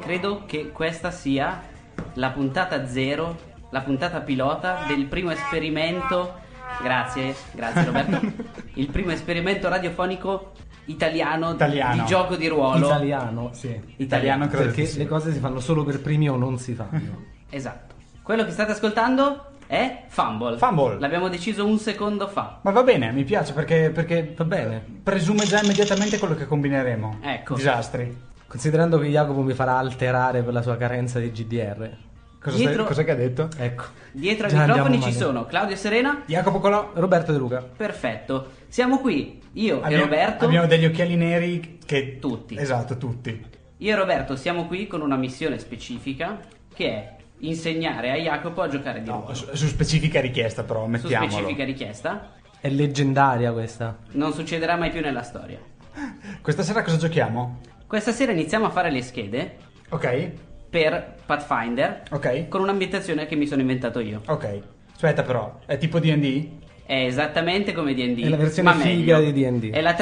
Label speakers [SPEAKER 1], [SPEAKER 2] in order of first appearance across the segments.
[SPEAKER 1] credo che questa sia la puntata zero, la puntata pilota del primo esperimento. Grazie, grazie Roberto. il primo esperimento radiofonico italiano,
[SPEAKER 2] Italiano.
[SPEAKER 1] di gioco di ruolo.
[SPEAKER 3] Italiano, sì.
[SPEAKER 2] Italiano credo
[SPEAKER 3] perché
[SPEAKER 2] di sì.
[SPEAKER 3] le cose si fanno solo per primi o non si fanno.
[SPEAKER 1] Esatto. Quello che state ascoltando è Fumble.
[SPEAKER 2] Fumble.
[SPEAKER 1] L'abbiamo deciso un secondo fa.
[SPEAKER 2] Ma va bene, mi piace perché, perché
[SPEAKER 3] Va bene.
[SPEAKER 2] presume già immediatamente quello che combineremo.
[SPEAKER 1] Ecco.
[SPEAKER 2] Disastri.
[SPEAKER 3] Considerando che Jacopo mi farà alterare per la sua carenza di GDR.
[SPEAKER 2] Cosa,
[SPEAKER 1] Dietro-
[SPEAKER 2] stai- cos'è che ha detto?
[SPEAKER 3] Ecco.
[SPEAKER 1] Dietro ai
[SPEAKER 3] Già andiamo
[SPEAKER 1] microfoni ci
[SPEAKER 3] male.
[SPEAKER 1] sono Claudio Serena.
[SPEAKER 2] Jacopo Colò.
[SPEAKER 3] Roberto De Luca.
[SPEAKER 1] Perfetto. Siamo qui, io e
[SPEAKER 2] Abbiamo-
[SPEAKER 1] Roberto.
[SPEAKER 2] Abbiamo degli occhiali neri che...
[SPEAKER 1] Tutti.
[SPEAKER 2] Esatto, tutti.
[SPEAKER 1] Io e Roberto siamo qui con una missione specifica che è insegnare a Jacopo a giocare di
[SPEAKER 2] No,
[SPEAKER 1] ruolo.
[SPEAKER 2] su, su specifica richiesta però,
[SPEAKER 1] Su
[SPEAKER 2] mettiamolo.
[SPEAKER 1] specifica richiesta.
[SPEAKER 3] È leggendaria questa.
[SPEAKER 1] Non succederà mai più nella storia.
[SPEAKER 2] Questa sera cosa giochiamo?
[SPEAKER 1] Questa sera iniziamo a fare le schede
[SPEAKER 2] Ok,
[SPEAKER 1] per Pathfinder
[SPEAKER 2] ok,
[SPEAKER 1] con un'ambientazione che mi sono inventato io.
[SPEAKER 2] ok. Aspetta però, è tipo D&D?
[SPEAKER 1] È esattamente come D&D.
[SPEAKER 3] È la versione
[SPEAKER 1] ma
[SPEAKER 3] figa
[SPEAKER 1] meglio.
[SPEAKER 3] di D&D.
[SPEAKER 1] È la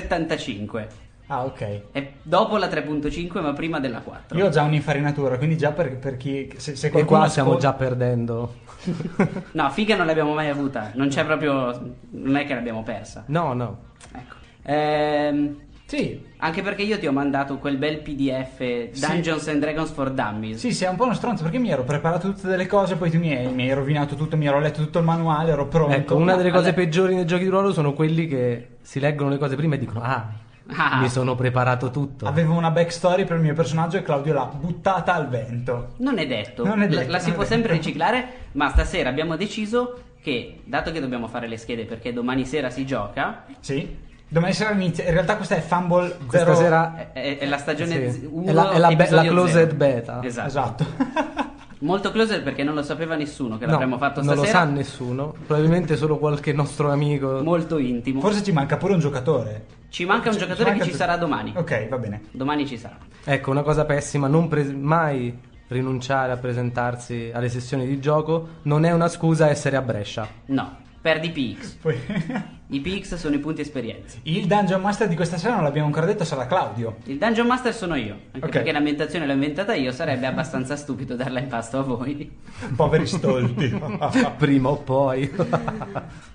[SPEAKER 1] 3.75.
[SPEAKER 2] Ah, ok.
[SPEAKER 1] È dopo la 3.5 ma prima della 4.
[SPEAKER 2] Io ho già un'infarinatura, quindi già per, per chi... Se, se
[SPEAKER 3] E
[SPEAKER 2] qualcuno
[SPEAKER 3] qua stiamo
[SPEAKER 2] ascol-
[SPEAKER 3] già perdendo.
[SPEAKER 1] No, figa non l'abbiamo mai avuta. Non c'è proprio... Non è che l'abbiamo persa.
[SPEAKER 3] No, no.
[SPEAKER 1] Ecco. Ehm,
[SPEAKER 2] Sì,
[SPEAKER 1] anche perché io ti ho mandato quel bel PDF
[SPEAKER 2] Sì.
[SPEAKER 1] Dungeons and Dragons for Dummies.
[SPEAKER 2] Sì, sei un po' uno stronzo perché mi ero preparato tutte delle cose, poi tu mi hai, mi hai rovinato tutto, mi ero letto tutto il manuale, ero pronto.
[SPEAKER 3] Ecco, una delle cose
[SPEAKER 1] Allora-
[SPEAKER 3] peggiori nei giochi di ruolo sono quelli che si leggono le cose prima e dicono "Ah,
[SPEAKER 1] Ah.
[SPEAKER 3] mi sono preparato tutto".
[SPEAKER 2] Avevo una backstory per il mio personaggio e Claudio l'ha buttata al vento.
[SPEAKER 1] Non è detto,
[SPEAKER 2] Non è
[SPEAKER 1] La-
[SPEAKER 2] detto,
[SPEAKER 1] la si
[SPEAKER 2] non è
[SPEAKER 1] può
[SPEAKER 2] detto.
[SPEAKER 1] sempre riciclare, ma stasera abbiamo deciso che, dato che dobbiamo fare le schede perché domani sera si gioca,
[SPEAKER 2] Sì? Domani sera inizia. In realtà questa è Fumble
[SPEAKER 3] Questa
[SPEAKER 2] zero-
[SPEAKER 1] è,
[SPEAKER 3] sera
[SPEAKER 1] è- è la stagione
[SPEAKER 3] Sì.
[SPEAKER 1] 1
[SPEAKER 3] È la- è la be- la closed beta.
[SPEAKER 1] Esatto.
[SPEAKER 2] Esatto.
[SPEAKER 1] molto closed perché non lo sapeva nessuno che
[SPEAKER 3] No,
[SPEAKER 1] l'avremmo fatto
[SPEAKER 3] non lo
[SPEAKER 1] stasera,
[SPEAKER 3] sa nessuno, probabilmente solo qualche nostro amico.
[SPEAKER 1] molto intimo.
[SPEAKER 2] Forse ci manca pure un giocatore.
[SPEAKER 1] Ci manca un
[SPEAKER 2] Ci-
[SPEAKER 1] giocatore
[SPEAKER 2] manca
[SPEAKER 1] che ci
[SPEAKER 2] tu-
[SPEAKER 1] sarà domani.
[SPEAKER 2] Ok, va bene.
[SPEAKER 1] Domani ci sarà.
[SPEAKER 3] Ecco, una cosa pessima, non pres- mai rinunciare a presentarsi alle sessioni di gioco, non è una scusa essere a Brescia.
[SPEAKER 1] No, perdi i PX.
[SPEAKER 2] Poi-
[SPEAKER 1] I PX sono i punti esperienza.
[SPEAKER 2] il Dungeon Master di questa sera non l'abbiamo ancora detto, sarà Claudio.
[SPEAKER 1] Il Dungeon Master sono io, anche
[SPEAKER 2] Ok.
[SPEAKER 1] perché l'ambientazione l'ho inventata io, sarebbe abbastanza stupido darla in pasto a voi.
[SPEAKER 2] Poveri stolti.
[SPEAKER 3] Prima o poi.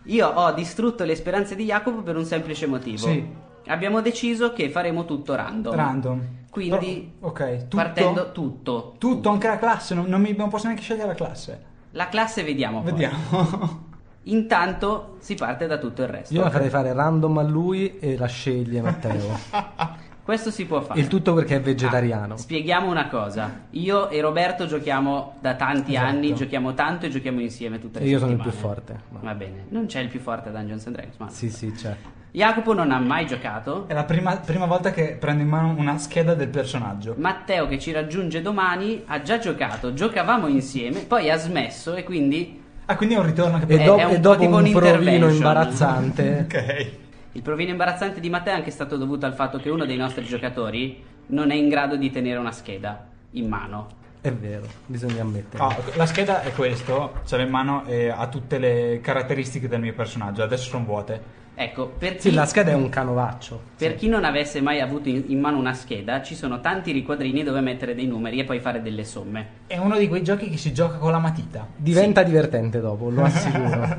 [SPEAKER 1] Io ho distrutto le speranze di Jacopo per un semplice motivo.
[SPEAKER 2] Sì.
[SPEAKER 1] Abbiamo deciso che faremo tutto random.
[SPEAKER 2] Random.
[SPEAKER 1] Quindi
[SPEAKER 2] Però- ok, tutto?
[SPEAKER 1] partendo tutto.
[SPEAKER 2] Tutto, anche la classe, non, non mi, non posso neanche scegliere la classe.
[SPEAKER 1] La classe vediamo. poi.
[SPEAKER 2] Vediamo.
[SPEAKER 1] Intanto si parte da tutto il resto.
[SPEAKER 3] Io la farei fare random a lui e la sceglie Matteo.
[SPEAKER 1] Questo si può fare.
[SPEAKER 3] Il tutto perché è vegetariano.
[SPEAKER 1] Ah, spieghiamo una cosa. Io e Roberto giochiamo da tanti
[SPEAKER 2] Esatto.
[SPEAKER 1] anni, giochiamo tanto e giochiamo insieme tutte le
[SPEAKER 3] E io sono il
[SPEAKER 1] settimane.
[SPEAKER 3] più forte, ma-
[SPEAKER 1] Va bene, non c'è il più forte a Dungeons and Dragons, ma
[SPEAKER 3] Sì, sì, cioè. c'è.
[SPEAKER 1] Jacopo non ha mai giocato.
[SPEAKER 2] È la prima, prima volta che prendo in mano una scheda del personaggio.
[SPEAKER 1] Matteo che ci raggiunge domani ha già giocato, giocavamo insieme, poi ha smesso e quindi
[SPEAKER 2] Ah, quindi è un ritorno che
[SPEAKER 3] E,
[SPEAKER 1] È-
[SPEAKER 3] do-
[SPEAKER 1] Eh, è un
[SPEAKER 3] e
[SPEAKER 1] po'
[SPEAKER 3] dopo
[SPEAKER 1] tipo
[SPEAKER 3] un,
[SPEAKER 1] un
[SPEAKER 3] provino
[SPEAKER 1] intervention.
[SPEAKER 3] imbarazzante,
[SPEAKER 2] Ok.
[SPEAKER 1] il provino imbarazzante di Matteo è anche stato dovuto al fatto che uno dei nostri giocatori non è in grado di tenere una scheda in mano.
[SPEAKER 3] è vero, bisogna ammettere.
[SPEAKER 2] Ah, ok. la scheda è questo, ce l'ho in mano e ha tutte le caratteristiche del mio personaggio. Adesso sono vuote.
[SPEAKER 1] Ecco, per chi,
[SPEAKER 3] Sì, la scheda è un canovaccio.
[SPEAKER 1] per chi non avesse mai avuto in, in mano una scheda, ci sono tanti riquadrini dove mettere dei numeri e poi fare delle somme.
[SPEAKER 2] È uno di quei giochi che si gioca con la matita.
[SPEAKER 3] Diventa divertente dopo, lo assicuro.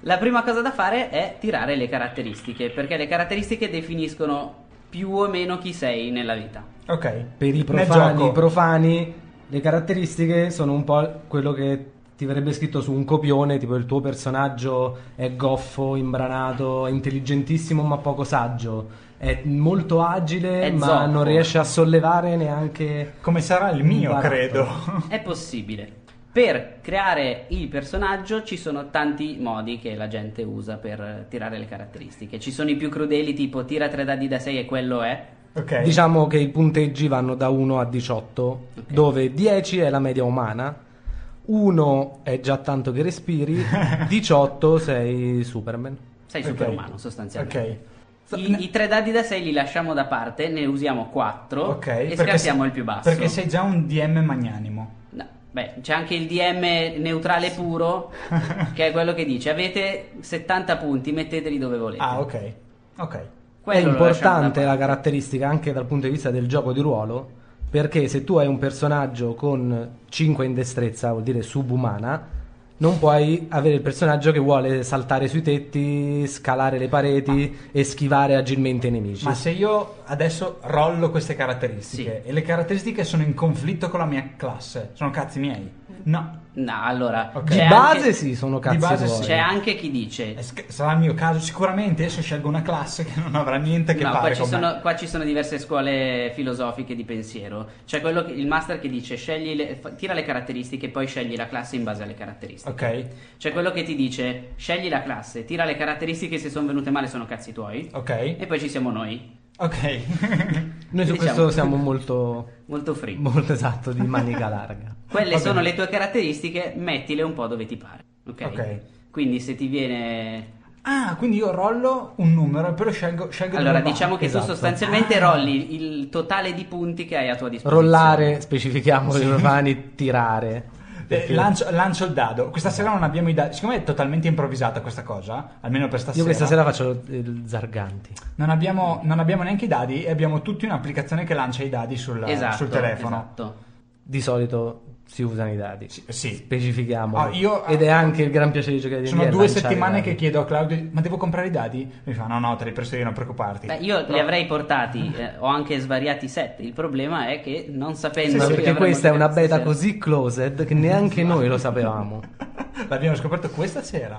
[SPEAKER 1] La prima cosa da fare è tirare le caratteristiche, perché le caratteristiche definiscono più o meno chi sei nella vita.
[SPEAKER 2] Ok.
[SPEAKER 3] per i
[SPEAKER 2] Nel
[SPEAKER 3] profani,
[SPEAKER 2] gioco.
[SPEAKER 3] i profani, le caratteristiche sono un po' quello che ti verrebbe scritto su un copione, tipo il tuo personaggio è goffo, imbranato, è intelligentissimo ma poco saggio, è molto agile
[SPEAKER 1] È
[SPEAKER 3] ma
[SPEAKER 1] zoppo.
[SPEAKER 3] non riesce a sollevare neanche...
[SPEAKER 2] Come sarà il mio,
[SPEAKER 3] Imbarazzo.
[SPEAKER 2] credo.
[SPEAKER 1] È possibile. Per creare il personaggio ci sono tanti modi che la gente usa per eh, tirare le caratteristiche. Ci sono i più crudeli, tipo tira tre dadi da 6 e quello è.
[SPEAKER 2] Ok.
[SPEAKER 3] Diciamo che i punteggi vanno da 1 a 18, dove 10 è la media umana, 1 è già tanto che respiri, 18 sei Superman.
[SPEAKER 1] Sei
[SPEAKER 2] Ok.
[SPEAKER 1] superumano sostanzialmente.
[SPEAKER 2] Ok.
[SPEAKER 1] I, i tre dadi da 6 li lasciamo da parte, ne usiamo 4
[SPEAKER 2] Ok.
[SPEAKER 1] e
[SPEAKER 2] perché
[SPEAKER 1] scartiamo
[SPEAKER 2] se-
[SPEAKER 1] il più basso.
[SPEAKER 2] Perché sei già un DM magnanimo.
[SPEAKER 1] No, Beh, c'è anche il DM neutrale puro, che è quello che dice: avete 70 punti, metteteli dove volete.
[SPEAKER 2] Ah, ok. Ok.
[SPEAKER 1] Quello
[SPEAKER 3] è
[SPEAKER 1] lo lasciamo da
[SPEAKER 3] importante la
[SPEAKER 1] parte.
[SPEAKER 3] caratteristica anche dal punto di vista del gioco di ruolo Perché se tu hai un personaggio con 5 in destrezza, vuol dire subumana, non puoi avere il personaggio che vuole saltare sui tetti, scalare le pareti e schivare agilmente i nemici.
[SPEAKER 2] Ma se io adesso rollo queste caratteristiche e le caratteristiche sono in conflitto con la mia classe, sono cazzi miei. No,
[SPEAKER 1] No, allora.
[SPEAKER 2] Ok.
[SPEAKER 3] Di
[SPEAKER 1] c'è
[SPEAKER 3] base
[SPEAKER 1] anche-
[SPEAKER 3] sì, sono
[SPEAKER 2] Di
[SPEAKER 3] cazzi
[SPEAKER 2] base
[SPEAKER 3] tuoi.
[SPEAKER 2] sì.
[SPEAKER 1] C'è anche chi dice.
[SPEAKER 2] Eh, sc- sarà il mio caso sicuramente, adesso scelgo una classe che non avrà niente a che
[SPEAKER 1] No, qua
[SPEAKER 2] fare
[SPEAKER 1] ci,
[SPEAKER 2] con me.
[SPEAKER 1] sono, qua ci sono diverse scuole filosofiche di pensiero. C'è quello che, il master che dice: scegli le- fa- tira le caratteristiche e poi scegli la classe in base alle caratteristiche.
[SPEAKER 2] Ok,
[SPEAKER 1] C'è quello che ti dice: scegli la classe, tira le caratteristiche, se sono venute male sono cazzi tuoi.
[SPEAKER 2] ok,
[SPEAKER 1] E poi ci siamo noi.
[SPEAKER 2] ok.
[SPEAKER 3] Noi su
[SPEAKER 1] Diciamo.
[SPEAKER 3] questo siamo molto,
[SPEAKER 1] Molto free.
[SPEAKER 3] molto esatto, di manica larga.
[SPEAKER 1] Quelle
[SPEAKER 2] Va
[SPEAKER 1] sono
[SPEAKER 2] bene.
[SPEAKER 1] le tue caratteristiche, mettile un po' dove ti pare. Ok.
[SPEAKER 2] Ok.
[SPEAKER 1] Quindi se ti viene.
[SPEAKER 2] Ah, quindi io rollo un numero, però scelgo, scelgo
[SPEAKER 1] Allora,
[SPEAKER 2] dove va.
[SPEAKER 1] diciamo che
[SPEAKER 3] esatto.
[SPEAKER 1] tu sostanzialmente
[SPEAKER 2] Ah.
[SPEAKER 1] rolli il totale di punti che hai a tua disposizione.
[SPEAKER 3] Rollare, specifichiamo per i romani, tirare.
[SPEAKER 2] Eh,
[SPEAKER 3] Perché
[SPEAKER 2] lancio, lancio il dado. Questa sera non abbiamo i dadi. Siccome è totalmente improvvisata questa cosa, almeno per stasera.
[SPEAKER 3] io questa sera faccio il Zarganti.
[SPEAKER 2] Non abbiamo, non abbiamo neanche i dadi e abbiamo tutti un'applicazione che lancia i dadi sul,
[SPEAKER 1] Esatto,
[SPEAKER 2] sul telefono.
[SPEAKER 1] esatto.
[SPEAKER 3] Di solito si usano i dadi.
[SPEAKER 2] Sì, sì.
[SPEAKER 3] Specifichiamo.
[SPEAKER 2] Ah, io- ah,
[SPEAKER 3] Ed è anche il gran piacere di giocare di
[SPEAKER 2] Sono
[SPEAKER 3] D&D,
[SPEAKER 2] due
[SPEAKER 3] lanciare i
[SPEAKER 2] settimane
[SPEAKER 3] dadi.
[SPEAKER 2] che chiedo a Claudio: Ma devo comprare i dadi? Mi fa: No, no, te li presto io, non preoccuparti.
[SPEAKER 1] Beh, io li avrei portati, eh, ho anche svariati set. Il problema è che non sapendo.
[SPEAKER 3] Ma
[SPEAKER 1] a cui
[SPEAKER 3] perché
[SPEAKER 1] avremmo
[SPEAKER 3] questa è una
[SPEAKER 1] giocato
[SPEAKER 3] beta
[SPEAKER 1] stasera-
[SPEAKER 3] così closed che neanche noi lo sapevamo.
[SPEAKER 2] L'abbiamo scoperto questa sera.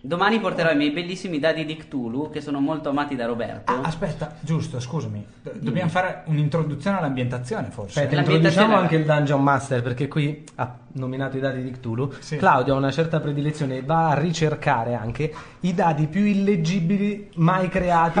[SPEAKER 1] Domani porterò i miei bellissimi dadi di Cthulhu, che sono molto amati da Roberto.
[SPEAKER 3] Oh.
[SPEAKER 2] Ah, aspetta, giusto, scusami. Do- Dobbiamo fare un'introduzione all'ambientazione, forse.
[SPEAKER 3] Aspetta,
[SPEAKER 1] L'ambientazione
[SPEAKER 3] Cioè, introduciamo
[SPEAKER 1] era-
[SPEAKER 3] anche il Dungeon Master perché qui ha nominato i dadi di Cthulhu.
[SPEAKER 2] Sì.
[SPEAKER 3] Claudio ha una certa predilezione e va a ricercare anche i dadi più illeggibili mai creati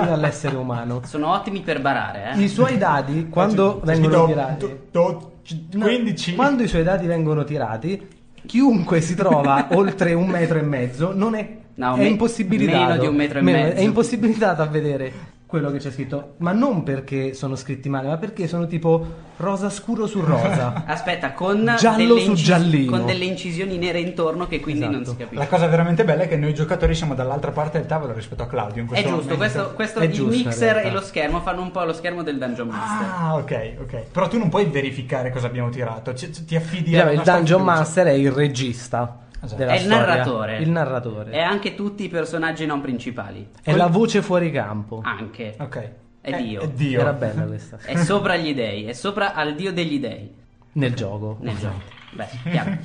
[SPEAKER 3] dall'essere umano.
[SPEAKER 1] Sono ottimi per barare, eh.
[SPEAKER 3] I suoi dadi, quando
[SPEAKER 2] C'è
[SPEAKER 3] vengono
[SPEAKER 2] scritto
[SPEAKER 3] tirati,
[SPEAKER 2] do- do-
[SPEAKER 3] No,
[SPEAKER 2] 15.
[SPEAKER 3] quando i suoi dati vengono tirati, chiunque si trova oltre un metro e mezzo non è,
[SPEAKER 1] No,
[SPEAKER 3] è
[SPEAKER 1] me-
[SPEAKER 3] impossibilitato.
[SPEAKER 1] meno di un metro e mezzo.
[SPEAKER 3] È impossibilitato a vedere quello che c'è scritto, ma non perché sono scritti male, ma perché sono tipo rosa scuro su rosa.
[SPEAKER 1] Aspetta, con
[SPEAKER 3] Giallo
[SPEAKER 1] delle
[SPEAKER 3] su giallino.
[SPEAKER 1] con delle incisioni nere intorno che quindi non
[SPEAKER 3] Esatto.
[SPEAKER 1] si capisce.
[SPEAKER 2] La cosa veramente bella è che noi giocatori siamo dall'altra parte del tavolo rispetto a Claudio in
[SPEAKER 1] È
[SPEAKER 2] questo
[SPEAKER 1] giusto,
[SPEAKER 2] momento.
[SPEAKER 1] questo, questo
[SPEAKER 3] È
[SPEAKER 1] il
[SPEAKER 3] giusto, in
[SPEAKER 1] mixer
[SPEAKER 3] realtà.
[SPEAKER 1] e lo schermo fanno un po' lo schermo del Dungeon Master.
[SPEAKER 2] Ah, ok, ok. Però tu non puoi verificare cosa abbiamo tirato. ci- ci- ti affidi
[SPEAKER 3] Diciamo,
[SPEAKER 2] a
[SPEAKER 3] il Dungeon Master è il regista.
[SPEAKER 2] Esatto.
[SPEAKER 3] della
[SPEAKER 1] È il
[SPEAKER 3] storia.
[SPEAKER 1] narratore.
[SPEAKER 3] Il narratore.
[SPEAKER 1] E anche tutti i personaggi non principali.
[SPEAKER 3] È la voce fuori campo.
[SPEAKER 1] Anche.
[SPEAKER 2] Ok. Eh,
[SPEAKER 1] È Dio.
[SPEAKER 2] È Dio.
[SPEAKER 3] Era bella questa.
[SPEAKER 1] È sopra gli dei, è sopra al dio degli dei.
[SPEAKER 3] Nel gioco.
[SPEAKER 1] Nel gioco. Beh, chiaro.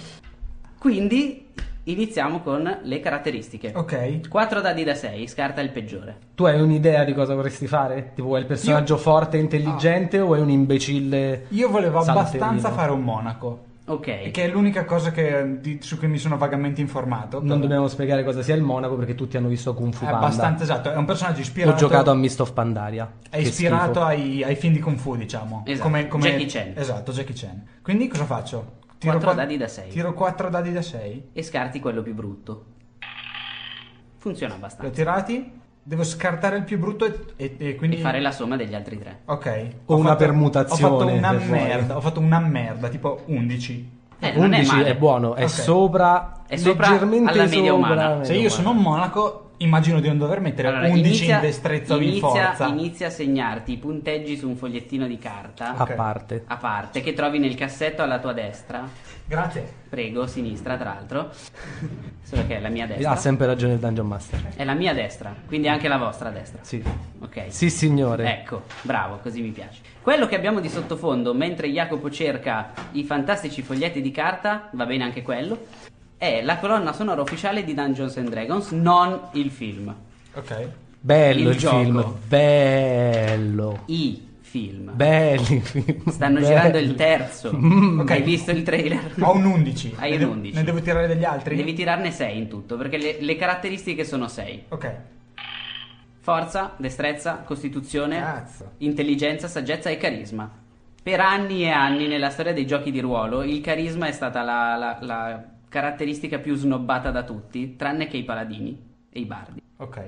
[SPEAKER 1] Quindi iniziamo con le caratteristiche.
[SPEAKER 2] Ok.
[SPEAKER 1] 4 dadi da 6, scarta il peggiore.
[SPEAKER 3] Tu hai un'idea di cosa vorresti fare? Tipo, vuoi il personaggio forte e intelligente o è un imbecille?
[SPEAKER 2] Ah. Io volevo
[SPEAKER 3] salterino?
[SPEAKER 2] abbastanza fare un monaco.
[SPEAKER 1] Ok.
[SPEAKER 2] Che è l'unica cosa che- di- su cui mi sono vagamente informato. però
[SPEAKER 3] Non dobbiamo spiegare cosa sia il monaco perché tutti hanno visto Kung Fu
[SPEAKER 2] È
[SPEAKER 3] Panda.
[SPEAKER 2] abbastanza esatto. È un personaggio
[SPEAKER 3] Ho
[SPEAKER 2] ispirato.
[SPEAKER 3] giocato a Mist of Pandaria.
[SPEAKER 2] È
[SPEAKER 3] Che
[SPEAKER 2] ispirato
[SPEAKER 3] schifo.
[SPEAKER 2] ai, ai film di Kung Fu, diciamo.
[SPEAKER 1] Esatto,
[SPEAKER 2] Come, come-
[SPEAKER 1] Jackie Chan.
[SPEAKER 2] Esatto, Jackie Chan. Quindi cosa faccio?
[SPEAKER 1] Quattro
[SPEAKER 2] qua-
[SPEAKER 1] dadi da sei.
[SPEAKER 2] Tiro 4 dadi da 6.
[SPEAKER 1] E scarti quello più brutto. Funziona
[SPEAKER 2] Li ho
[SPEAKER 1] abbastanza.
[SPEAKER 2] tirati. Devo scartare il più brutto e, e- e quindi...
[SPEAKER 1] E fare la somma degli altri tre.
[SPEAKER 2] Ok.
[SPEAKER 3] O
[SPEAKER 2] Ho
[SPEAKER 3] una
[SPEAKER 2] fatto-
[SPEAKER 3] permutazione,
[SPEAKER 2] Ho fatto una
[SPEAKER 3] per voi.
[SPEAKER 2] merda, ho fatto una merda, tipo 11.
[SPEAKER 1] Eh, non è
[SPEAKER 3] 11
[SPEAKER 1] male.
[SPEAKER 3] è, buono, è
[SPEAKER 2] Ok.
[SPEAKER 3] sopra,
[SPEAKER 1] È sopra
[SPEAKER 3] leggermente
[SPEAKER 1] alla media
[SPEAKER 3] sopra
[SPEAKER 1] umana.
[SPEAKER 3] la media
[SPEAKER 2] Se io sono un
[SPEAKER 3] umana.
[SPEAKER 2] monaco, immagino di non dover mettere
[SPEAKER 1] Allora,
[SPEAKER 2] 11
[SPEAKER 1] inizia-
[SPEAKER 2] in destrezza o in
[SPEAKER 1] inizia-
[SPEAKER 2] forza.
[SPEAKER 1] Inizia a segnarti i punteggi su un fogliettino di carta
[SPEAKER 2] Ok.
[SPEAKER 3] a parte.
[SPEAKER 1] a parte che trovi nel cassetto alla tua destra.
[SPEAKER 2] Grazie.
[SPEAKER 1] Prego, sinistra tra l'altro. Solo che è la
[SPEAKER 2] Ah,
[SPEAKER 1] mia
[SPEAKER 3] Ha
[SPEAKER 1] destra.
[SPEAKER 3] sempre ragione il Dungeon Master.
[SPEAKER 1] È la mia destra, quindi anche la vostra destra.
[SPEAKER 3] Sì.
[SPEAKER 1] Ok.
[SPEAKER 3] Sì, signore.
[SPEAKER 1] Ecco, bravo, così mi piace. Quello che abbiamo di sottofondo mentre Jacopo cerca i fantastici foglietti di carta, va bene anche quello, è la colonna sonora ufficiale di Dungeons and Dragons, non il film.
[SPEAKER 2] Ok.
[SPEAKER 3] Bello
[SPEAKER 1] Il
[SPEAKER 3] il,
[SPEAKER 1] gioco.
[SPEAKER 3] film, bello.
[SPEAKER 1] I film.
[SPEAKER 3] Belli i film.
[SPEAKER 1] Stanno
[SPEAKER 3] belli.
[SPEAKER 1] girando il terzo.
[SPEAKER 3] Mm.
[SPEAKER 1] Hai visto il trailer?
[SPEAKER 2] Ho un 11.
[SPEAKER 1] Hai
[SPEAKER 2] Ne
[SPEAKER 1] un
[SPEAKER 2] devo-
[SPEAKER 1] 11.
[SPEAKER 2] Ne devo tirare degli altri?
[SPEAKER 1] Devi tirarne 6 in tutto, perché le, le caratteristiche sono 6.
[SPEAKER 2] Ok.
[SPEAKER 1] Forza, destrezza, costituzione,
[SPEAKER 2] Cazzo.
[SPEAKER 1] intelligenza, saggezza e carisma. Per anni e anni nella storia dei giochi di ruolo il carisma è stata la, la- la caratteristica più snobbata da tutti, tranne che i paladini e i bardi.
[SPEAKER 2] Ok.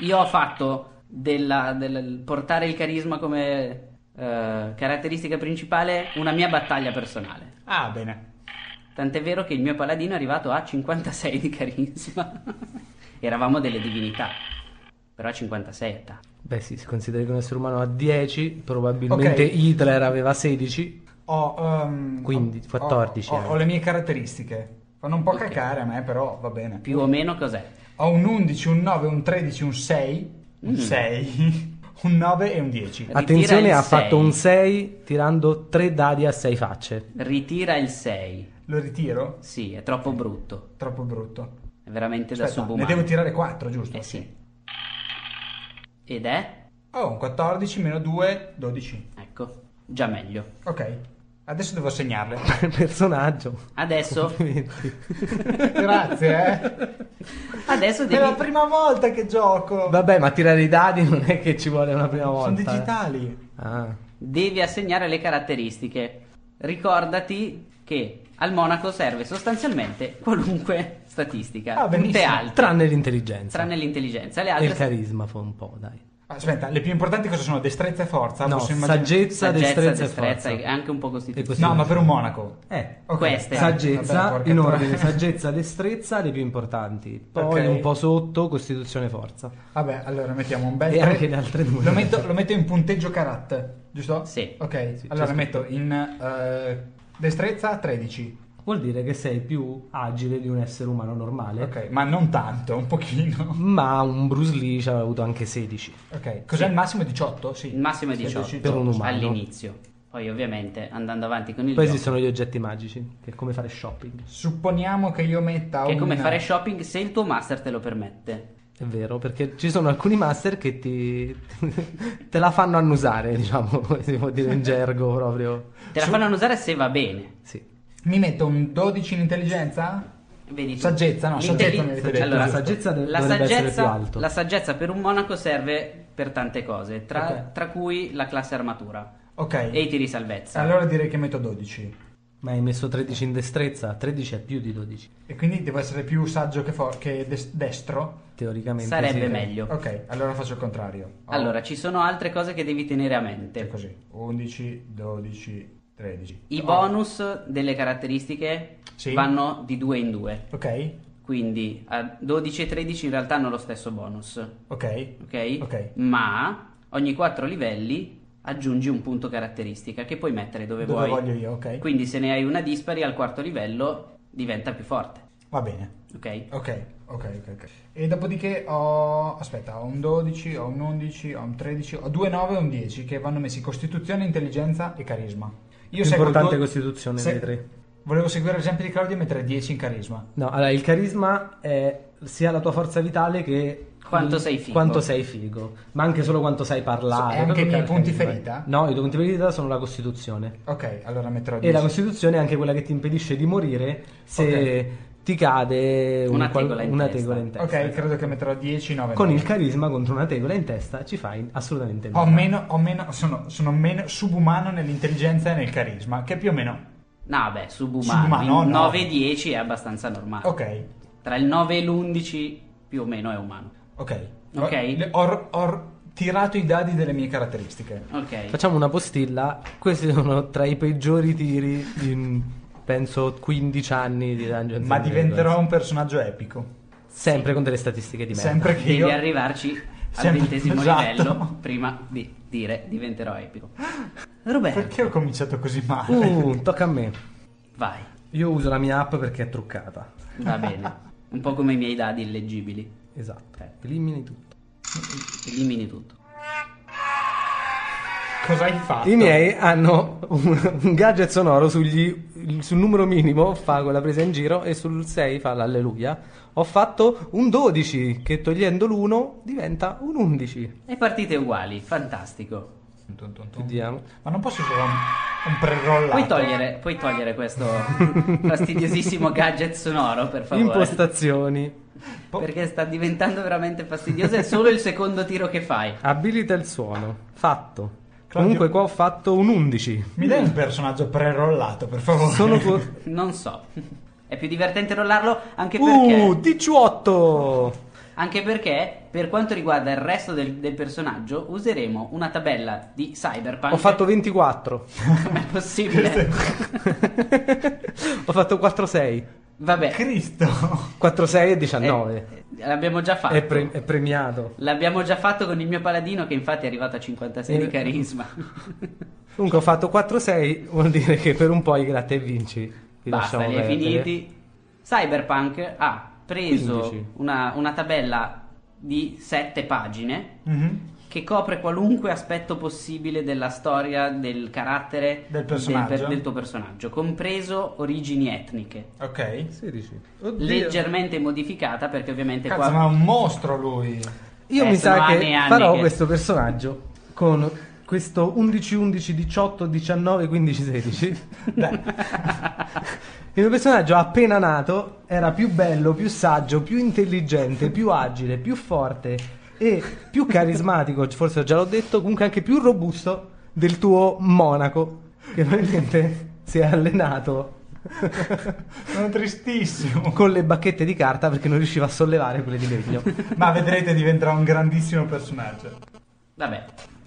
[SPEAKER 1] Io ho fatto della- del portare il carisma come eh, caratteristica principale una mia battaglia personale.
[SPEAKER 2] Ah, bene.
[SPEAKER 1] Tant'è vero che il mio paladino è arrivato a 56 di carisma. Eravamo delle divinità. però ha 56 età.
[SPEAKER 3] Beh sì, se consideri che un essere umano ha 10, probabilmente
[SPEAKER 2] Ok.
[SPEAKER 3] Hitler aveva 16.
[SPEAKER 2] Ho, ehm,
[SPEAKER 3] Quindi,
[SPEAKER 2] ho-
[SPEAKER 3] 14
[SPEAKER 2] Ho, ho-
[SPEAKER 3] eh.
[SPEAKER 2] ho le mie caratteristiche. Fanno un po'
[SPEAKER 1] Ok.
[SPEAKER 2] cacare a me, però va bene.
[SPEAKER 1] Più o meno cos'è?
[SPEAKER 2] Ho un 11, un 9, un 13, un 6.
[SPEAKER 1] Mm.
[SPEAKER 2] Un 6. Un 9 e un 10.
[SPEAKER 1] Ritira il
[SPEAKER 3] Attenzione, ha fatto
[SPEAKER 1] sei.
[SPEAKER 3] un 6 tirando 3 dadi a 6 facce.
[SPEAKER 1] Ritira il 6.
[SPEAKER 2] Lo ritiro.
[SPEAKER 1] Sì, è troppo brutto.
[SPEAKER 2] Troppo brutto.
[SPEAKER 1] È veramente da
[SPEAKER 2] Aspetta, ne
[SPEAKER 1] subumano.
[SPEAKER 2] devo tirare 4, giusto?
[SPEAKER 1] Eh sì. Ed è?
[SPEAKER 2] Oh, un 14 meno 2, 12.
[SPEAKER 1] Ecco, già meglio.
[SPEAKER 2] Ok. Adesso devo segnarle.
[SPEAKER 3] Personaggio.
[SPEAKER 1] Adesso,
[SPEAKER 2] Grazie, eh.
[SPEAKER 1] adesso
[SPEAKER 2] È la
[SPEAKER 1] devi...
[SPEAKER 2] prima volta che gioco.
[SPEAKER 3] Vabbè, ma tirare i dadi non è che ci vuole una prima
[SPEAKER 2] Sono
[SPEAKER 3] volta. eh.
[SPEAKER 2] digitali.
[SPEAKER 3] Ah.
[SPEAKER 1] devi assegnare le caratteristiche. Ricordati che al Monaco serve sostanzialmente qualunque statistica,
[SPEAKER 2] Ah,
[SPEAKER 1] tutte
[SPEAKER 2] benissimo.
[SPEAKER 1] alte,
[SPEAKER 3] Tranne l'intelligenza.
[SPEAKER 1] tranne l'intelligenza, le
[SPEAKER 3] e il
[SPEAKER 1] altre
[SPEAKER 3] carisma fa un po', dai.
[SPEAKER 2] Aspetta, le più importanti cosa sono? Destrezza e forza?
[SPEAKER 3] No,
[SPEAKER 2] Posso immaginare-
[SPEAKER 3] saggezza, destrezza, e
[SPEAKER 1] e
[SPEAKER 3] forza.
[SPEAKER 1] anche un po'
[SPEAKER 3] E
[SPEAKER 1] costituzione.
[SPEAKER 3] così-
[SPEAKER 2] No, ma per un monaco.
[SPEAKER 3] Eh.
[SPEAKER 2] Ok.
[SPEAKER 1] Queste.
[SPEAKER 3] Saggezza,
[SPEAKER 2] Vabbè, porca
[SPEAKER 3] in
[SPEAKER 2] troia.
[SPEAKER 3] ordine, saggezza, destrezza, le più importanti. Poi
[SPEAKER 2] Ok.
[SPEAKER 3] un po' sotto, costituzione, forza.
[SPEAKER 2] Vabbè, allora mettiamo un bel
[SPEAKER 3] E
[SPEAKER 2] tre-
[SPEAKER 3] anche le altre due.
[SPEAKER 2] Lo metto, lo metto in punteggio carat, giusto?
[SPEAKER 1] Sì.
[SPEAKER 2] Ok,
[SPEAKER 3] Sì,
[SPEAKER 2] allora
[SPEAKER 3] c'è
[SPEAKER 2] metto in eh, destrezza 13.
[SPEAKER 3] Vuol dire che sei più agile di un essere umano normale.
[SPEAKER 2] Ok, ma non tanto, un pochino.
[SPEAKER 3] Ma un Bruce Lee ci aveva avuto anche 16.
[SPEAKER 2] Ok, cos'è
[SPEAKER 1] Sì.
[SPEAKER 2] il massimo? 18? Sì.
[SPEAKER 1] Il massimo è
[SPEAKER 2] Sì,
[SPEAKER 1] 18
[SPEAKER 3] per un umano.
[SPEAKER 1] all'inizio. Poi ovviamente andando avanti con il
[SPEAKER 3] Poi
[SPEAKER 1] gioco,
[SPEAKER 3] esistono gli oggetti magici, che è come fare shopping.
[SPEAKER 2] Supponiamo che io metta
[SPEAKER 1] che è
[SPEAKER 2] un...
[SPEAKER 1] come fare shopping se il tuo master te lo permette.
[SPEAKER 3] È vero, perché ci sono alcuni master che ti te la fanno annusare, diciamo, come si può dire in gergo proprio.
[SPEAKER 1] Te la
[SPEAKER 2] Su-
[SPEAKER 1] fanno usare se va bene.
[SPEAKER 3] Sì.
[SPEAKER 2] Mi metto un 12 in intelligenza?
[SPEAKER 1] Vedi tu.
[SPEAKER 2] Saggezza, no,
[SPEAKER 1] L'intelli-
[SPEAKER 2] saggezza mi avete detto,
[SPEAKER 1] Allora,
[SPEAKER 3] la saggezza de-
[SPEAKER 1] la
[SPEAKER 3] dovrebbe
[SPEAKER 1] saggezza-
[SPEAKER 3] essere più alto.
[SPEAKER 1] la saggezza per un monaco serve per tante cose, tra,
[SPEAKER 2] Ok.
[SPEAKER 1] tra cui la classe armatura
[SPEAKER 2] Ok.
[SPEAKER 1] e i tiri salvezza.
[SPEAKER 2] Allora direi che metto 12.
[SPEAKER 3] Ma hai messo 13 in destrezza, 13 è più di 12,
[SPEAKER 2] E quindi devo essere più saggio che, for- che des- destro?
[SPEAKER 3] teoricamente.
[SPEAKER 1] Sarebbe
[SPEAKER 3] sì.
[SPEAKER 2] eh.
[SPEAKER 1] meglio.
[SPEAKER 2] Ok, allora faccio il contrario. Ho-
[SPEAKER 1] Allora, ci sono altre cose che devi tenere a
[SPEAKER 2] È
[SPEAKER 1] mente.
[SPEAKER 2] così. 11, 12, 13.
[SPEAKER 1] I
[SPEAKER 2] Oh,
[SPEAKER 1] bonus delle caratteristiche
[SPEAKER 2] Sì.
[SPEAKER 1] vanno di 2 in 2.
[SPEAKER 2] Ok,
[SPEAKER 1] Quindi a 12 e 13 in realtà hanno lo stesso bonus, ok?
[SPEAKER 2] ok. Ok.
[SPEAKER 1] Ma ogni 4 livelli aggiungi un punto caratteristica che puoi mettere dove,
[SPEAKER 2] Dove
[SPEAKER 1] vuoi.
[SPEAKER 2] voglio io, ok.
[SPEAKER 1] Quindi se ne hai una dispari al quarto livello diventa più forte,
[SPEAKER 2] Va bene.
[SPEAKER 1] ok?
[SPEAKER 2] Ok, ok, ok. ok. E dopodiché ho... Aspetta, ho un 12, ho un 11, ho un 13, ho due 9 e un 10 che vanno messi Costituzione, Intelligenza e Carisma. Io
[SPEAKER 3] Più
[SPEAKER 2] seguo il
[SPEAKER 3] importante
[SPEAKER 2] tuo-
[SPEAKER 3] Costituzione dei tre.
[SPEAKER 2] Volevo seguire l'esempio di Claudio e mettere 10 in Carisma.
[SPEAKER 3] No, allora il carisma è sia la tua forza vitale che
[SPEAKER 1] Quanto
[SPEAKER 3] il-
[SPEAKER 1] sei figo.
[SPEAKER 3] quanto sei figo, ma anche solo quanto sai
[SPEAKER 2] E
[SPEAKER 3] parlare.
[SPEAKER 2] anche
[SPEAKER 3] proprio
[SPEAKER 2] i miei
[SPEAKER 3] il
[SPEAKER 2] punti
[SPEAKER 3] carisma.
[SPEAKER 2] ferita?
[SPEAKER 3] No, i tuoi punti ferita sono la costituzione.
[SPEAKER 2] Ok, allora metterò
[SPEAKER 3] E
[SPEAKER 2] 10.
[SPEAKER 3] la Costituzione è anche quella che ti impedisce di morire se ti cade un
[SPEAKER 1] Una
[SPEAKER 3] qual-
[SPEAKER 1] tegola in
[SPEAKER 3] una
[SPEAKER 1] testa.
[SPEAKER 3] tegola in testa.
[SPEAKER 2] ok, credo che metterò 10, 9.
[SPEAKER 3] Con il carisma contro una tegola in testa ci fai assolutamente
[SPEAKER 2] Ho
[SPEAKER 3] nulla.
[SPEAKER 2] meno, ho meno, sono, sono meno subumano nell'intelligenza e nel carisma, che più o meno...
[SPEAKER 1] No, beh, subumano,
[SPEAKER 2] Subumano,
[SPEAKER 1] il
[SPEAKER 2] no.
[SPEAKER 1] 9 e 10 è abbastanza normale.
[SPEAKER 2] Ok,
[SPEAKER 1] Tra il 9 e l'11 più o meno è umano.
[SPEAKER 2] ok.
[SPEAKER 1] Ok.
[SPEAKER 2] Ho, ho- ho tirato i dadi delle mie caratteristiche.
[SPEAKER 1] Ok.
[SPEAKER 3] Facciamo una postilla. Questi sono tra i peggiori tiri di penso 15 anni di Dungeons and
[SPEAKER 2] Ma
[SPEAKER 3] Dragons.
[SPEAKER 2] diventerò un personaggio epico.
[SPEAKER 3] sempre con delle statistiche di merda.
[SPEAKER 2] Sempre che
[SPEAKER 1] Devi
[SPEAKER 2] io...
[SPEAKER 1] arrivarci al
[SPEAKER 2] Sempre-
[SPEAKER 1] ventesimo
[SPEAKER 2] esatto.
[SPEAKER 1] livello prima di dire diventerò epico. Roberto,
[SPEAKER 2] Perché ho cominciato così male?
[SPEAKER 3] Uh, tocca a me.
[SPEAKER 1] vai,
[SPEAKER 3] Io uso la mia app perché è truccata.
[SPEAKER 1] va bene. Un po' come i miei dadi illeggibili.
[SPEAKER 3] Esatto.
[SPEAKER 1] Ok.
[SPEAKER 3] Elimini tutto.
[SPEAKER 1] Elimini tutto.
[SPEAKER 2] Cosa hai fatto?
[SPEAKER 3] I miei hanno un, un gadget sonoro sugli- il- sul numero minimo fa quella presa in giro e sul 6 fa l'alleluia. Ho fatto un 12 che togliendo l'1 diventa un 11.
[SPEAKER 1] E partite uguali, fantastico.
[SPEAKER 2] Tun, tun, tun.
[SPEAKER 3] Vediamo.
[SPEAKER 2] Ma non posso usare un, un prerollato?
[SPEAKER 1] Puoi
[SPEAKER 3] Esatto.
[SPEAKER 1] togliere, puoi togliere questo fastidiosissimo gadget sonoro, per favore.
[SPEAKER 3] Impostazioni.
[SPEAKER 2] Po-
[SPEAKER 1] Perché sta diventando veramente fastidioso. È solo il secondo tiro che fai.
[SPEAKER 3] Abilita il suono. Fatto.
[SPEAKER 2] Claudio-
[SPEAKER 3] Comunque qua ho fatto un 11.
[SPEAKER 2] Mi dai un personaggio prerollato, per favore?
[SPEAKER 3] Sono co-
[SPEAKER 1] Non so. È più divertente rollarlo anche perché.
[SPEAKER 3] Uh, 18!
[SPEAKER 1] Anche perché, per quanto riguarda il resto del, del personaggio, useremo una tabella di Cyberpunk.
[SPEAKER 3] Ho fatto 24.
[SPEAKER 1] Com'è possibile?
[SPEAKER 3] Ho fatto 4-6.
[SPEAKER 1] Vabbè,
[SPEAKER 2] Cristo.
[SPEAKER 3] 4, 6 e 19.
[SPEAKER 1] eh, l'abbiamo già fatto.
[SPEAKER 3] è, pre- è premiato.
[SPEAKER 1] L'abbiamo già fatto con il mio paladino che infatti è arrivato a 56 di
[SPEAKER 3] Eh.
[SPEAKER 1] carisma.
[SPEAKER 3] Comunque ho fatto 4-6, vuol dire che per un po' i gratta e vinci. Li
[SPEAKER 1] Basta,
[SPEAKER 3] lasciamo
[SPEAKER 1] li hai
[SPEAKER 3] perdere.
[SPEAKER 1] finiti. Cyberpunk ha preso
[SPEAKER 3] 15.
[SPEAKER 1] una, una tabella di 7 pagine
[SPEAKER 2] Mhm.
[SPEAKER 1] che copre qualunque aspetto possibile della storia, del carattere
[SPEAKER 2] Del personaggio.
[SPEAKER 1] del tuo personaggio, compreso origini etniche.
[SPEAKER 2] Ok.
[SPEAKER 3] 16. Oddio.
[SPEAKER 1] Leggermente modificata perché ovviamente
[SPEAKER 2] Cazzo,
[SPEAKER 1] qua...
[SPEAKER 2] ma è un mostro lui.
[SPEAKER 3] Io
[SPEAKER 1] Eh,
[SPEAKER 3] mi
[SPEAKER 1] sono
[SPEAKER 3] sa
[SPEAKER 1] anni e
[SPEAKER 3] che
[SPEAKER 1] anni
[SPEAKER 3] farò
[SPEAKER 1] che-
[SPEAKER 3] questo personaggio con questo 11, 11, 18, 19, 15, 16. Il mio personaggio appena nato era più bello, più saggio, più intelligente, più agile, più forte e più carismatico, forse già l'ho detto, comunque anche più robusto del tuo monaco che probabilmente si è allenato
[SPEAKER 2] Sono tristissimo.
[SPEAKER 3] con le bacchette di carta perché non riusciva a sollevare quelle di legno.
[SPEAKER 2] Ma vedrete diventerà un grandissimo personaggio.
[SPEAKER 1] Vabbè,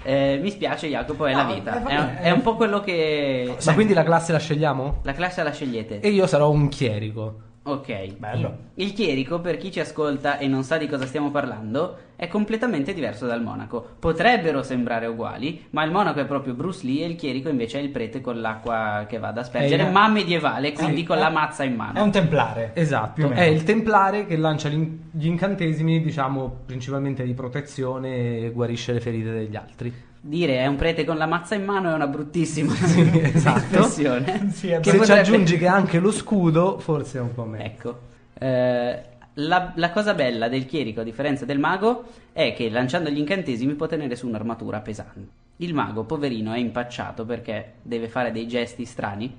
[SPEAKER 1] Eh, mi spiace Jacopo, è
[SPEAKER 2] No,
[SPEAKER 1] la vita.
[SPEAKER 2] eh, vabbè,
[SPEAKER 1] è, un,
[SPEAKER 2] eh.
[SPEAKER 1] è un po' quello che...
[SPEAKER 3] Ma quindi la classe la scegliamo?
[SPEAKER 1] La classe la scegliete.
[SPEAKER 3] E io sarò un chierico.
[SPEAKER 1] Ok.
[SPEAKER 2] Bello.
[SPEAKER 1] Il chierico, per chi ci ascolta e non sa di cosa stiamo parlando, è completamente diverso dal monaco. Potrebbero sembrare uguali, ma il monaco è proprio Bruce Lee e il chierico invece è il prete con l'acqua che va ad aspergere,
[SPEAKER 3] Eh,
[SPEAKER 1] ma medievale, quindi con
[SPEAKER 2] eh.
[SPEAKER 1] la mazza in mano.
[SPEAKER 2] È un templare. Più o
[SPEAKER 3] Esatto,
[SPEAKER 2] meno.
[SPEAKER 3] è il templare che lancia l'in- gli incantesimi, diciamo, principalmente di protezione e guarisce le ferite degli altri.
[SPEAKER 1] Dire è un prete con la mazza in mano è una bruttissima
[SPEAKER 3] esatto.
[SPEAKER 1] espressione.
[SPEAKER 2] Sì, è
[SPEAKER 1] Che
[SPEAKER 3] Se ci
[SPEAKER 1] potrebbe-
[SPEAKER 3] aggiungi che anche lo scudo, forse è un po' meglio.
[SPEAKER 1] Ecco, Eh, la, la cosa bella del chierico, a differenza del mago, è che lanciando gli incantesimi può tenere su un'armatura pesante. Il mago, poverino, è impacciato perché deve fare dei gesti strani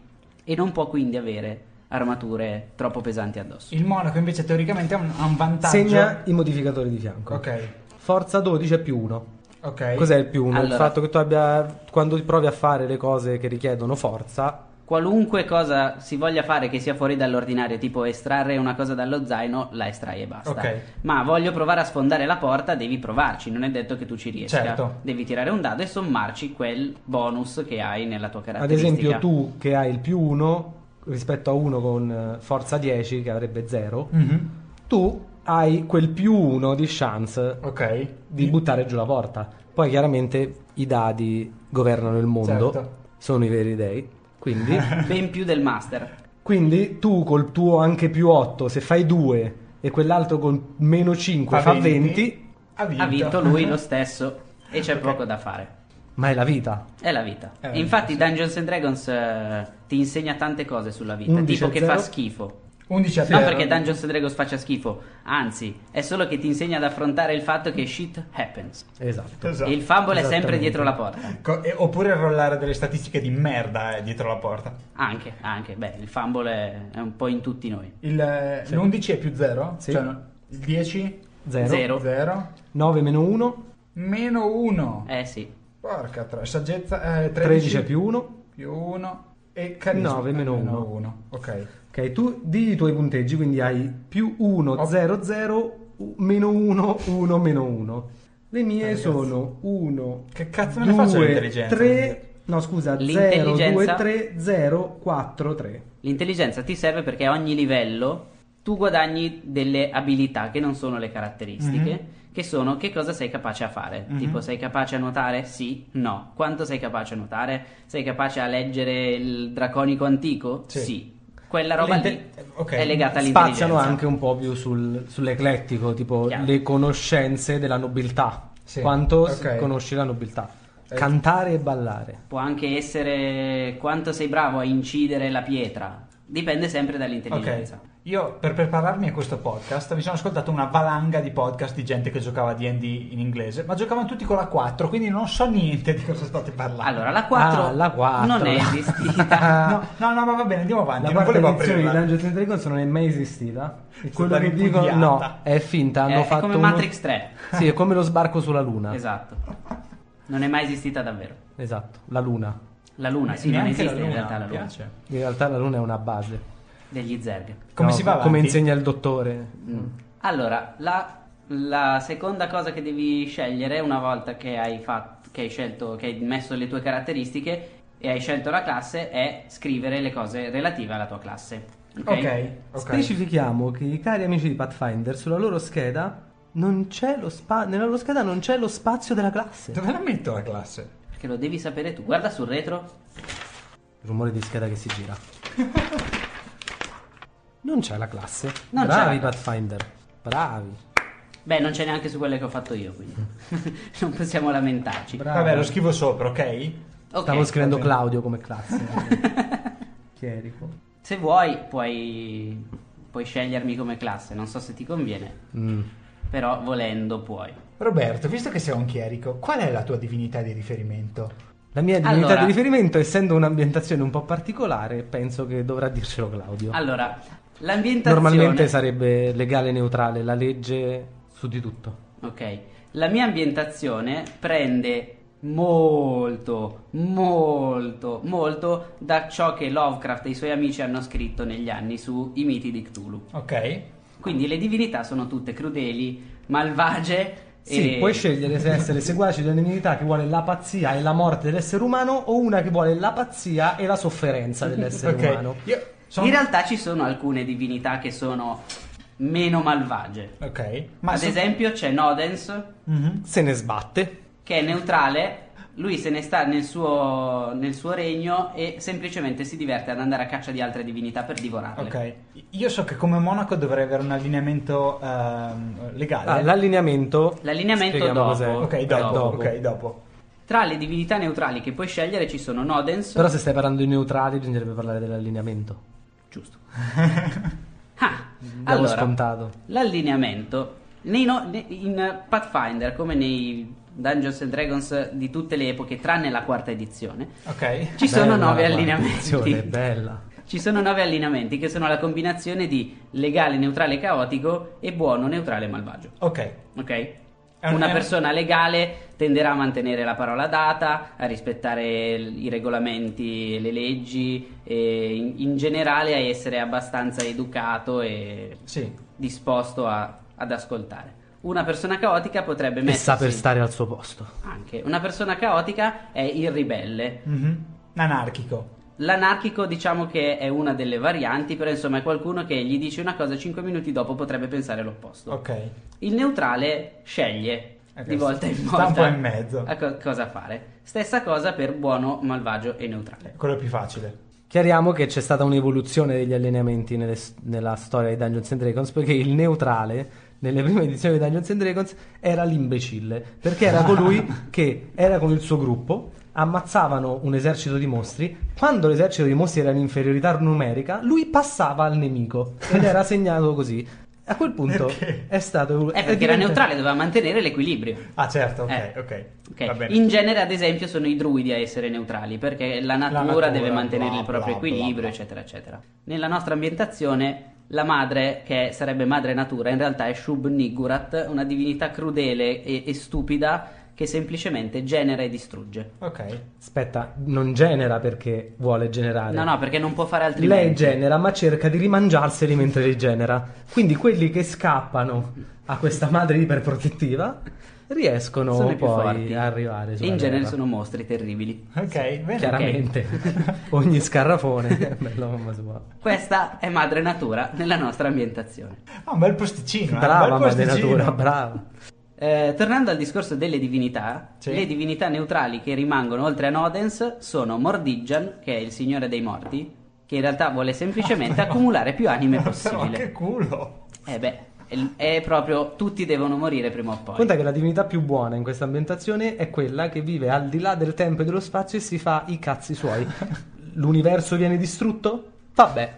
[SPEAKER 1] e non può quindi avere armature troppo pesanti addosso.
[SPEAKER 2] Il monaco invece teoricamente ha un, ha un vantaggio.
[SPEAKER 3] Segna i modificatori di fianco.
[SPEAKER 2] Ok.
[SPEAKER 3] Forza 12 è più 1.
[SPEAKER 2] Ok.
[SPEAKER 3] Cos'è il più 1? Il
[SPEAKER 1] Allora.
[SPEAKER 3] fatto che tu abbia, quando provi a fare le cose che richiedono forza,
[SPEAKER 1] Qualunque cosa si voglia fare che sia fuori dall'ordinario, tipo estrarre una cosa dallo zaino, la estrai e basta.
[SPEAKER 2] Ok.
[SPEAKER 1] Ma voglio provare a sfondare la porta, devi provarci, non è detto che tu ci riesca.
[SPEAKER 2] Certo.
[SPEAKER 1] Devi tirare un dado e sommarci quel bonus che hai nella tua
[SPEAKER 3] ad
[SPEAKER 1] caratteristica.
[SPEAKER 3] esempio tu che hai il più 1 rispetto a uno con eh, forza 10 che avrebbe 0,
[SPEAKER 2] Mhm.
[SPEAKER 3] tu hai quel più 1 di chance
[SPEAKER 2] Ok.
[SPEAKER 3] di buttare giù la porta. Poi chiaramente i dadi governano il mondo,
[SPEAKER 2] Certo.
[SPEAKER 3] sono i veri dei. Quindi,
[SPEAKER 1] ben più del master.
[SPEAKER 3] quindi tu col tuo anche più 8, se fai 2 e quell'altro con meno 5 fa 20,
[SPEAKER 2] Ha vinto.
[SPEAKER 1] Ha vinto lui lo stesso e c'è poco da fare.
[SPEAKER 3] ma è la vita.
[SPEAKER 1] È la vita.
[SPEAKER 2] È la
[SPEAKER 1] E Infatti Dungeons and Dragons eh, ti insegna tante cose sulla vita,
[SPEAKER 3] 11
[SPEAKER 1] tipo
[SPEAKER 3] a
[SPEAKER 1] che
[SPEAKER 3] zero.
[SPEAKER 1] fa schifo.
[SPEAKER 2] 11 a
[SPEAKER 1] Non
[SPEAKER 2] 0.
[SPEAKER 1] perché Dungeons and Dragons faccia schifo, anzi, è solo che ti insegna ad affrontare il fatto che shit happens.
[SPEAKER 3] Esatto.
[SPEAKER 2] Esatto.
[SPEAKER 1] E il fumble è sempre
[SPEAKER 3] Esattamente.
[SPEAKER 1] dietro la porta.
[SPEAKER 2] Co- e- oppure il rollare delle statistiche di merda eh, dietro la porta.
[SPEAKER 1] Anche, anche, beh, il fumble è, è un po' in tutti noi.
[SPEAKER 2] L'11 eh, è più 0?
[SPEAKER 3] Sì.
[SPEAKER 2] Cioè, no, il 10?
[SPEAKER 3] Zero.
[SPEAKER 1] Zero.
[SPEAKER 2] 0.
[SPEAKER 3] 9 meno 1,
[SPEAKER 2] Meno 1.
[SPEAKER 1] Eh sì.
[SPEAKER 2] Porca troia. Saggezza. eh, 13,
[SPEAKER 3] 13 è più 1.
[SPEAKER 2] 1. E carisma.
[SPEAKER 3] Nove meno uno.
[SPEAKER 2] 1. Ok.
[SPEAKER 3] Ok, tu di i tuoi punteggi, quindi hai più 1,
[SPEAKER 2] Oh.
[SPEAKER 3] 0, 0, meno 1, 1, meno 1. Le mie
[SPEAKER 2] Ragazzi.
[SPEAKER 3] sono 1,
[SPEAKER 2] Che cazzo me ne faccio
[SPEAKER 3] 2,
[SPEAKER 2] l'intelligenza?
[SPEAKER 3] 3, no scusa, 0, 2,
[SPEAKER 1] L'intelligenza-
[SPEAKER 3] 3, 0, 4, 3.
[SPEAKER 1] L'intelligenza ti serve perché a ogni livello tu guadagni delle abilità che non sono le caratteristiche, che sono che cosa sei capace a fare.
[SPEAKER 2] Mhm.
[SPEAKER 1] Tipo, sei capace a nuotare? Sì, no. Quanto sei capace a nuotare? Sei capace a leggere il draconico antico?
[SPEAKER 2] Sì.
[SPEAKER 1] Sì. Quella roba
[SPEAKER 2] L'inte-
[SPEAKER 1] lì
[SPEAKER 2] ok.
[SPEAKER 1] è legata all'intelligenza.
[SPEAKER 3] Spaziano anche un po' più sul- sull'eclettico, tipo
[SPEAKER 1] Chiaro.
[SPEAKER 3] le conoscenze della nobiltà.
[SPEAKER 2] Sì.
[SPEAKER 3] Quanto
[SPEAKER 2] Ok.
[SPEAKER 3] s- conosci la nobiltà?
[SPEAKER 2] Eh.
[SPEAKER 3] Cantare e ballare.
[SPEAKER 1] Può anche essere quanto sei bravo a incidere la pietra. Dipende sempre
[SPEAKER 2] Ok,
[SPEAKER 1] dall'intelligenza.
[SPEAKER 2] io per prepararmi a questo podcast mi sono ascoltato una valanga di podcast di gente che giocava a D&D in inglese, ma giocavano tutti con la 4, quindi non so niente di cosa state parlando.
[SPEAKER 1] Allora, la 4,
[SPEAKER 3] Ah, la 4.
[SPEAKER 1] non è esistita.
[SPEAKER 2] no, no, no, ma va bene, andiamo avanti,
[SPEAKER 3] La
[SPEAKER 2] non
[SPEAKER 3] quarta
[SPEAKER 2] volevo
[SPEAKER 3] edizione di
[SPEAKER 2] aprirla.
[SPEAKER 3] Dungeons and Dragons non è mai esistita. E
[SPEAKER 2] È
[SPEAKER 3] quello
[SPEAKER 2] stata
[SPEAKER 3] che dico
[SPEAKER 2] ripudiata.
[SPEAKER 3] no, è finta. Hanno
[SPEAKER 1] È- è
[SPEAKER 3] fatto
[SPEAKER 1] come
[SPEAKER 3] uno-
[SPEAKER 1] Matrix 3.
[SPEAKER 3] Sì, è come lo sbarco sulla Luna.
[SPEAKER 1] Esatto. Non è mai esistita davvero.
[SPEAKER 3] Esatto, la Luna.
[SPEAKER 1] La luna, sì, non
[SPEAKER 2] Eh, Neanche
[SPEAKER 1] esiste
[SPEAKER 2] la
[SPEAKER 1] in
[SPEAKER 2] luna,
[SPEAKER 1] realtà la
[SPEAKER 2] mi
[SPEAKER 1] luna.
[SPEAKER 2] piace.
[SPEAKER 3] In realtà la Luna è una base.
[SPEAKER 1] Degli Zerg. Mm.
[SPEAKER 2] Come
[SPEAKER 3] No,
[SPEAKER 2] si va avanti?
[SPEAKER 3] Come insegna il dottore.
[SPEAKER 2] Mm.
[SPEAKER 1] Allora, la, la seconda cosa che devi scegliere una volta che hai, fatto, che hai scelto, che hai messo le tue caratteristiche e hai scelto la classe è scrivere le cose relative alla tua classe. Ok.
[SPEAKER 2] Ok, ok.
[SPEAKER 3] Specifichiamo che i cari amici di Pathfinder sulla loro scheda non c'è lo spa- nella loro scheda non c'è lo spazio della classe.
[SPEAKER 2] Dove la metto la classe?
[SPEAKER 1] Perché lo devi sapere tu. Guarda sul retro.
[SPEAKER 3] Il rumore di scheda che si gira. Non c'è la classe.
[SPEAKER 1] Non c'è
[SPEAKER 3] Bravi
[SPEAKER 1] la classe.
[SPEAKER 3] Pathfinder. Bravi.
[SPEAKER 1] Beh, non c'è neanche su quelle che ho fatto io, quindi non possiamo lamentarci.
[SPEAKER 3] Bravo.
[SPEAKER 2] Vabbè, lo scrivo sopra, ok?
[SPEAKER 1] Ok,
[SPEAKER 3] Stavo scrivendo
[SPEAKER 2] va bene.
[SPEAKER 3] Claudio come classe. Chierico.
[SPEAKER 1] se vuoi puoi, puoi scegliermi come classe, non so se ti conviene,
[SPEAKER 3] Mm.
[SPEAKER 1] però volendo puoi.
[SPEAKER 2] Roberto, visto che sei un chierico, qual è la tua divinità di riferimento?
[SPEAKER 3] La mia divinità
[SPEAKER 1] Allora.
[SPEAKER 3] di riferimento, essendo un'ambientazione un po' particolare, penso che dovrà dircelo Claudio.
[SPEAKER 1] Allora, l'ambientazione...
[SPEAKER 3] Normalmente sarebbe legale e neutrale, la legge su di tutto.
[SPEAKER 1] Ok, la mia ambientazione prende molto, molto, molto da ciò che Lovecraft e i suoi amici hanno scritto negli anni sui miti di Cthulhu.
[SPEAKER 2] Ok.
[SPEAKER 1] Quindi le divinità sono tutte crudeli, malvagie
[SPEAKER 3] Sì,
[SPEAKER 1] e...
[SPEAKER 3] puoi scegliere se essere seguaci di una divinità che vuole la pazzia e la morte dell'essere umano o una che vuole la pazzia e la sofferenza dell'essere
[SPEAKER 2] Ok.
[SPEAKER 3] umano.
[SPEAKER 2] Io sono...
[SPEAKER 1] In realtà ci sono alcune divinità che sono meno malvagie.
[SPEAKER 2] Ok. Ma
[SPEAKER 1] Ad
[SPEAKER 2] so-
[SPEAKER 1] esempio c'è Nodens
[SPEAKER 2] Mhm.
[SPEAKER 3] Se ne sbatte.
[SPEAKER 1] che è neutrale, lui se ne sta nel suo, nel suo regno e semplicemente si diverte ad andare a caccia di altre divinità per divorarle.
[SPEAKER 2] Ok. Io so che come monaco dovrei avere un allineamento ehm, legale.
[SPEAKER 3] Ah, l'allineamento.
[SPEAKER 1] L'allineamento
[SPEAKER 3] spieghiamo
[SPEAKER 1] dopo.
[SPEAKER 3] cos'è.
[SPEAKER 2] Ok, dopo,
[SPEAKER 3] Però-
[SPEAKER 2] ok, dopo.
[SPEAKER 1] Tra le divinità neutrali che puoi scegliere ci sono Nodens,
[SPEAKER 3] Però se stai parlando di neutrali, bisognerebbe parlare dell'allineamento.
[SPEAKER 1] giusto. ah,
[SPEAKER 3] Abbiamo
[SPEAKER 1] allora,
[SPEAKER 3] scontato.
[SPEAKER 1] L'allineamento Nei no- ne- in Pathfinder, come nei Dungeons and Dragons di tutte le epoche, tranne la quarta edizione,
[SPEAKER 2] Ok.
[SPEAKER 1] ci sono
[SPEAKER 3] Bella
[SPEAKER 1] nove
[SPEAKER 3] la valutazione,
[SPEAKER 1] allineamenti.
[SPEAKER 3] Bella.
[SPEAKER 1] Ci sono nove allineamenti che sono la combinazione di legale, neutrale, caotico e buono, neutrale, malvagio.
[SPEAKER 2] Ok.
[SPEAKER 1] Ok?
[SPEAKER 2] È un- è
[SPEAKER 1] Una
[SPEAKER 2] un-
[SPEAKER 1] persona legale tenderà a mantenere la parola data, a rispettare l- i regolamenti, le leggi e in, in generale a essere abbastanza educato e
[SPEAKER 2] Sì.
[SPEAKER 1] disposto a- ad ascoltare. Una persona caotica potrebbe
[SPEAKER 3] E sa per
[SPEAKER 1] mettersi
[SPEAKER 3] stare al suo posto.
[SPEAKER 1] anche. Una persona caotica è il ribelle.
[SPEAKER 2] Mhm. Anarchico.
[SPEAKER 1] L'anarchico diciamo che è una delle varianti, però insomma è qualcuno che gli dice una cosa e 5 minuti dopo potrebbe pensare l'opposto.
[SPEAKER 2] Ok.
[SPEAKER 1] Il neutrale sceglie
[SPEAKER 2] Ok,
[SPEAKER 1] di volta in
[SPEAKER 2] sta
[SPEAKER 1] volta
[SPEAKER 2] un po' in mezzo.
[SPEAKER 1] a co- cosa fare. Stessa cosa per buono, malvagio e neutrale.
[SPEAKER 2] Eh, Quello è più facile.
[SPEAKER 3] Chiariamo che c'è stata un'evoluzione degli allineamenti nelle- nella storia di Dungeons and Dragons perché il neutrale nelle prime edizioni di Dungeons and Dragons era l'imbecille, perché era colui che era con il suo gruppo, ammazzavano un esercito di mostri, quando l'esercito di mostri era in inferiorità numerica, lui passava al nemico ed era segnato così. A quel punto
[SPEAKER 2] Perché?
[SPEAKER 3] è stato
[SPEAKER 1] Eh, perché era
[SPEAKER 3] diventa-
[SPEAKER 1] neutrale, doveva mantenere l'equilibrio.
[SPEAKER 2] Ah, certo, ok,
[SPEAKER 1] Eh.
[SPEAKER 2] ok.
[SPEAKER 1] Ok.
[SPEAKER 2] Va bene.
[SPEAKER 1] In genere, ad esempio, sono i druidi a essere neutrali perché la natura,
[SPEAKER 2] natura,
[SPEAKER 1] deve mantenere
[SPEAKER 2] bla,
[SPEAKER 1] il proprio
[SPEAKER 2] bla,
[SPEAKER 1] equilibrio,
[SPEAKER 2] bla, bla.
[SPEAKER 1] eccetera, eccetera. Nella nostra ambientazione, la madre, che sarebbe madre natura, in realtà è Shub Nigurat, una divinità crudele e, e stupida che semplicemente genera e distrugge.
[SPEAKER 2] Ok.
[SPEAKER 3] Aspetta, non genera perché vuole generare.
[SPEAKER 1] No, no, perché non può fare altrimenti.
[SPEAKER 3] Lei genera, ma cerca di rimangiarseli mentre li genera. Quindi quelli che scappano a questa madre iperprotettiva riescono
[SPEAKER 1] sono i più
[SPEAKER 3] poi
[SPEAKER 1] forti.
[SPEAKER 3] a arrivare. sulla
[SPEAKER 1] In genere
[SPEAKER 3] Terra.
[SPEAKER 1] sono mostri terribili.
[SPEAKER 2] Ok, bene.
[SPEAKER 3] Chiaramente, ogni scarrafone. Bello, mamma sua.
[SPEAKER 1] Ah, Questa è madre natura nella nostra ambientazione.
[SPEAKER 2] Ah, un bel posticino. eh, un
[SPEAKER 3] Brava,
[SPEAKER 2] bel
[SPEAKER 3] madre
[SPEAKER 2] posticino.
[SPEAKER 3] natura, brava.
[SPEAKER 1] Eh, tornando al discorso delle divinità,
[SPEAKER 2] Sì.
[SPEAKER 1] le divinità neutrali che rimangono oltre a Nodens sono Mordigian, che è il signore dei morti, che in realtà vuole semplicemente accumulare più anime
[SPEAKER 2] Però
[SPEAKER 1] possibile.
[SPEAKER 2] che culo.
[SPEAKER 1] Eh beh, è, è proprio tutti devono morire prima o poi.
[SPEAKER 3] Conta che la divinità più buona in questa ambientazione è quella che vive al di là del tempo e dello spazio e si fa i cazzi suoi. L'universo viene distrutto? Vabbè.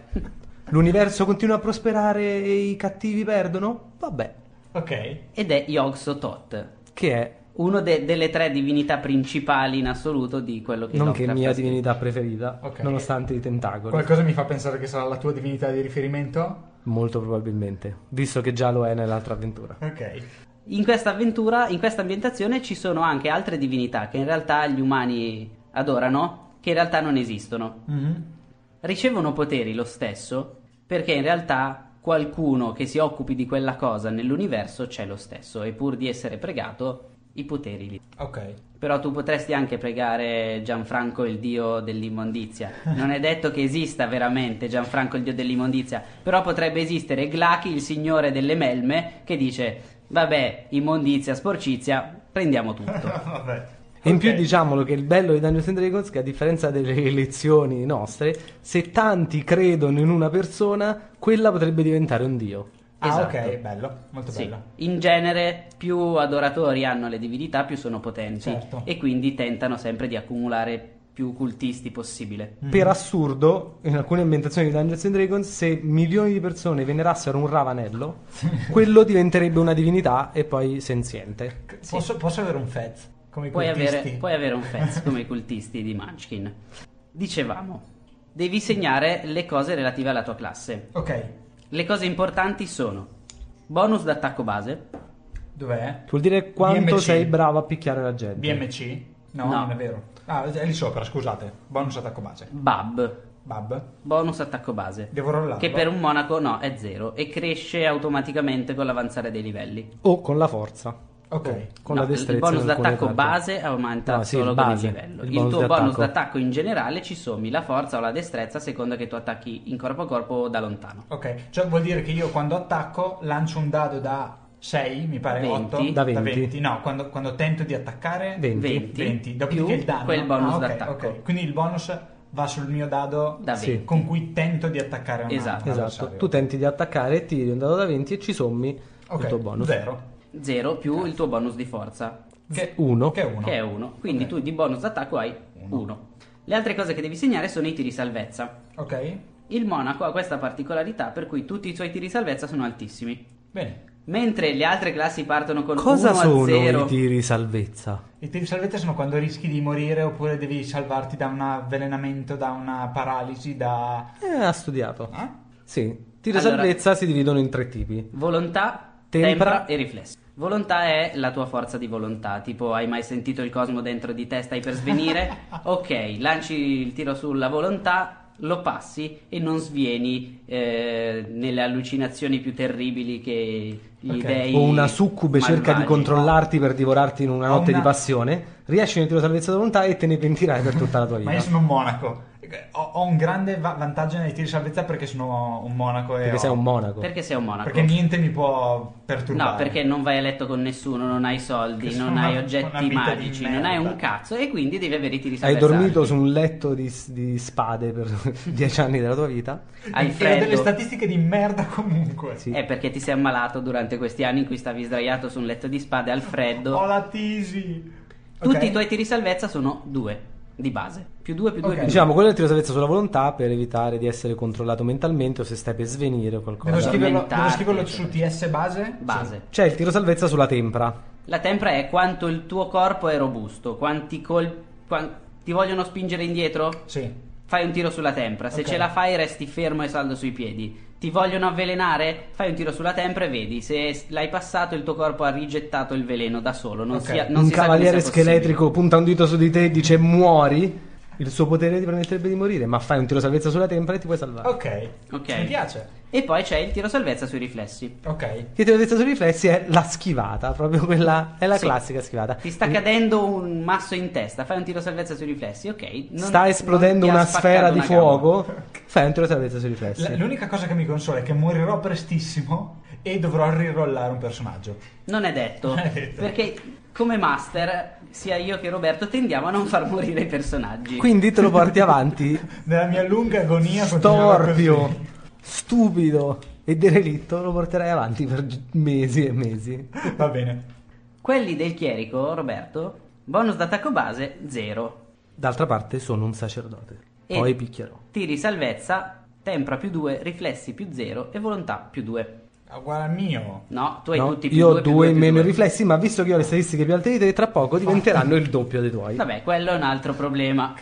[SPEAKER 3] L'universo continua a prosperare e i cattivi perdono? Vabbè.
[SPEAKER 2] Ok.
[SPEAKER 1] Ed è Yog Sothoth,
[SPEAKER 3] Che è
[SPEAKER 1] una delle tre divinità principali in assoluto di quello che
[SPEAKER 3] non che
[SPEAKER 1] Lovecraft
[SPEAKER 3] mia
[SPEAKER 1] ha scritto.
[SPEAKER 3] divinità preferita,
[SPEAKER 2] Ok.
[SPEAKER 3] nonostante i tentacoli.
[SPEAKER 2] Qualcosa mi fa pensare che sarà la tua divinità di riferimento?
[SPEAKER 3] Molto probabilmente, visto che già lo è nell'altra avventura.
[SPEAKER 2] Ok.
[SPEAKER 1] In questa avventura, in questa ambientazione ci sono anche altre divinità che in realtà gli umani adorano, che in realtà non esistono.
[SPEAKER 2] Mhm.
[SPEAKER 1] ricevono poteri lo stesso perché in realtà qualcuno che si occupi di quella cosa nell'universo c'è lo stesso e pur di essere pregato i poteri lì.
[SPEAKER 2] Ok.
[SPEAKER 1] Però tu potresti anche pregare Gianfranco il dio dell'immondizia. Non è detto che esista veramente Gianfranco il dio dell'immondizia, però potrebbe esistere Glachi, il signore delle melme, che dice "Vabbè, immondizia, sporcizia, prendiamo tutto".
[SPEAKER 2] Vabbè.
[SPEAKER 3] E in
[SPEAKER 2] Ok.
[SPEAKER 3] più diciamolo che il bello di Dungeons and Dragons è che a differenza delle elezioni nostre, se tanti credono in una persona, quella potrebbe diventare un dio.
[SPEAKER 2] Ah,
[SPEAKER 1] Esatto.
[SPEAKER 2] ok, bello, molto
[SPEAKER 1] Sì.
[SPEAKER 2] bello.
[SPEAKER 1] In genere più adoratori hanno le divinità, più sono potenti
[SPEAKER 2] Certo.
[SPEAKER 1] e quindi tentano sempre di accumulare più cultisti possibile.
[SPEAKER 2] mm.
[SPEAKER 3] Per assurdo, in alcune ambientazioni di Dungeons and Dragons, se milioni di persone venerassero un ravanello, quello diventerebbe una divinità e poi senziente.
[SPEAKER 2] C- Posso, posso avere un fez? Come i
[SPEAKER 1] Puoi
[SPEAKER 2] cultisti?
[SPEAKER 1] avere, puoi avere un fez come i cultisti di Munchkin. Dicevamo, devi segnare le cose relative alla tua classe.
[SPEAKER 2] Ok,
[SPEAKER 1] Le cose importanti sono bonus d'attacco base,
[SPEAKER 2] dov'è?
[SPEAKER 3] Vuol dire quanto
[SPEAKER 2] BMC.
[SPEAKER 3] sei bravo a picchiare la gente.
[SPEAKER 2] BMC? No,
[SPEAKER 1] No.
[SPEAKER 2] non è vero. Ah, è lì sopra, scusate. Bonus attacco base.
[SPEAKER 1] bab,
[SPEAKER 2] Bab.
[SPEAKER 1] bonus attacco base,
[SPEAKER 2] Devo rollarlo.
[SPEAKER 1] che per un monaco no, è zero e cresce automaticamente con l'avanzare dei livelli.
[SPEAKER 3] O con la forza.
[SPEAKER 2] Ok.
[SPEAKER 3] Con
[SPEAKER 1] No,
[SPEAKER 3] la destrezza.
[SPEAKER 1] il bonus
[SPEAKER 3] in alcune
[SPEAKER 1] d'attacco
[SPEAKER 3] carte.
[SPEAKER 1] base aumenta
[SPEAKER 3] No, sì,
[SPEAKER 1] solo
[SPEAKER 3] il
[SPEAKER 1] con il
[SPEAKER 3] base,
[SPEAKER 1] livello.
[SPEAKER 3] il
[SPEAKER 1] Il,
[SPEAKER 3] bonus
[SPEAKER 1] tuo bonus
[SPEAKER 3] d'attacco.
[SPEAKER 1] d'attacco in generale ci sommi la forza o la destrezza a seconda che tu attacchi in corpo a corpo o da lontano.
[SPEAKER 2] Ok, cioè vuol dire che io quando attacco lancio un dado da 6, mi pare
[SPEAKER 1] Da
[SPEAKER 2] 8,
[SPEAKER 1] 20.
[SPEAKER 3] Da 20.
[SPEAKER 2] No, quando, quando tento di attaccare
[SPEAKER 3] 20.
[SPEAKER 1] 20,
[SPEAKER 2] 20.
[SPEAKER 1] più
[SPEAKER 2] Dopodiché il danno.
[SPEAKER 1] quel bonus
[SPEAKER 2] Ah, ok,
[SPEAKER 1] d'attacco.
[SPEAKER 2] ok. Quindi il bonus va sul mio dado
[SPEAKER 1] Da
[SPEAKER 3] Sì.
[SPEAKER 1] 20.
[SPEAKER 2] con cui tento di attaccare un
[SPEAKER 1] Esatto.
[SPEAKER 2] un
[SPEAKER 3] Esatto.
[SPEAKER 2] avversario.
[SPEAKER 3] Tu tenti di attaccare, tiri un dado da 20 e ci sommi
[SPEAKER 2] Ok,
[SPEAKER 3] il tuo bonus.
[SPEAKER 2] Zero.
[SPEAKER 1] 0 più il tuo bonus di forza,
[SPEAKER 2] Che,
[SPEAKER 3] Uno.
[SPEAKER 2] Che è uno.
[SPEAKER 1] che è 1. Quindi
[SPEAKER 2] Ok.
[SPEAKER 1] tu di bonus d'attacco hai 1. Le altre cose che devi segnare sono i tiri salvezza.
[SPEAKER 2] Ok,
[SPEAKER 1] Il monaco ha questa particolarità per cui tutti i suoi tiri salvezza sono altissimi.
[SPEAKER 2] bene.
[SPEAKER 1] Mentre le altre classi partono con
[SPEAKER 3] Cosa
[SPEAKER 1] 1
[SPEAKER 3] sono
[SPEAKER 1] a 0.
[SPEAKER 3] i tiri salvezza?
[SPEAKER 2] I tiri salvezza sono quando rischi di morire oppure devi salvarti da un avvelenamento, da una paralisi, da...
[SPEAKER 3] Eh, ha studiato.
[SPEAKER 2] Eh?
[SPEAKER 3] Sì. Tiri
[SPEAKER 1] Allora-
[SPEAKER 3] salvezza si dividono in tre tipi.
[SPEAKER 1] Volontà,
[SPEAKER 3] Tempra.
[SPEAKER 1] tempra e riflesso. Volontà è la tua forza di volontà, tipo hai mai sentito il cosmo dentro di te, stai per svenire? ok, lanci il tiro sulla volontà, lo passi e non svieni eh, nelle allucinazioni più terribili che gli
[SPEAKER 2] Ok.
[SPEAKER 1] dei
[SPEAKER 3] O una succube cerca di
[SPEAKER 1] malvagi.
[SPEAKER 3] controllarti per divorarti in una
[SPEAKER 2] Ho
[SPEAKER 3] notte
[SPEAKER 2] una-
[SPEAKER 3] di passione. Riesci nel tiro salvezza da volontà e te ne pentirai per tutta la tua
[SPEAKER 2] Ma io
[SPEAKER 3] vita.
[SPEAKER 2] sono un monaco. Ho, ho un grande va- vantaggio nei tiri salvezza perché sono un monaco e
[SPEAKER 3] Perché
[SPEAKER 2] ho-
[SPEAKER 3] sei un monaco.
[SPEAKER 1] Perché sei un monaco?
[SPEAKER 2] Perché niente mi può perturbare.
[SPEAKER 1] No, perché non vai a letto con nessuno, non hai
[SPEAKER 2] Che
[SPEAKER 1] soldi, non
[SPEAKER 2] sono
[SPEAKER 1] hai
[SPEAKER 2] una- una
[SPEAKER 1] oggetti
[SPEAKER 2] vita di
[SPEAKER 1] magici, non hai
[SPEAKER 2] merda.
[SPEAKER 1] un cazzo e quindi devi avere i tiri
[SPEAKER 3] Hai
[SPEAKER 1] salvezza
[SPEAKER 3] dormito
[SPEAKER 1] alti.
[SPEAKER 3] su un letto di, di spade per dieci anni della tua vita.
[SPEAKER 1] Hai
[SPEAKER 2] E ho delle
[SPEAKER 1] freddo.
[SPEAKER 2] statistiche di merda comunque.
[SPEAKER 3] Sì.
[SPEAKER 1] È perché ti sei ammalato durante questi anni in cui stavi sdraiato su un letto di spade al freddo.
[SPEAKER 2] Ho la tisi.
[SPEAKER 1] Tutti
[SPEAKER 2] Ok.
[SPEAKER 1] i tuoi tiri salvezza sono due di base. Più due, più due,
[SPEAKER 2] Ok.
[SPEAKER 1] più due.
[SPEAKER 3] Diciamo, quello è il tiro salvezza sulla volontà per evitare di essere controllato mentalmente o se stai per svenire o
[SPEAKER 2] Devo
[SPEAKER 3] qualcosa.
[SPEAKER 2] scriverlo,
[SPEAKER 1] addormentarti,
[SPEAKER 2] devo scriverlo su
[SPEAKER 1] eccetera.
[SPEAKER 2] TS base?
[SPEAKER 1] Base.
[SPEAKER 3] C'è il tiro salvezza sulla tempra.
[SPEAKER 1] La tempra è quanto il tuo corpo è robusto, quanti colpi... Ti vogliono spingere indietro?
[SPEAKER 2] Sì. Sì.
[SPEAKER 1] Fai un tiro sulla tempra. Se
[SPEAKER 2] Ok.
[SPEAKER 1] ce la fai, resti fermo e saldo sui piedi. Ti vogliono avvelenare? Fai un tiro sulla tempra e vedi. Se s- l'hai passato, il tuo corpo ha rigettato il veleno da solo. Non
[SPEAKER 2] Ok.
[SPEAKER 1] sia- non
[SPEAKER 3] un
[SPEAKER 1] si sa come
[SPEAKER 3] cavaliere
[SPEAKER 1] sia possibile.
[SPEAKER 3] scheletrico punta un dito su di te e dice muori. Il suo potere ti permetterebbe di morire, ma fai un tiro salvezza sulla tempra e ti puoi salvare.
[SPEAKER 2] Ok.
[SPEAKER 1] Ok.
[SPEAKER 2] Mi piace.
[SPEAKER 1] E poi c'è il tiro salvezza sui riflessi.
[SPEAKER 2] Ok.
[SPEAKER 3] Il tiro salvezza sui riflessi è la schivata, proprio quella è la
[SPEAKER 1] Sì.
[SPEAKER 3] classica schivata.
[SPEAKER 1] Ti sta cadendo un masso in testa, fai un tiro salvezza sui riflessi, ok. non-
[SPEAKER 3] Sta esplodendo
[SPEAKER 1] non ti ha
[SPEAKER 3] una sfera
[SPEAKER 1] spaccato
[SPEAKER 3] di
[SPEAKER 1] una gamba.
[SPEAKER 3] fuoco, fai un tiro salvezza sui riflessi.
[SPEAKER 2] L- l'unica cosa che mi consola è che morirò prestissimo e dovrò rirollare un personaggio.
[SPEAKER 1] Non è detto,
[SPEAKER 2] Non è detto.
[SPEAKER 1] perché come master, sia io che Roberto tendiamo a non far morire i personaggi.
[SPEAKER 3] Quindi te lo porti avanti,
[SPEAKER 2] Nella mia lunga agonia continuerò così.
[SPEAKER 3] storpio, stupido e derelitto, lo porterai avanti per gi- mesi e mesi.
[SPEAKER 2] Va bene.
[SPEAKER 1] Quelli del chierico, Roberto, bonus d'attacco base 0.
[SPEAKER 3] D'altra parte sono un sacerdote,
[SPEAKER 1] E-
[SPEAKER 3] poi picchierò.
[SPEAKER 1] Tiri salvezza, tempra più 2, riflessi più 0 e volontà più 2.
[SPEAKER 2] Ah, Uguale al mio.
[SPEAKER 1] No, tu hai
[SPEAKER 3] No,
[SPEAKER 1] tutti più
[SPEAKER 3] io ho
[SPEAKER 1] due, più
[SPEAKER 3] due in
[SPEAKER 1] più
[SPEAKER 3] meno
[SPEAKER 1] due.
[SPEAKER 3] i riflessi, ma visto che io ho le statistiche più alte di te, tra poco diventeranno il doppio dei tuoi.
[SPEAKER 1] Vabbè, quello è un altro problema.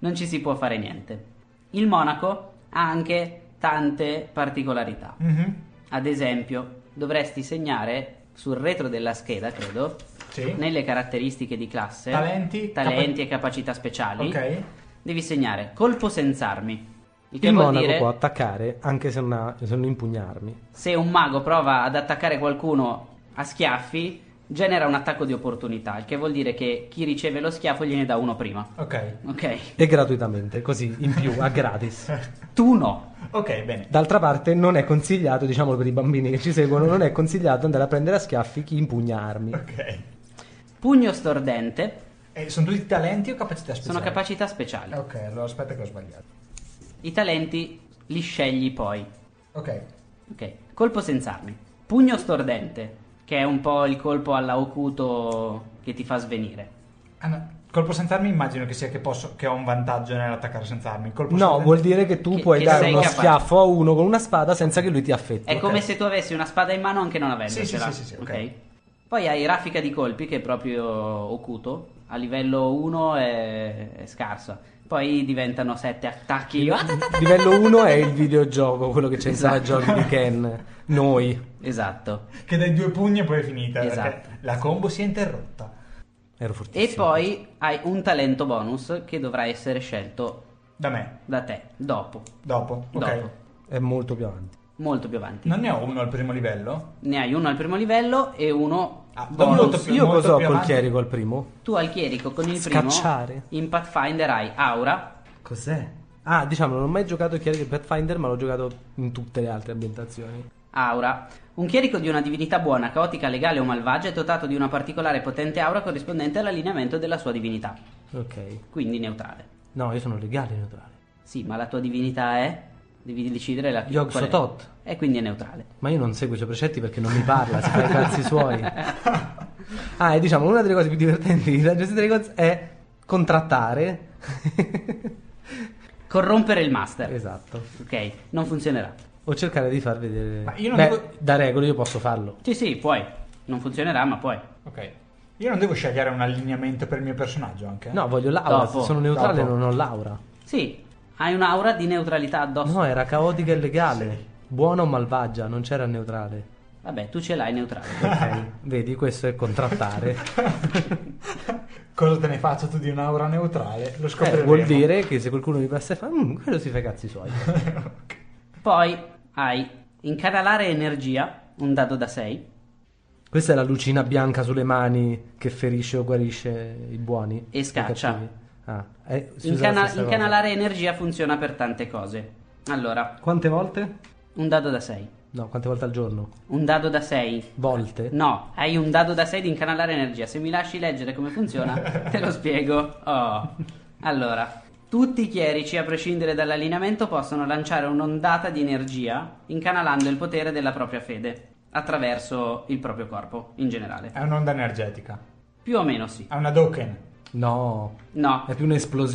[SPEAKER 1] Non ci si può fare niente. Il monaco ha anche tante particolarità.
[SPEAKER 2] Mhm.
[SPEAKER 1] Ad esempio, dovresti segnare sul retro della scheda, credo,
[SPEAKER 2] Sì.
[SPEAKER 1] nelle caratteristiche di classe,
[SPEAKER 2] Talenti,
[SPEAKER 1] talenti
[SPEAKER 2] capa-
[SPEAKER 1] e capacità speciali,
[SPEAKER 2] Ok.
[SPEAKER 1] devi segnare colpo senza armi. Il che
[SPEAKER 3] Il
[SPEAKER 1] vuol
[SPEAKER 3] monaco
[SPEAKER 1] dire
[SPEAKER 3] può attaccare anche se non, ha- se non impugna armi.
[SPEAKER 1] se un mago prova ad attaccare qualcuno a schiaffi, genera un attacco di opportunità, il che vuol dire che chi riceve lo schiaffo gliene dà uno prima.
[SPEAKER 2] Ok.
[SPEAKER 1] Ok?
[SPEAKER 3] E gratuitamente, così, in più, a gratis.
[SPEAKER 1] Tu no.
[SPEAKER 2] Ok, bene.
[SPEAKER 3] D'altra parte non è consigliato, diciamolo per i bambini che ci seguono, non è consigliato andare a prendere a schiaffi chi impugna armi.
[SPEAKER 2] Ok.
[SPEAKER 1] Pugno stordente
[SPEAKER 2] Eh, sono tutti talenti o capacità speciali?
[SPEAKER 1] sono capacità speciali.
[SPEAKER 2] Eh, Ok, allora aspetta che ho sbagliato.
[SPEAKER 1] I talenti li scegli poi.
[SPEAKER 2] Ok.
[SPEAKER 1] Ok. Colpo senza armi. Pugno stordente, che è un po' il colpo alla Okuto che ti fa svenire.
[SPEAKER 2] Ah, no. Colpo senza armi immagino che sia che, posso, che ho un vantaggio nell'attaccare senza armi. Il Colpo
[SPEAKER 3] No,
[SPEAKER 2] senza-
[SPEAKER 3] vuol dire che tu
[SPEAKER 1] Che-
[SPEAKER 3] puoi
[SPEAKER 1] che
[SPEAKER 3] dare
[SPEAKER 1] sei
[SPEAKER 3] uno
[SPEAKER 1] capace. Ecco.
[SPEAKER 3] schiaffo a uno con una spada senza che lui ti affetti.
[SPEAKER 1] È come se tu avessi una spada in mano anche non avendocela.
[SPEAKER 2] Sì, sì, sì, sì, sì, ok.
[SPEAKER 1] ok? Poi hai raffica di colpi che è proprio Okuto, a livello 1 è, è scarsa. Poi diventano 7 attacchi.
[SPEAKER 3] Livello 1 è il videogioco, quello che c'è in sala
[SPEAKER 1] Esatto.
[SPEAKER 3] giochi di Ken. Noi.
[SPEAKER 1] Esatto.
[SPEAKER 2] Che dai due pugni e poi è finita. perché
[SPEAKER 1] Esatto.
[SPEAKER 2] La combo si è interrotta.
[SPEAKER 3] Ero
[SPEAKER 1] E
[SPEAKER 3] fortissimo.
[SPEAKER 1] poi hai un talento bonus che dovrà essere scelto
[SPEAKER 2] Da me.
[SPEAKER 1] da te dopo,
[SPEAKER 2] Dopo. Ok.
[SPEAKER 1] Dopo.
[SPEAKER 3] È molto più avanti.
[SPEAKER 1] molto più avanti.
[SPEAKER 2] Non ne ho uno al primo livello?
[SPEAKER 1] Ne hai uno al primo livello e uno
[SPEAKER 2] Ah,
[SPEAKER 1] bonus.
[SPEAKER 2] molto più-
[SPEAKER 3] Io cosa ho
[SPEAKER 2] più
[SPEAKER 3] col
[SPEAKER 2] avanti.
[SPEAKER 3] chierico al primo?
[SPEAKER 1] Tu al chierico con il
[SPEAKER 3] Scacciare.
[SPEAKER 1] primo in Pathfinder hai aura,
[SPEAKER 3] Cos'è? Ah, diciamo, non ho mai giocato chierico di Pathfinder, ma l'ho giocato in tutte le altre ambientazioni.
[SPEAKER 1] Aura. Un chierico di una divinità buona, caotica, legale o malvagia è dotato di una particolare e potente aura corrispondente all'allineamento della sua divinità,
[SPEAKER 3] Ok.
[SPEAKER 1] quindi neutrale.
[SPEAKER 3] No, io sono legale neutrale.
[SPEAKER 1] Sì, ma la tua divinità è? Devi decidere la
[SPEAKER 3] Yog
[SPEAKER 1] qual è.
[SPEAKER 3] Sothoth.
[SPEAKER 1] E quindi è neutrale.
[SPEAKER 3] Ma io non seguo i suoi precetti perché non mi parla, si fa i cazzi suoi. Ah, e diciamo, una delle cose più divertenti di Dungeons and Dragons è contrattare.
[SPEAKER 1] Corrompere il master.
[SPEAKER 3] esatto.
[SPEAKER 1] Ok, non funzionerà.
[SPEAKER 3] O cercare di far vedere.
[SPEAKER 2] Ma io non
[SPEAKER 3] Beh,
[SPEAKER 2] devo-
[SPEAKER 3] da regola io posso farlo.
[SPEAKER 1] Sì, sì, puoi. Non funzionerà, ma puoi.
[SPEAKER 2] Ok. Io non devo scegliere un allineamento per il mio personaggio anche?
[SPEAKER 3] No, voglio Laura.
[SPEAKER 1] Dopo,
[SPEAKER 3] se sono neutrale,
[SPEAKER 2] dopo.
[SPEAKER 3] non ho Laura.
[SPEAKER 1] Sì, hai un'aura di neutralità addosso.
[SPEAKER 3] No, era caotica e legale. Buona o malvagia, non c'era neutrale.
[SPEAKER 1] Vabbè, tu ce l'hai neutrale.
[SPEAKER 3] Ok, vedi, questo è contrattare.
[SPEAKER 2] Cosa te ne faccio tu di un'aura neutrale? Lo
[SPEAKER 3] Eh,
[SPEAKER 2] scopriremo.
[SPEAKER 3] vuol dire che se qualcuno mi passa e fa, "Mm, quello si fa i cazzi suoi.
[SPEAKER 1] Poi hai incanalare energia, un dado da 6.
[SPEAKER 3] Questa è la lucina bianca sulle mani che ferisce o guarisce i buoni.
[SPEAKER 1] E
[SPEAKER 3] i
[SPEAKER 1] scaccia.
[SPEAKER 3] cattivi. Ah, eh, si usa la
[SPEAKER 1] Incana-
[SPEAKER 3] stessa cosa.
[SPEAKER 1] incanalare energia funziona per tante cose. Allora,
[SPEAKER 3] Quante volte?
[SPEAKER 1] un dado da 6.
[SPEAKER 3] No, quante volte al giorno?
[SPEAKER 1] Un dado da 6.
[SPEAKER 3] Volte?
[SPEAKER 1] No, hai un dado da 6 di incanalare energia. Se mi lasci leggere come funziona, te lo spiego. Oh. Allora, tutti i chierici, a prescindere dall'allineamento, possono lanciare un'ondata di energia incanalando il potere della propria fede attraverso il proprio corpo, in generale.
[SPEAKER 2] È un'onda energetica.
[SPEAKER 1] Più o meno sì.
[SPEAKER 2] È una token.
[SPEAKER 3] No,
[SPEAKER 1] No,
[SPEAKER 3] è più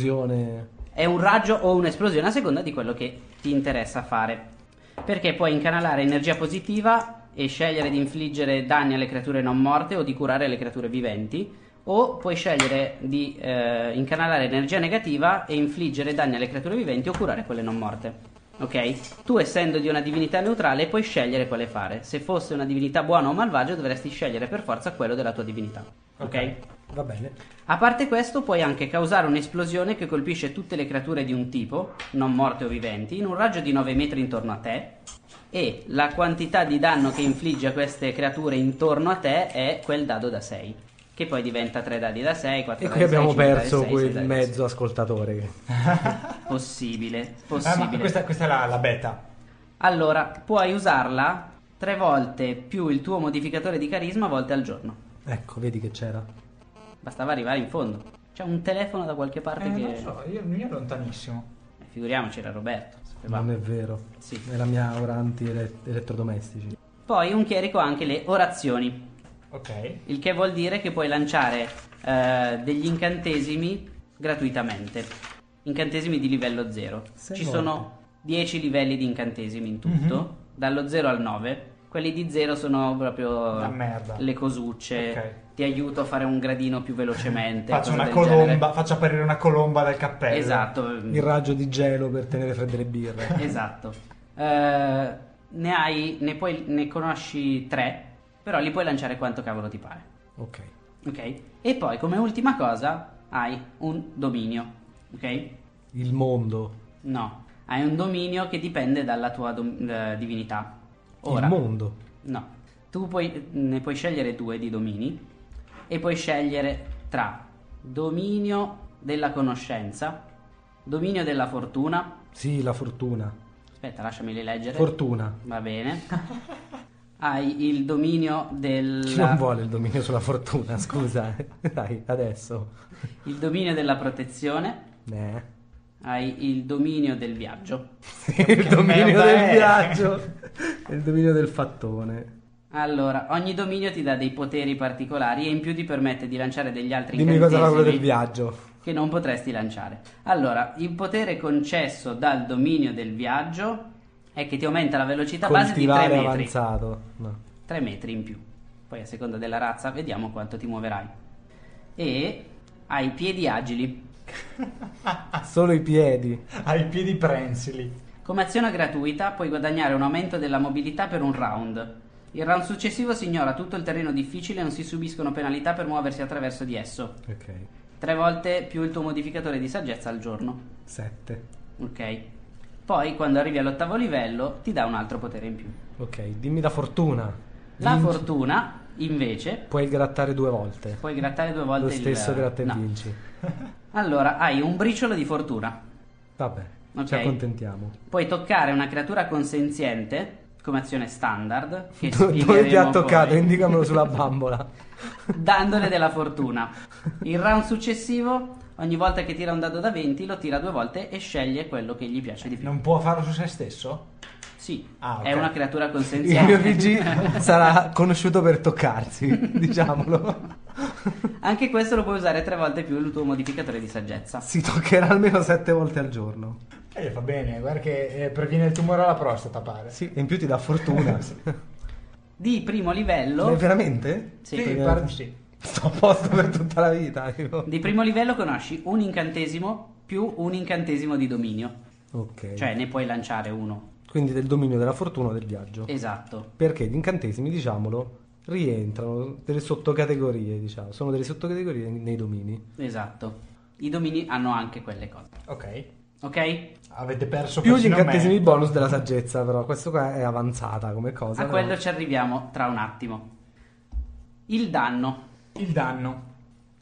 [SPEAKER 3] un'esplosione.
[SPEAKER 1] È un raggio o un'esplosione a seconda di quello che ti interessa fare. Perché puoi incanalare energia positiva e scegliere di infliggere danni alle creature non morte o di curare le creature viventi, o puoi scegliere di eh, incanalare energia negativa e infliggere danni alle creature viventi o curare quelle non morte. Ok? Tu essendo di una divinità neutrale puoi scegliere quale fare. Se fosse una divinità buona o malvagia dovresti scegliere per forza quello della tua divinità. Ok?
[SPEAKER 3] Va bene.
[SPEAKER 1] A parte questo, puoi anche causare un'esplosione che colpisce tutte le creature di un tipo, non morte o viventi, in un raggio di 9 metri intorno a te. E la quantità di danno che infligge a queste creature intorno a te è quel dado da 6. Che poi diventa 3 dadi da 6, 4
[SPEAKER 3] E
[SPEAKER 1] dadi
[SPEAKER 3] qui
[SPEAKER 1] da 6.
[SPEAKER 3] abbiamo perso
[SPEAKER 1] quel
[SPEAKER 3] quel mezzo ascoltatore. che-
[SPEAKER 1] Possibile,
[SPEAKER 2] Ah, ma
[SPEAKER 1] possibile.
[SPEAKER 2] questa, questa è la, la beta.
[SPEAKER 1] Allora, puoi usarla 3 volte più il tuo modificatore di carisma volte al giorno.
[SPEAKER 3] Ecco, vedi che c'era.
[SPEAKER 1] Bastava arrivare in fondo. C'è un telefono da qualche parte
[SPEAKER 2] Eh,
[SPEAKER 1] che...
[SPEAKER 2] non so, io, il mio è lontanissimo.
[SPEAKER 1] Eh, Figuriamoci, era Roberto. sapevamo.
[SPEAKER 3] Non è vero.
[SPEAKER 1] Sì.
[SPEAKER 3] È la mia aura anti-elettrodomestici.
[SPEAKER 1] Poi un chierico ha anche le orazioni,
[SPEAKER 2] Ok.
[SPEAKER 1] il che vuol dire che puoi lanciare eh, degli incantesimi gratuitamente. Incantesimi di livello 0.
[SPEAKER 3] Sei
[SPEAKER 1] Ci
[SPEAKER 3] volte.
[SPEAKER 1] sono 10 livelli di incantesimi in tutto,
[SPEAKER 2] Mhm.
[SPEAKER 1] dallo 0 al 9. Quelli di 0 sono proprio
[SPEAKER 2] La merda.
[SPEAKER 1] le cosucce.
[SPEAKER 2] Ok.
[SPEAKER 1] Ti aiuto a fare un gradino più velocemente.
[SPEAKER 2] Faccio
[SPEAKER 1] cose
[SPEAKER 2] una
[SPEAKER 1] del
[SPEAKER 2] colomba,
[SPEAKER 1] genere.
[SPEAKER 2] faccio apparire una colomba dal cappello.
[SPEAKER 1] Esatto.
[SPEAKER 3] Il raggio di gelo per tenere fredde le birre.
[SPEAKER 1] Esatto. Eh, ne hai, ne, puoi, ne conosci tre, però li puoi lanciare quanto cavolo ti pare.
[SPEAKER 3] Ok.
[SPEAKER 1] Ok? E poi come ultima cosa hai un dominio. Ok?
[SPEAKER 3] Il mondo.
[SPEAKER 1] No, hai un dominio che dipende dalla tua dom- eh, divinità.
[SPEAKER 3] Il
[SPEAKER 1] Ora,
[SPEAKER 3] mondo.
[SPEAKER 1] no. Tu puoi- ne puoi scegliere due di domini e puoi scegliere tra dominio della conoscenza, dominio della fortuna.
[SPEAKER 3] Sì, la fortuna.
[SPEAKER 1] Aspetta, lasciameli leggere.
[SPEAKER 3] Fortuna.
[SPEAKER 1] Va bene. Hai il dominio del
[SPEAKER 3] Chi non vuole il dominio sulla fortuna, scusa. eh. Dai, adesso.
[SPEAKER 1] il dominio della protezione,
[SPEAKER 3] Eh.
[SPEAKER 1] hai il dominio del viaggio.
[SPEAKER 3] il dominio
[SPEAKER 2] merda
[SPEAKER 3] del
[SPEAKER 2] è?
[SPEAKER 3] viaggio. il dominio del fattone.
[SPEAKER 1] Allora, ogni dominio ti dà dei poteri particolari e in più ti permette di lanciare degli altri
[SPEAKER 3] Dimmi cosa era quello del
[SPEAKER 1] incantesimi
[SPEAKER 3] viaggio.
[SPEAKER 1] che non potresti lanciare. Allora, il potere concesso dal dominio del viaggio è che ti aumenta la velocità base di 3
[SPEAKER 3] Coltivare
[SPEAKER 1] metri.
[SPEAKER 3] avanzato. No.
[SPEAKER 1] 3 metri in più. Poi a seconda della razza vediamo quanto ti muoverai. E hai piedi agili. Ah.
[SPEAKER 3] Solo i piedi.
[SPEAKER 2] Hai i piedi prensili.
[SPEAKER 1] Come azione gratuita puoi guadagnare un aumento della mobilità per un round. Il round successivo si ignora tutto il terreno difficile e non si subiscono penalità per muoversi attraverso di esso.
[SPEAKER 3] Ok.
[SPEAKER 1] Tre volte più il tuo modificatore di saggezza al giorno.
[SPEAKER 3] Sette.
[SPEAKER 1] Ok. Poi quando arrivi all'ottavo livello ti dà un altro potere in più.
[SPEAKER 3] Ok, dimmi la fortuna.
[SPEAKER 1] La
[SPEAKER 3] Vinci.
[SPEAKER 1] fortuna, invece,
[SPEAKER 3] Puoi grattare due volte.
[SPEAKER 1] puoi grattare due volte
[SPEAKER 3] Lo
[SPEAKER 1] il-
[SPEAKER 3] stesso gratta e
[SPEAKER 1] no.
[SPEAKER 3] vinci.
[SPEAKER 1] Allora, hai un briciolo di fortuna.
[SPEAKER 3] Vabbè,
[SPEAKER 1] Ok.
[SPEAKER 3] ci accontentiamo.
[SPEAKER 1] Puoi toccare una creatura consenziente come azione standard. Che
[SPEAKER 3] Dove ti ha
[SPEAKER 1] spiegheremo
[SPEAKER 3] toccato?
[SPEAKER 1] poi,
[SPEAKER 3] Indicamelo sulla bambola.
[SPEAKER 1] Dandole della fortuna. Il round successivo, ogni volta che tira un dado da 20, lo tira due volte e sceglie quello che gli piace di più.
[SPEAKER 2] Non può farlo su se stesso?
[SPEAKER 1] Sì,
[SPEAKER 2] Ah, ok.
[SPEAKER 1] è una creatura
[SPEAKER 3] Il mio
[SPEAKER 1] consenziente.
[SPEAKER 3] PG sarà conosciuto per toccarsi, diciamolo.
[SPEAKER 1] Anche questo lo puoi usare tre volte più il tuo modificatore di saggezza.
[SPEAKER 3] Si toccherà almeno sette volte al giorno.
[SPEAKER 2] Eh, fa bene, guarda che eh, previene il tumore alla prostata, pare.
[SPEAKER 3] Sì, e in più ti dà fortuna.
[SPEAKER 1] Di primo
[SPEAKER 3] Eh,
[SPEAKER 1] livello.
[SPEAKER 3] veramente?
[SPEAKER 1] Sì.
[SPEAKER 2] sì,
[SPEAKER 3] Perché
[SPEAKER 2] pare di sì.
[SPEAKER 3] Sto a posto per tutta la vita. io.
[SPEAKER 1] Di primo livello conosci un incantesimo più un incantesimo di dominio.
[SPEAKER 3] Ok.
[SPEAKER 1] Cioè ne puoi lanciare uno.
[SPEAKER 3] Quindi del dominio della fortuna o del viaggio.
[SPEAKER 1] Esatto.
[SPEAKER 3] Perché gli incantesimi, diciamolo, rientrano delle sottocategorie, diciamo. Sono delle sottocategorie nei domini.
[SPEAKER 1] Esatto. I domini hanno anche quelle cose.
[SPEAKER 2] Ok.
[SPEAKER 1] Ok?
[SPEAKER 2] Avete perso
[SPEAKER 3] Più gli
[SPEAKER 2] persino
[SPEAKER 3] incantesimi
[SPEAKER 2] me.
[SPEAKER 3] bonus della saggezza, però. Questo qua è avanzata come cosa.
[SPEAKER 1] A
[SPEAKER 3] però.
[SPEAKER 1] quello ci arriviamo tra un attimo. Il danno.
[SPEAKER 2] Il danno.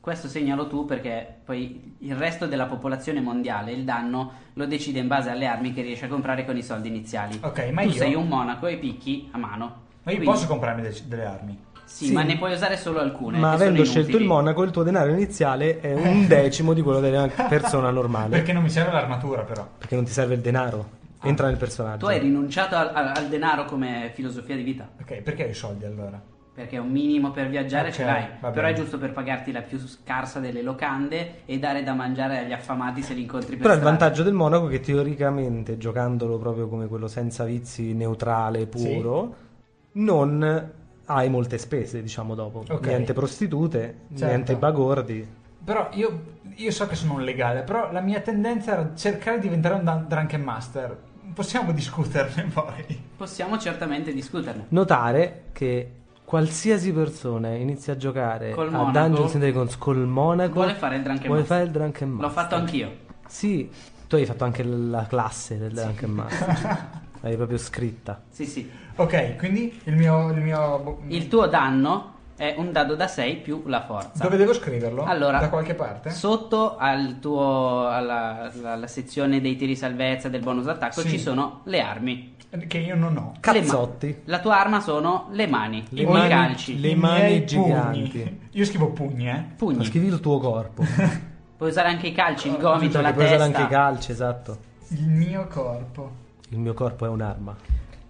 [SPEAKER 1] Questo segnalo tu perché poi il resto della popolazione mondiale il danno lo decide in base alle armi che riesce a comprare con i soldi iniziali.
[SPEAKER 2] Ok, ma
[SPEAKER 1] tu
[SPEAKER 2] io-
[SPEAKER 1] sei un monaco e picchi a mano.
[SPEAKER 2] Ma io
[SPEAKER 1] Quindi-
[SPEAKER 2] posso comprarmi de- delle armi?
[SPEAKER 1] Sì,
[SPEAKER 3] Sì.
[SPEAKER 1] ma ne puoi usare solo alcune.
[SPEAKER 3] Ma
[SPEAKER 1] che sono
[SPEAKER 3] avendo scelto
[SPEAKER 1] inutili.
[SPEAKER 3] il monaco, il tuo denaro iniziale è un decimo di quello della persona normale.
[SPEAKER 2] Perché non mi serve l'armatura, però.
[SPEAKER 3] Perché non ti serve il denaro. Entra nel personaggio.
[SPEAKER 1] Ah. Tu hai rinunciato al, al- al denaro come filosofia di vita.
[SPEAKER 2] Ok, perché ho i soldi allora?
[SPEAKER 1] Perché un minimo per viaggiare
[SPEAKER 3] Eh,
[SPEAKER 2] Ok,
[SPEAKER 1] ce
[SPEAKER 3] certo,
[SPEAKER 1] l'hai.
[SPEAKER 2] va
[SPEAKER 1] Però è
[SPEAKER 2] bene.
[SPEAKER 1] giusto per pagarti la più scarsa delle locande e dare da mangiare agli affamati se li incontri per
[SPEAKER 3] Però il
[SPEAKER 1] strada.
[SPEAKER 3] vantaggio del monaco è che teoricamente, giocandolo proprio come quello senza vizi, neutrale, puro, non hai molte spese, diciamo dopo.
[SPEAKER 2] Ok.
[SPEAKER 3] Niente prostitute,
[SPEAKER 2] Certo.
[SPEAKER 3] niente bagordi.
[SPEAKER 2] Però io, io so che sono un legale, però la mia tendenza era cercare di diventare un dun- drunken master. Possiamo discuterne poi.
[SPEAKER 1] Possiamo certamente discuterne.
[SPEAKER 3] Notare che qualsiasi persona inizia a giocare
[SPEAKER 1] Col
[SPEAKER 3] a
[SPEAKER 1] monaco,
[SPEAKER 3] Dungeons and Dragons col monaco
[SPEAKER 1] Vuole fare il Drunken
[SPEAKER 3] vuole
[SPEAKER 1] Master.
[SPEAKER 3] fare il Drunken
[SPEAKER 1] L'ho
[SPEAKER 3] Master.
[SPEAKER 1] fatto anch'io.
[SPEAKER 3] Sì, tu hai fatto anche la classe del Drunken Master. L'hai proprio scritta.
[SPEAKER 1] Sì, sì.
[SPEAKER 2] Ok, quindi il mio... Il mio bo-
[SPEAKER 1] Il tuo danno è un dado da 6 più la forza.
[SPEAKER 2] mm, Dove devo scriverlo?
[SPEAKER 1] Allora,
[SPEAKER 2] Ecco, Da qualche parte?
[SPEAKER 1] Sotto al tuo, alla, alla- alla sezione dei tiri salvezza del bonus attacco
[SPEAKER 2] Sì.
[SPEAKER 1] ci sono le armi.
[SPEAKER 2] che io non ho.
[SPEAKER 1] Le
[SPEAKER 3] Cazzotti.
[SPEAKER 1] ma- la tua arma sono le mani,
[SPEAKER 3] Le
[SPEAKER 1] i
[SPEAKER 3] mani-
[SPEAKER 1] calci.
[SPEAKER 3] le
[SPEAKER 2] I
[SPEAKER 3] mani
[SPEAKER 2] miei
[SPEAKER 3] giganti.
[SPEAKER 2] pugni. Io scrivo pugni, eh.
[SPEAKER 3] Ma
[SPEAKER 1] Pugni.
[SPEAKER 3] scrivi il tuo corpo.
[SPEAKER 1] Puoi usare anche i calci,
[SPEAKER 2] Ah,
[SPEAKER 1] il gomito,
[SPEAKER 3] Perché
[SPEAKER 1] la
[SPEAKER 3] puoi
[SPEAKER 1] testa.
[SPEAKER 3] usare anche i calci, esatto.
[SPEAKER 2] Il mio corpo.
[SPEAKER 3] Il mio corpo è un'arma.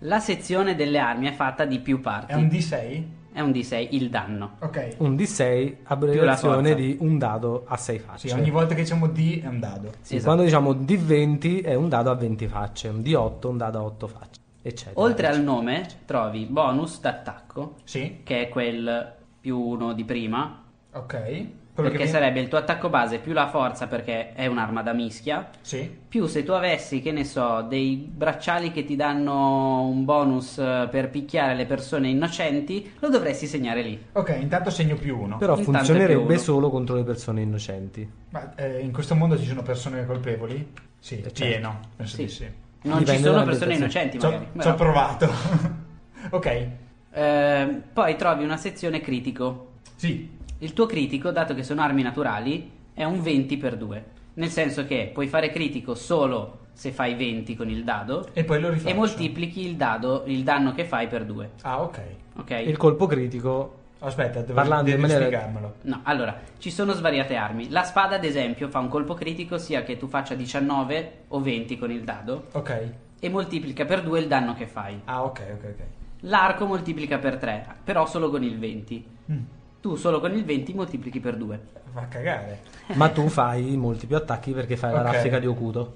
[SPEAKER 1] la sezione delle armi è fatta di più parti.
[SPEAKER 2] È un D6?
[SPEAKER 1] È un D6 il danno.
[SPEAKER 2] Ok.
[SPEAKER 3] Un D6,
[SPEAKER 1] Più la forza.
[SPEAKER 3] abbreviazione di un dado a 6 facce.
[SPEAKER 2] Sì, ogni volta che diciamo D è un dado.
[SPEAKER 3] Sì,
[SPEAKER 1] Esatto.
[SPEAKER 3] Quando diciamo D20 è un dado a 20 facce, un D8 un dado a 8 facce, eccetera.
[SPEAKER 1] Oltre al nome trovi bonus d'attacco,
[SPEAKER 2] Sì,
[SPEAKER 1] che è quel più uno di prima,
[SPEAKER 2] ok. Quello
[SPEAKER 1] perché
[SPEAKER 2] viene-
[SPEAKER 1] sarebbe il tuo attacco base più la forza perché è un'arma da mischia.
[SPEAKER 2] Sì,
[SPEAKER 1] Più se tu avessi, che ne so, dei bracciali che ti danno un bonus eh, per picchiare le persone innocenti, lo dovresti segnare lì.
[SPEAKER 2] ok, intanto segno più uno.
[SPEAKER 3] Però
[SPEAKER 1] Intanto è più
[SPEAKER 3] funzionerebbe
[SPEAKER 1] uno.
[SPEAKER 3] solo contro le persone innocenti.
[SPEAKER 2] Ma eh, in questo mondo ci sono persone colpevoli? Sì,
[SPEAKER 3] certo.
[SPEAKER 2] pieno, penso
[SPEAKER 1] Sì.
[SPEAKER 2] di sì.
[SPEAKER 1] Non
[SPEAKER 3] Dipende
[SPEAKER 1] ci sono
[SPEAKER 3] dalla
[SPEAKER 1] persone
[SPEAKER 3] ambientazione.
[SPEAKER 1] innocenti,
[SPEAKER 2] Ci ho
[SPEAKER 1] magari.
[SPEAKER 2] ci ho
[SPEAKER 1] Però-
[SPEAKER 2] provato. ok,
[SPEAKER 1] Eh, poi trovi una sezione critico.
[SPEAKER 2] Sì,
[SPEAKER 1] Il tuo critico, dato che sono armi naturali, è un 20x2. Nel senso che puoi fare critico solo se fai 20 con il dado
[SPEAKER 2] e poi lo
[SPEAKER 1] e
[SPEAKER 2] rifaccio.
[SPEAKER 1] moltiplichi il dado, il danno che fai per 2.
[SPEAKER 2] Ah, ok.
[SPEAKER 1] Ok?
[SPEAKER 3] Il colpo critico
[SPEAKER 2] Aspetta, devo,
[SPEAKER 3] Parlando
[SPEAKER 2] devi
[SPEAKER 3] in maniera-
[SPEAKER 2] spiegarmelo.
[SPEAKER 1] No, allora, ci sono svariate armi. La spada, ad esempio, fa un colpo critico sia che tu faccia 19 o 20 con il dado
[SPEAKER 2] Ok.
[SPEAKER 1] e moltiplica per 2 il danno che fai.
[SPEAKER 2] Ah, ok, ok, ok.
[SPEAKER 1] L'arco moltiplica per 3, però solo con il 20.
[SPEAKER 2] Mm,
[SPEAKER 1] Tu solo con il 20 moltiplichi per 2.
[SPEAKER 2] Va a cagare.
[SPEAKER 3] ma tu fai molti più attacchi perché fai
[SPEAKER 2] Ok.
[SPEAKER 3] la raffica di Okuto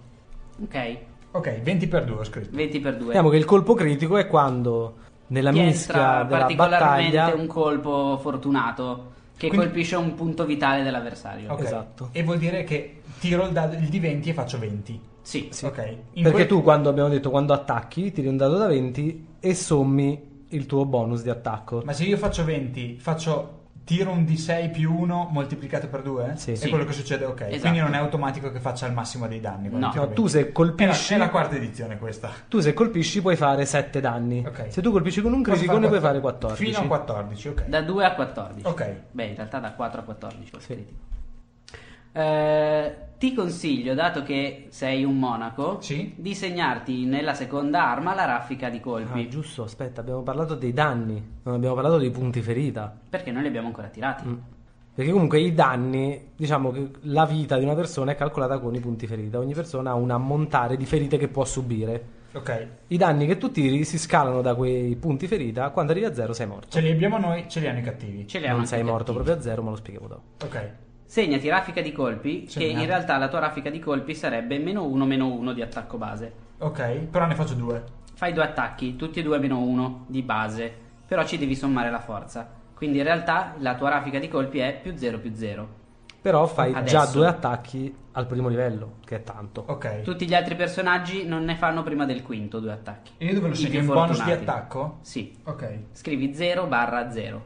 [SPEAKER 1] Ok?
[SPEAKER 2] Ok, 20 per 2 ho scritto.
[SPEAKER 1] 20 per 2.
[SPEAKER 3] vediamo Diciamo che il colpo critico è quando nella
[SPEAKER 1] Ti
[SPEAKER 3] mischia
[SPEAKER 1] entra
[SPEAKER 3] della
[SPEAKER 1] particolarmente
[SPEAKER 3] battaglia
[SPEAKER 1] un colpo fortunato che
[SPEAKER 2] Quindi-
[SPEAKER 1] colpisce un punto vitale dell'avversario.
[SPEAKER 2] Ok.
[SPEAKER 3] Esatto.
[SPEAKER 2] E vuol dire che tiro il, dado, il D20 e faccio 20.
[SPEAKER 1] Sì.
[SPEAKER 2] Ok. In
[SPEAKER 3] perché
[SPEAKER 2] quel-
[SPEAKER 3] tu quando abbiamo detto quando attacchi tiri un dado da 20 e sommi il tuo bonus di attacco
[SPEAKER 2] Ma se io faccio 20, faccio tiro un D6 più 1 moltiplicato per 2?
[SPEAKER 3] Sì.
[SPEAKER 2] È
[SPEAKER 1] Sì.
[SPEAKER 2] quello che succede, ok.
[SPEAKER 1] Esatto.
[SPEAKER 2] Quindi non è automatico che faccia il massimo dei danni. quando
[SPEAKER 1] No.
[SPEAKER 2] tiro
[SPEAKER 3] No, Diciamo, tu
[SPEAKER 2] 20.
[SPEAKER 3] se colpisci
[SPEAKER 2] È la, è la quarta edizione questa.
[SPEAKER 3] tu se colpisci puoi fare 7 danni
[SPEAKER 2] Ok.
[SPEAKER 3] se tu colpisci con un critico ne puoi fare 14
[SPEAKER 2] Fino a 14, ok.
[SPEAKER 1] Da 2 a 14.
[SPEAKER 2] Ok.
[SPEAKER 1] Beh, in realtà da 4 a 14. col
[SPEAKER 3] Sì.
[SPEAKER 1] critico. Eh, ti consiglio, dato che sei un monaco,
[SPEAKER 2] Sì.
[SPEAKER 1] di segnarti nella seconda arma la raffica di colpi.
[SPEAKER 3] Ah, giusto aspetta abbiamo parlato dei danni non abbiamo parlato dei punti ferita
[SPEAKER 1] perché noi li abbiamo ancora tirati.
[SPEAKER 3] Ah. Mm. Perché comunque i danni, diciamo che la vita di una persona è calcolata con i punti ferita. Ogni persona ha un ammontare di ferite che può subire.
[SPEAKER 2] Ok.
[SPEAKER 3] I danni che tu tiri si scalano da quei punti ferita, quando arrivi a zero sei morto.
[SPEAKER 2] Ce li abbiamo noi, ce li hanno i cattivi.
[SPEAKER 1] Ce li hanno
[SPEAKER 3] Non
[SPEAKER 1] anche
[SPEAKER 3] sei
[SPEAKER 1] gli
[SPEAKER 3] morto
[SPEAKER 1] attivi.
[SPEAKER 3] proprio a zero, ma lo spieghiamo dopo.
[SPEAKER 2] Ok.
[SPEAKER 1] Segnati raffica di colpi, che
[SPEAKER 3] eh.
[SPEAKER 2] Segnati.
[SPEAKER 1] in realtà la tua raffica di colpi sarebbe meno 1 meno 1 di attacco base.
[SPEAKER 2] Ok, però ne faccio due.
[SPEAKER 1] Fai due attacchi, tutti e due meno 1 di base, però ci devi sommare la forza. Quindi in realtà la tua raffica di colpi è più 0 più 0.
[SPEAKER 3] Però fai
[SPEAKER 1] Adesso.
[SPEAKER 3] già due attacchi al primo livello, che è tanto.
[SPEAKER 2] Ok.
[SPEAKER 1] Tutti gli altri personaggi non ne fanno prima del quinto due attacchi.
[SPEAKER 2] E io dove lo
[SPEAKER 1] I
[SPEAKER 2] segno?
[SPEAKER 1] più
[SPEAKER 2] In bonus di
[SPEAKER 1] fortunati.
[SPEAKER 2] attacco?
[SPEAKER 1] Sì,
[SPEAKER 2] Ok.
[SPEAKER 1] scrivi 0 barra 0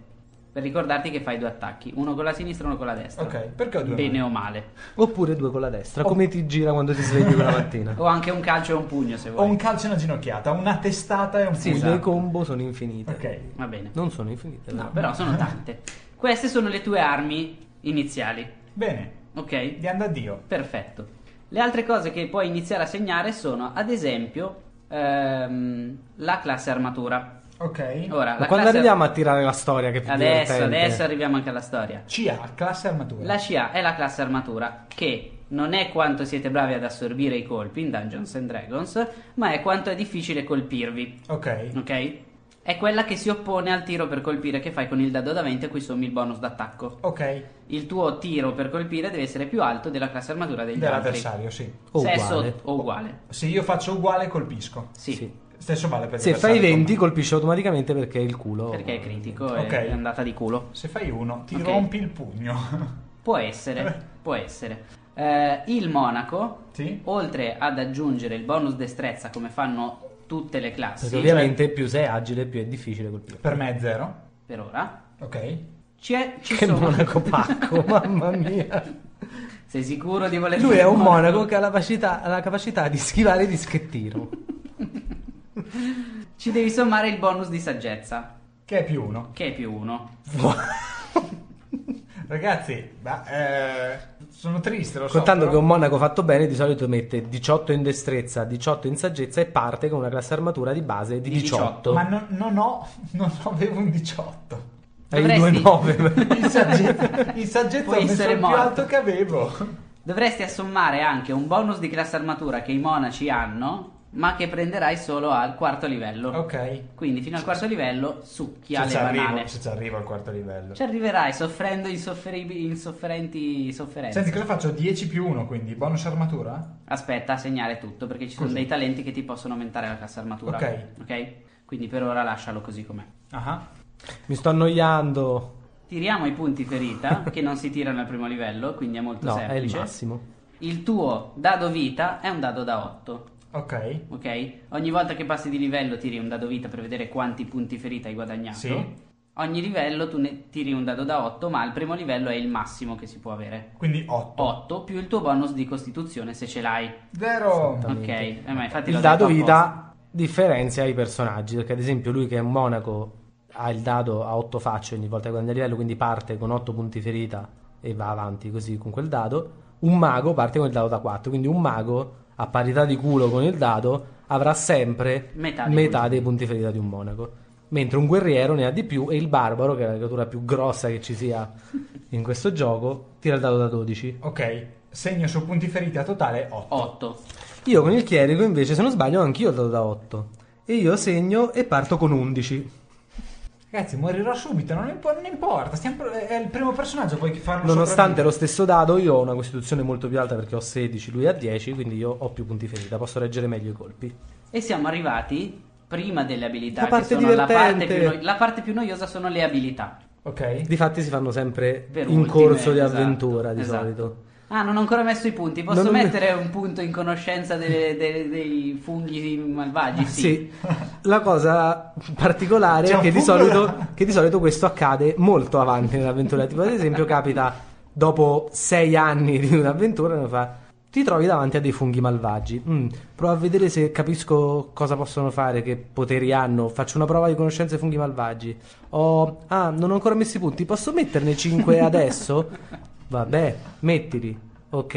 [SPEAKER 1] per ricordarti che fai due attacchi, uno con la sinistra e uno con la destra.
[SPEAKER 2] Ok, perché ho due
[SPEAKER 1] Bene
[SPEAKER 2] mani?
[SPEAKER 1] o male.
[SPEAKER 3] Oppure due con la destra, come ti gira quando ti svegli quella mattina.
[SPEAKER 1] O anche un calcio e un pugno se
[SPEAKER 2] Ho
[SPEAKER 1] vuoi.
[SPEAKER 2] un calcio e una ginocchiata, una testata e un
[SPEAKER 3] Sì, esatto.
[SPEAKER 2] pugno.
[SPEAKER 3] le combo sono infinite.
[SPEAKER 2] Ok.
[SPEAKER 1] Va bene.
[SPEAKER 3] Non sono infinite.
[SPEAKER 1] Esatto. No,
[SPEAKER 3] però.
[SPEAKER 1] però sono tante. Queste sono le tue armi iniziali,
[SPEAKER 2] Bene.
[SPEAKER 1] ok?
[SPEAKER 2] Di anda Dio.
[SPEAKER 1] Perfetto. Le altre cose che puoi iniziare a segnare sono, ad esempio, ehm, la classe armatura.
[SPEAKER 2] Ok.
[SPEAKER 1] Ora,
[SPEAKER 3] Ma
[SPEAKER 1] la
[SPEAKER 3] quando
[SPEAKER 1] classe-
[SPEAKER 3] arriviamo a tirare la storia che è più
[SPEAKER 1] Adesso,
[SPEAKER 3] divertente.
[SPEAKER 1] adesso arriviamo anche alla storia.
[SPEAKER 2] CA, classe armatura.
[SPEAKER 1] La CA è la classe armatura che non è quanto siete bravi ad assorbire i colpi in Dungeons and Dragons, ma è quanto è difficile colpirvi,
[SPEAKER 2] Ok.
[SPEAKER 1] ok? È quella che si oppone al tiro per colpire che fai con il dado da 20 a cui sommi il bonus d'attacco.
[SPEAKER 2] Ok.
[SPEAKER 1] Il tuo tiro per colpire deve essere più alto della classe armatura degli altri.
[SPEAKER 2] Dell'avversario, sì.
[SPEAKER 3] O
[SPEAKER 1] Se è
[SPEAKER 3] uguale.
[SPEAKER 1] sotto- o uguale.
[SPEAKER 2] Se io faccio uguale colpisco.
[SPEAKER 1] Sì.
[SPEAKER 3] Sì.
[SPEAKER 2] Stesso vale per
[SPEAKER 3] Se fai
[SPEAKER 2] l'avversario
[SPEAKER 3] 20
[SPEAKER 2] come-
[SPEAKER 3] colpisce automaticamente perché il culo...
[SPEAKER 1] Perché è critico
[SPEAKER 2] Ok.
[SPEAKER 1] e è andata di culo.
[SPEAKER 2] Se fai uno, ti
[SPEAKER 1] Ok.
[SPEAKER 2] rompi il pugno.
[SPEAKER 1] Può essere, può essere. Eh, il monaco,
[SPEAKER 2] Sì.
[SPEAKER 1] oltre ad aggiungere il bonus destrezza come fanno tutte le classi,
[SPEAKER 3] Perché ovviamente
[SPEAKER 1] cioè
[SPEAKER 3] più sei agile più è difficile colpire.
[SPEAKER 2] per me è zero.
[SPEAKER 1] per ora,
[SPEAKER 2] Ok.
[SPEAKER 1] c'è, ci
[SPEAKER 3] Che
[SPEAKER 1] sono...
[SPEAKER 3] monaco pacco, mamma mia.
[SPEAKER 1] Sei sicuro di voler
[SPEAKER 3] Lui
[SPEAKER 1] fare
[SPEAKER 3] è un monaco che ha la capacità, ha la capacità di schivare di schettino.
[SPEAKER 1] Ci devi sommare il bonus di saggezza,
[SPEAKER 2] Che è più uno.
[SPEAKER 1] che è più uno.
[SPEAKER 2] Ragazzi, ma, eh, sono triste, lo so.
[SPEAKER 3] Contando
[SPEAKER 2] però-
[SPEAKER 3] che un monaco fatto bene di solito mette 18 in destrezza, 18 in saggezza e parte con una classe armatura di base di
[SPEAKER 1] Di
[SPEAKER 3] 18.
[SPEAKER 1] 18.
[SPEAKER 2] Ma non, non ho, non avevo un 18.
[SPEAKER 3] Hai
[SPEAKER 1] Dovresti-
[SPEAKER 3] 2-9.
[SPEAKER 2] Il saggezza, il saggezza
[SPEAKER 1] Puoi
[SPEAKER 2] ho messo
[SPEAKER 1] essere
[SPEAKER 2] il più
[SPEAKER 1] morto.
[SPEAKER 2] alto che avevo.
[SPEAKER 1] Dovresti assommare anche un bonus di classe armatura che i monaci hanno, ma che prenderai solo al quarto livello.
[SPEAKER 2] Ok.
[SPEAKER 1] Quindi fino al quarto livello succhia
[SPEAKER 3] Cioè,
[SPEAKER 2] Se ci
[SPEAKER 1] le banane.
[SPEAKER 2] arrivo, se ci arrivo al quarto livello.
[SPEAKER 1] Ci arriverai soffrendo insofferibili, insofferenti sofferenze.
[SPEAKER 2] Senti, cosa faccio? 10 più 1, quindi bonus armatura?
[SPEAKER 1] Aspetta, segnare tutto perché ci sono
[SPEAKER 2] Così.
[SPEAKER 1] dei talenti che ti possono aumentare la cassa armatura.
[SPEAKER 2] Ok.
[SPEAKER 1] Ok? Quindi per ora lascialo così com'è.
[SPEAKER 2] Ah.
[SPEAKER 3] Mi sto annoiando.
[SPEAKER 1] Tiriamo i punti ferita che non si tirano al primo livello, quindi è molto
[SPEAKER 3] No, è il
[SPEAKER 1] semplice.
[SPEAKER 3] massimo.
[SPEAKER 1] il tuo dado vita è un dado da 8.
[SPEAKER 2] Ok.
[SPEAKER 1] Ok? Ogni volta che passi di livello tiri un dado vita per vedere quanti punti ferita hai guadagnato.
[SPEAKER 2] Sì.
[SPEAKER 1] Ogni livello tu ne tiri un dado da 8, ma al primo livello è il massimo che si può avere.
[SPEAKER 2] Quindi 8.
[SPEAKER 1] 8 più il tuo bonus di costituzione se ce l'hai.
[SPEAKER 2] 0.
[SPEAKER 3] Santa.
[SPEAKER 1] Ok,
[SPEAKER 3] Esattamente.
[SPEAKER 1] eh, ma infatti
[SPEAKER 3] il
[SPEAKER 1] l'ho
[SPEAKER 3] dado
[SPEAKER 1] detto apposta.
[SPEAKER 3] vita differenzia i personaggi perché ad esempio lui che è un monaco ha il dado a 8 facce ogni volta che guadagna livello, quindi parte con 8 punti ferita e va avanti così con quel dado. Un mago parte con il dado da 4, quindi un mago a parità di culo con il dado avrà sempre
[SPEAKER 1] Metà
[SPEAKER 3] metà,
[SPEAKER 1] dei punti.
[SPEAKER 3] dei punti ferita di un monaco. Mentre un guerriero ne ha di più e il barbaro, che è la creatura più grossa che ci sia in questo gioco, tira il dado da 12.
[SPEAKER 2] Ok, segno su punti feriti a totale 8.
[SPEAKER 1] 8.
[SPEAKER 3] Io con il chierico invece, se non sbaglio, anch'io ho dato da 8. E io segno e parto con 11.
[SPEAKER 2] Ragazzi, morirò subito, non, impo- non importa. stiamo pro- è il primo personaggio, puoi farlo
[SPEAKER 3] Nonostante
[SPEAKER 2] sopravvivere.
[SPEAKER 3] lo stesso dado, io ho una costituzione molto più alta perché ho 16, lui ha 10, quindi io ho più punti ferita, posso reggere meglio i colpi.
[SPEAKER 1] E siamo arrivati prima delle abilità.
[SPEAKER 3] La
[SPEAKER 1] che
[SPEAKER 3] parte
[SPEAKER 1] sono la parte,
[SPEAKER 3] divertente.
[SPEAKER 1] più no- la parte più noiosa sono le abilità.
[SPEAKER 2] Ok.
[SPEAKER 3] Difatti si fanno sempre
[SPEAKER 1] Per
[SPEAKER 3] in
[SPEAKER 1] ultime,
[SPEAKER 3] corso di
[SPEAKER 1] esatto,
[SPEAKER 3] avventura di
[SPEAKER 1] esatto.
[SPEAKER 3] solito.
[SPEAKER 1] Ah, non ho ancora messo i punti. Posso
[SPEAKER 3] Non- non-
[SPEAKER 1] mettere un punto in conoscenza de- de- dei funghi malvagi? Sì.
[SPEAKER 3] Sì. La cosa particolare
[SPEAKER 2] C'è
[SPEAKER 3] è
[SPEAKER 2] un
[SPEAKER 3] che di,
[SPEAKER 2] fungo là.
[SPEAKER 3] solito, che di solito questo accade molto avanti nell'avventura. Tipo, ad esempio, capita dopo sei anni di un'avventura e uno fa. Ti trovi davanti a dei funghi malvagi. Mm, provo a vedere se capisco cosa possono fare, che poteri hanno. Faccio una prova di conoscenza dei funghi malvagi. Ho- ah, non ho ancora messo i punti. Posso metterne 5 adesso? Vabbè, mettili. Ok.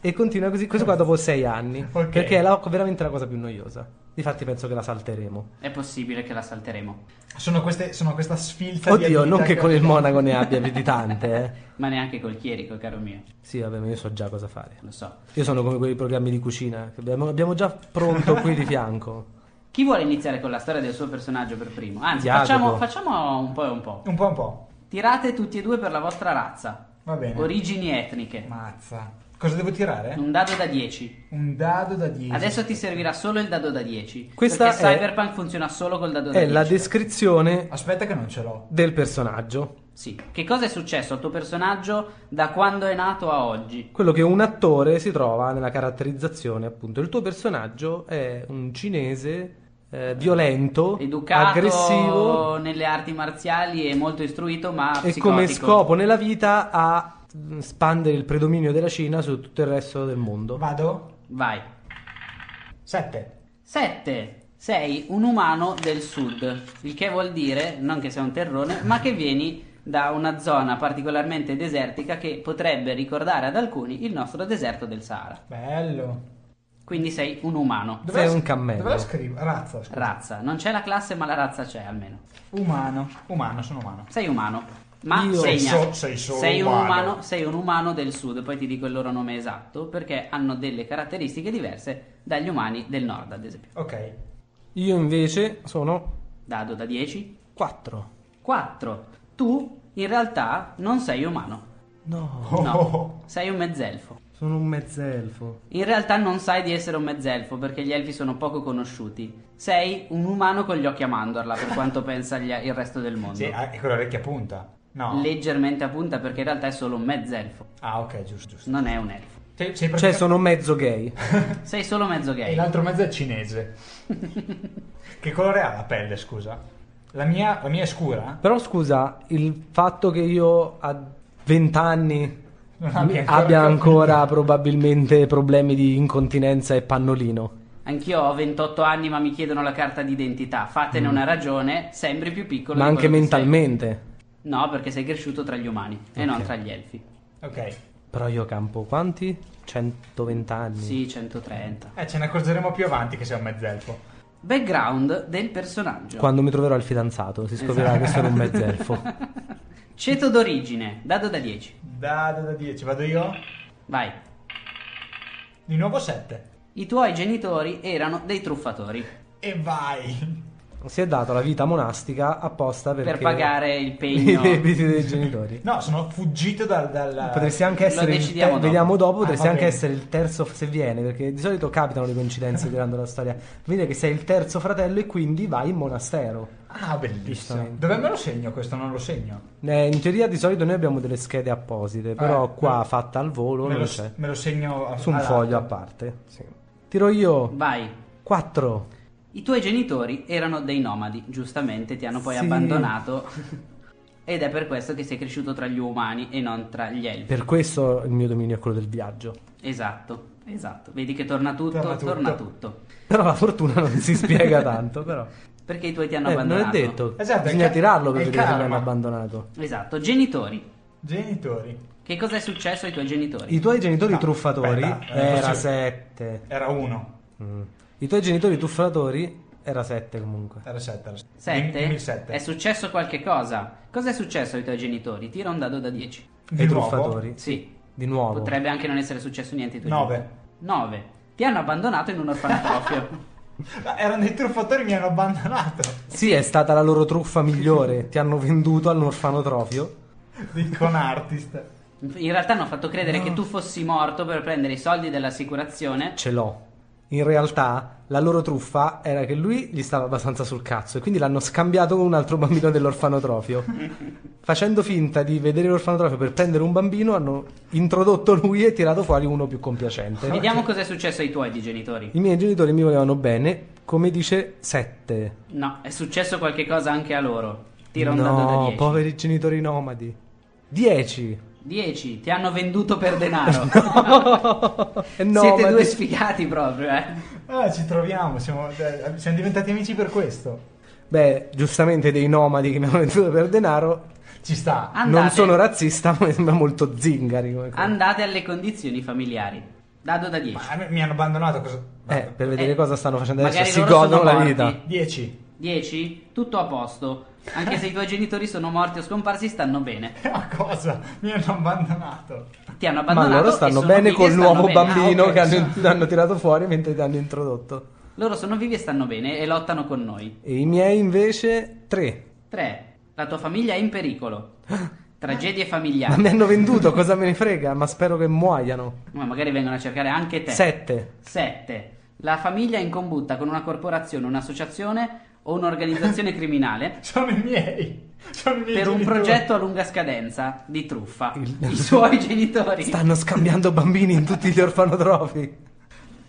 [SPEAKER 3] E continua così. Questo qua dopo sei anni.
[SPEAKER 2] Ok.
[SPEAKER 3] Perché è la- veramente la cosa più noiosa. Difatti penso che la salteremo.
[SPEAKER 1] È possibile che la salteremo,
[SPEAKER 2] Sono, queste, sono questa sfilza di
[SPEAKER 3] Oddio,
[SPEAKER 2] abilità
[SPEAKER 3] non che
[SPEAKER 2] ho-
[SPEAKER 3] con il monaco ne abbia più di tante, eh.
[SPEAKER 1] ma neanche col chierico, caro mio.
[SPEAKER 3] Sì, vabbè, ma io so già cosa fare.
[SPEAKER 1] Lo so.
[SPEAKER 3] Io sono come quei programmi di cucina che abbiamo, abbiamo già pronto qui di fianco.
[SPEAKER 1] Chi vuole iniziare con la storia del suo personaggio per primo? Anzi, facciamo,
[SPEAKER 3] Jacopo.
[SPEAKER 1] facciamo un po' e un po'.
[SPEAKER 2] Un po' un po'.
[SPEAKER 1] Tirate tutti e due per la vostra razza,
[SPEAKER 2] Va bene.
[SPEAKER 1] origini etniche.
[SPEAKER 2] Mazza. Cosa devo tirare?
[SPEAKER 1] Un dado da 10.
[SPEAKER 2] Un dado da 10.
[SPEAKER 1] Adesso ti servirà solo il dado da 10.
[SPEAKER 3] Questa
[SPEAKER 1] perché
[SPEAKER 3] è-
[SPEAKER 1] Cyberpunk funziona solo col dado da
[SPEAKER 3] È
[SPEAKER 1] 10.
[SPEAKER 3] la descrizione
[SPEAKER 2] Aspetta che non ce l'ho.
[SPEAKER 3] del personaggio.
[SPEAKER 1] Sì. Che cosa è successo al tuo personaggio da quando è nato a oggi?
[SPEAKER 3] Quello che un attore si trova nella caratterizzazione, appunto. Il tuo personaggio è un cinese eh, violento,
[SPEAKER 1] Educato
[SPEAKER 3] aggressivo
[SPEAKER 1] nelle arti marziali e molto istruito, ma
[SPEAKER 3] e
[SPEAKER 1] psicotico.
[SPEAKER 3] come scopo nella vita ha mh, espandere il predominio della Cina su tutto il resto del mondo.
[SPEAKER 2] Vado?
[SPEAKER 1] Vai.
[SPEAKER 2] 7.
[SPEAKER 1] 7. Sei un umano del sud, il che vuol dire, non che sei un terrone, ma che vieni da una zona particolarmente desertica che potrebbe ricordare ad alcuni il nostro deserto del Sahara.
[SPEAKER 2] Bello.
[SPEAKER 1] Quindi sei un umano.
[SPEAKER 3] Sei un cammello.
[SPEAKER 2] Dove la scrivo? Razza, scusa.
[SPEAKER 1] Razza. Non c'è la classe, ma la razza c'è almeno.
[SPEAKER 2] umano. Umano, sono umano.
[SPEAKER 1] Sei umano. Ma
[SPEAKER 3] Io-
[SPEAKER 1] segna.
[SPEAKER 2] Sei so- sei solo
[SPEAKER 1] Sei un
[SPEAKER 2] umano.
[SPEAKER 1] sei un umano del sud, poi ti dico il loro nome esatto, perché hanno delle caratteristiche diverse dagli umani del nord, ad esempio.
[SPEAKER 2] Ok.
[SPEAKER 3] Io invece sono
[SPEAKER 1] Dado da 10.
[SPEAKER 3] 4.
[SPEAKER 1] 4. Tu in realtà non sei umano.
[SPEAKER 3] No,
[SPEAKER 2] Oh, oh,
[SPEAKER 1] No.
[SPEAKER 2] oh.
[SPEAKER 1] Sei un mezzelfo.
[SPEAKER 3] sono un mezzelfo.
[SPEAKER 1] In realtà non sai di essere un mezzelfo perché gli elfi sono poco conosciuti. Sei un umano con gli occhi a mandorla, per quanto pensa gli- il resto del mondo.
[SPEAKER 2] Sì, ah, è quella orecchia punta. No.
[SPEAKER 1] Leggermente a punta perché in realtà è solo un mezzelfo,
[SPEAKER 2] Ah, ok, giusto, giusto.
[SPEAKER 1] non è un elfo.
[SPEAKER 2] Sei, sei
[SPEAKER 3] Cioè,
[SPEAKER 2] praticamente-
[SPEAKER 3] sono mezzo gay.
[SPEAKER 1] Sei solo mezzo gay.
[SPEAKER 2] E l'altro mezzo è cinese. che colore ha la pelle, scusa? La mia, la mia è scura?
[SPEAKER 3] Però scusa, il fatto che io a 20 anni
[SPEAKER 2] Non abbia ancora
[SPEAKER 3] abbia
[SPEAKER 2] capito.
[SPEAKER 3] ancora probabilmente problemi di incontinenza e pannolino.
[SPEAKER 1] Anch'io ho 28 anni ma mi chiedono la carta d'identità. Fatene una ragione, sembri più piccolo.
[SPEAKER 3] Mm. Ma
[SPEAKER 1] di
[SPEAKER 3] anche
[SPEAKER 1] quello che
[SPEAKER 3] mentalmente.
[SPEAKER 1] sei. No, perché sei cresciuto tra gli umani e non
[SPEAKER 3] Ok. Mm.
[SPEAKER 1] tra gli elfi.
[SPEAKER 2] Ok.
[SPEAKER 3] Però io campo quanti? 120 anni.
[SPEAKER 1] Sì, 130.
[SPEAKER 2] Eh, ce ne accorgeremo più avanti che sei un mezzelfo.
[SPEAKER 1] Background del personaggio.
[SPEAKER 3] Quando mi troverò il fidanzato si scoprirà che sono un mezzelfo.
[SPEAKER 1] Ceto d'origine, dado da 10.
[SPEAKER 2] Dado da 10, vado io?
[SPEAKER 1] Vai.
[SPEAKER 2] Di nuovo 7.
[SPEAKER 1] I tuoi genitori erano dei truffatori
[SPEAKER 2] E vai!
[SPEAKER 3] Si è dato la vita monastica apposta perché
[SPEAKER 1] per pagare il
[SPEAKER 3] i
[SPEAKER 1] pegno.
[SPEAKER 3] debiti dei genitori.
[SPEAKER 2] No, sono fuggito dal... dal-
[SPEAKER 3] Potresti anche
[SPEAKER 1] Lo
[SPEAKER 3] essere. il
[SPEAKER 1] decidiamo dopo.
[SPEAKER 3] Vediamo dopo.
[SPEAKER 2] Ah,
[SPEAKER 3] Potresti
[SPEAKER 2] va
[SPEAKER 3] anche
[SPEAKER 2] bene.
[SPEAKER 3] essere il terzo. Se viene, perché di solito capitano le coincidenze durante la storia. Vedi che sei il terzo fratello e quindi vai in monastero.
[SPEAKER 2] Ah, bellissimo.
[SPEAKER 3] Giustamente.
[SPEAKER 2] Dove me lo segno questo? Non lo segno.
[SPEAKER 3] Eh, in teoria di solito noi abbiamo delle schede apposite, però
[SPEAKER 2] Eh,
[SPEAKER 3] qua
[SPEAKER 2] eh.
[SPEAKER 3] fatta al volo
[SPEAKER 2] me,
[SPEAKER 3] non
[SPEAKER 2] lo,
[SPEAKER 3] c'è.
[SPEAKER 2] me lo segno... a-
[SPEAKER 3] Su un
[SPEAKER 2] alla-
[SPEAKER 3] foglio a parte. Sì. Tiro io
[SPEAKER 1] Vai.
[SPEAKER 3] 4.
[SPEAKER 1] I tuoi genitori erano dei nomadi, giustamente ti hanno poi
[SPEAKER 3] Sì.
[SPEAKER 1] abbandonato. Ed è per questo che sei cresciuto tra gli umani e non tra gli elfi.
[SPEAKER 3] Per questo il mio dominio è quello del viaggio.
[SPEAKER 1] Esatto, esatto. Vedi che torna tutto,
[SPEAKER 2] Torna
[SPEAKER 1] torna
[SPEAKER 2] tutto.
[SPEAKER 1] tutto.
[SPEAKER 3] Però la fortuna non si spiega tanto, però.
[SPEAKER 1] Perché i tuoi ti hanno
[SPEAKER 3] Eh, non
[SPEAKER 1] abbandonato.
[SPEAKER 3] è detto.
[SPEAKER 2] Esatto, è
[SPEAKER 3] Bisogna
[SPEAKER 2] ca-
[SPEAKER 3] tirarlo per
[SPEAKER 2] è
[SPEAKER 3] vedere se
[SPEAKER 2] karma.
[SPEAKER 3] l'hanno abbandonato.
[SPEAKER 1] Esatto, genitori.
[SPEAKER 4] Genitori.
[SPEAKER 1] Che cosa è successo ai tuoi genitori?
[SPEAKER 3] I tuoi genitori
[SPEAKER 4] No,
[SPEAKER 3] truffatori
[SPEAKER 4] aspetta, eh,
[SPEAKER 3] era
[SPEAKER 4] possiamo-
[SPEAKER 3] 7.
[SPEAKER 4] Era 1.
[SPEAKER 3] Mm. I tuoi genitori truffatori era 7
[SPEAKER 2] Eh,
[SPEAKER 3] comunque.
[SPEAKER 4] Era 7. Era 7.
[SPEAKER 1] Sette?
[SPEAKER 4] 2007.
[SPEAKER 1] È successo qualche cosa? Cosa è successo ai tuoi genitori? Tira un dado da 10.
[SPEAKER 3] e i truffatori.
[SPEAKER 1] Sì.
[SPEAKER 3] Di nuovo.
[SPEAKER 1] Potrebbe anche non essere successo niente ai tuoi
[SPEAKER 4] 9.
[SPEAKER 1] 9. Ti hanno abbandonato in un orfanotrofio.
[SPEAKER 4] Erano dei truffatori mi hanno abbandonato.
[SPEAKER 3] Sì, è stata la loro truffa migliore. Ti hanno venduto all'orfanotrofio.
[SPEAKER 4] Dei con artist.
[SPEAKER 1] In realtà hanno fatto credere che tu fossi morto per prendere i soldi dell'assicurazione.
[SPEAKER 3] Ce l'ho. In realtà la loro truffa era che lui gli stava abbastanza sul cazzo e quindi l'hanno scambiato con un altro bambino dell'orfanotrofio. Facendo finta di vedere l'orfanotrofio per prendere un bambino, hanno introdotto lui e tirato fuori uno più compiacente.
[SPEAKER 1] Vediamo cosa è successo ai tuoi di genitori.
[SPEAKER 3] I miei genitori mi volevano bene, come dice 7.
[SPEAKER 1] No, è successo qualche cosa anche a loro. Tira un dado da
[SPEAKER 3] No,
[SPEAKER 1] 10.
[SPEAKER 3] poveri genitori nomadi. 10.
[SPEAKER 1] 10. Ti hanno venduto per denaro.
[SPEAKER 3] Eh, no,
[SPEAKER 1] Siete
[SPEAKER 3] ma-
[SPEAKER 1] due sfigati proprio, eh.
[SPEAKER 4] Ah, ci troviamo, siamo, eh, siamo diventati amici per questo.
[SPEAKER 3] Beh, giustamente dei nomadi che mi hanno venduto per denaro.
[SPEAKER 4] Ci sta.
[SPEAKER 1] Andate,
[SPEAKER 3] Non sono razzista, ma mi sembra molto zingari come cosa.
[SPEAKER 1] andate alle condizioni familiari. Dado da 10.
[SPEAKER 4] Ma a me- mi hanno abbandonato cosa?
[SPEAKER 3] Eh, per vedere
[SPEAKER 1] Eh,
[SPEAKER 3] cosa stanno facendo adesso,
[SPEAKER 1] magari
[SPEAKER 3] si
[SPEAKER 1] loro
[SPEAKER 3] godono
[SPEAKER 1] sono
[SPEAKER 3] la
[SPEAKER 1] morti.
[SPEAKER 3] vita.
[SPEAKER 4] 10.
[SPEAKER 1] 10. Tutto a posto. Anche se i tuoi genitori sono morti o scomparsi, stanno bene.
[SPEAKER 4] Ma Ah, cosa? Mi hanno abbandonato.
[SPEAKER 1] Ti hanno
[SPEAKER 3] Ma
[SPEAKER 1] abbandonato.
[SPEAKER 3] loro
[SPEAKER 1] e
[SPEAKER 3] stanno
[SPEAKER 1] sono
[SPEAKER 3] bene
[SPEAKER 1] vivi e
[SPEAKER 3] col
[SPEAKER 1] stanno
[SPEAKER 3] nuovo
[SPEAKER 1] bene.
[SPEAKER 3] bambino
[SPEAKER 1] Ah, ok.
[SPEAKER 3] che hanno, hanno tirato fuori mentre ti hanno introdotto.
[SPEAKER 1] Loro sono vivi e stanno bene e lottano con noi.
[SPEAKER 3] E i miei invece, 3.
[SPEAKER 1] 3. La tua famiglia è in pericolo. Tragedie
[SPEAKER 3] Ma mi
[SPEAKER 1] familiari.
[SPEAKER 3] hanno venduto, cosa me ne frega? Ma spero che muoiano.
[SPEAKER 1] Ma magari vengono a cercare anche te.
[SPEAKER 3] 7.
[SPEAKER 1] 7. La famiglia è in combutta con una corporazione, un'associazione o un'organizzazione criminale
[SPEAKER 4] Sono i miei. Sono i miei
[SPEAKER 1] per un
[SPEAKER 4] genitori.
[SPEAKER 1] progetto a lunga scadenza di truffa. I suoi genitori.
[SPEAKER 3] Stanno scambiando bambini in tutti gli orfanotrofi.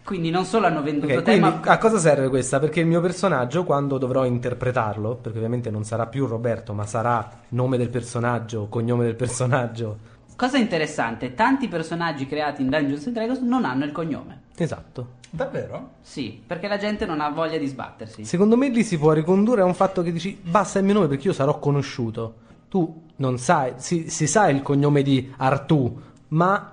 [SPEAKER 1] Quindi non solo hanno venduto
[SPEAKER 3] Ok,
[SPEAKER 1] te,
[SPEAKER 3] quindi
[SPEAKER 1] ma
[SPEAKER 3] a cosa serve questa? Perché il mio personaggio, quando dovrò interpretarlo, perché ovviamente non sarà più Roberto, ma sarà nome del personaggio, cognome del personaggio.
[SPEAKER 1] cosa interessante, tanti personaggi creati in Dungeons and Dragons non hanno il cognome.
[SPEAKER 3] Esatto.
[SPEAKER 4] Davvero?
[SPEAKER 1] Sì, perché la gente non ha voglia di sbattersi.
[SPEAKER 3] Secondo me lì si può ricondurre a un fatto che dici basta il mio nome perché io sarò conosciuto. Tu non sai, si, si sa il cognome di Artù, ma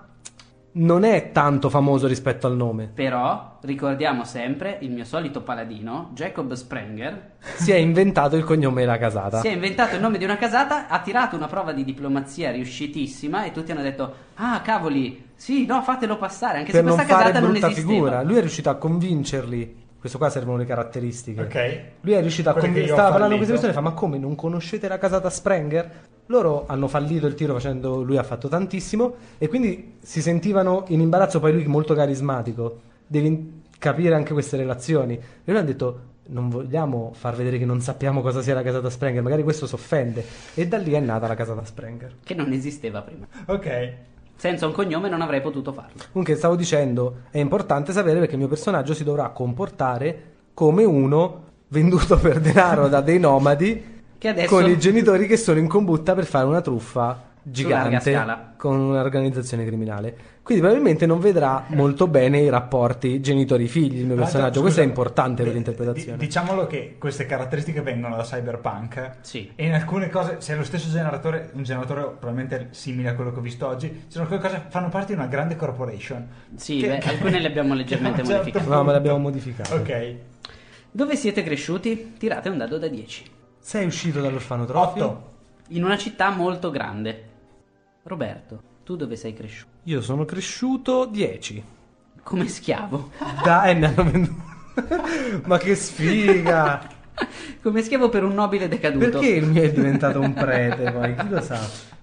[SPEAKER 3] non è tanto famoso rispetto al nome.
[SPEAKER 1] Però ricordiamo sempre il mio solito paladino, Jacob Sprenger,
[SPEAKER 3] Si è inventato il cognome della casata.
[SPEAKER 1] si è inventato il nome di una casata, ha tirato una prova di diplomazia riuscitissima e tutti hanno detto "Ah, cavoli, sì, no, fatelo passare, anche
[SPEAKER 3] per
[SPEAKER 1] se
[SPEAKER 3] non
[SPEAKER 1] questa
[SPEAKER 3] fare
[SPEAKER 1] casata non
[SPEAKER 3] brutta
[SPEAKER 1] esisteva".
[SPEAKER 3] figura. Lui è riuscito a convincerli. Questo qua servono le caratteristiche.
[SPEAKER 4] Ok.
[SPEAKER 3] Lui è riuscito a
[SPEAKER 4] Quelle che
[SPEAKER 3] convincere.
[SPEAKER 4] io ho
[SPEAKER 3] Stava parlando con
[SPEAKER 4] fallito.
[SPEAKER 3] queste persone e fa: Ma come non conoscete la casata Sprenger? Loro hanno fallito il tiro facendo. Lui ha fatto tantissimo. E quindi si sentivano in imbarazzo. Poi lui, molto carismatico, devi capire anche queste relazioni. E lui ha detto. Non vogliamo far vedere che non sappiamo cosa sia la casata Sprenger, magari questo si offende. E da lì è nata la casata Sprenger.
[SPEAKER 1] che non esisteva prima.
[SPEAKER 4] Ok.
[SPEAKER 1] Senza un cognome non avrei potuto farlo.
[SPEAKER 3] Comunque stavo dicendo, è importante sapere perché il mio personaggio si dovrà comportare come uno venduto per denaro da dei nomadi
[SPEAKER 1] Che adesso
[SPEAKER 3] con i genitori che sono in combutta per fare una truffa
[SPEAKER 1] larga
[SPEAKER 3] gigante
[SPEAKER 1] scala.
[SPEAKER 3] con un'organizzazione criminale. Quindi probabilmente non vedrà molto bene i rapporti genitori-figli il mio
[SPEAKER 4] Guarda,
[SPEAKER 3] personaggio.
[SPEAKER 4] Ah, scusa,
[SPEAKER 3] Questo è importante per
[SPEAKER 4] di-
[SPEAKER 3] l'interpretazione.
[SPEAKER 4] di- diciamolo che queste caratteristiche vengono da cyberpunk.
[SPEAKER 1] Sì.
[SPEAKER 4] E in alcune cose, se è lo stesso generatore, un generatore probabilmente simile a quello che ho visto oggi, ci sono alcune cose che fanno parte di una grande corporation.
[SPEAKER 1] Sì,
[SPEAKER 4] Che-
[SPEAKER 1] beh,
[SPEAKER 4] che-
[SPEAKER 1] alcune le abbiamo leggermente
[SPEAKER 4] che a un certo
[SPEAKER 1] modificate.
[SPEAKER 3] No, ma le abbiamo modificate.
[SPEAKER 4] Ok.
[SPEAKER 1] Dove siete cresciuti? Tirate un dado da 10.
[SPEAKER 3] Sei uscito dall'orfanotrofio?
[SPEAKER 4] 8.
[SPEAKER 1] In una città molto grande. Roberto, tu dove sei cresciuto?
[SPEAKER 3] Io sono cresciuto 10.
[SPEAKER 1] Come schiavo.
[SPEAKER 3] Dai, ne hanno venduto. ma che sfiga!
[SPEAKER 1] Come schiavo per un nobile decaduto.
[SPEAKER 3] Perché il mio è diventato un prete poi? Chi lo sa?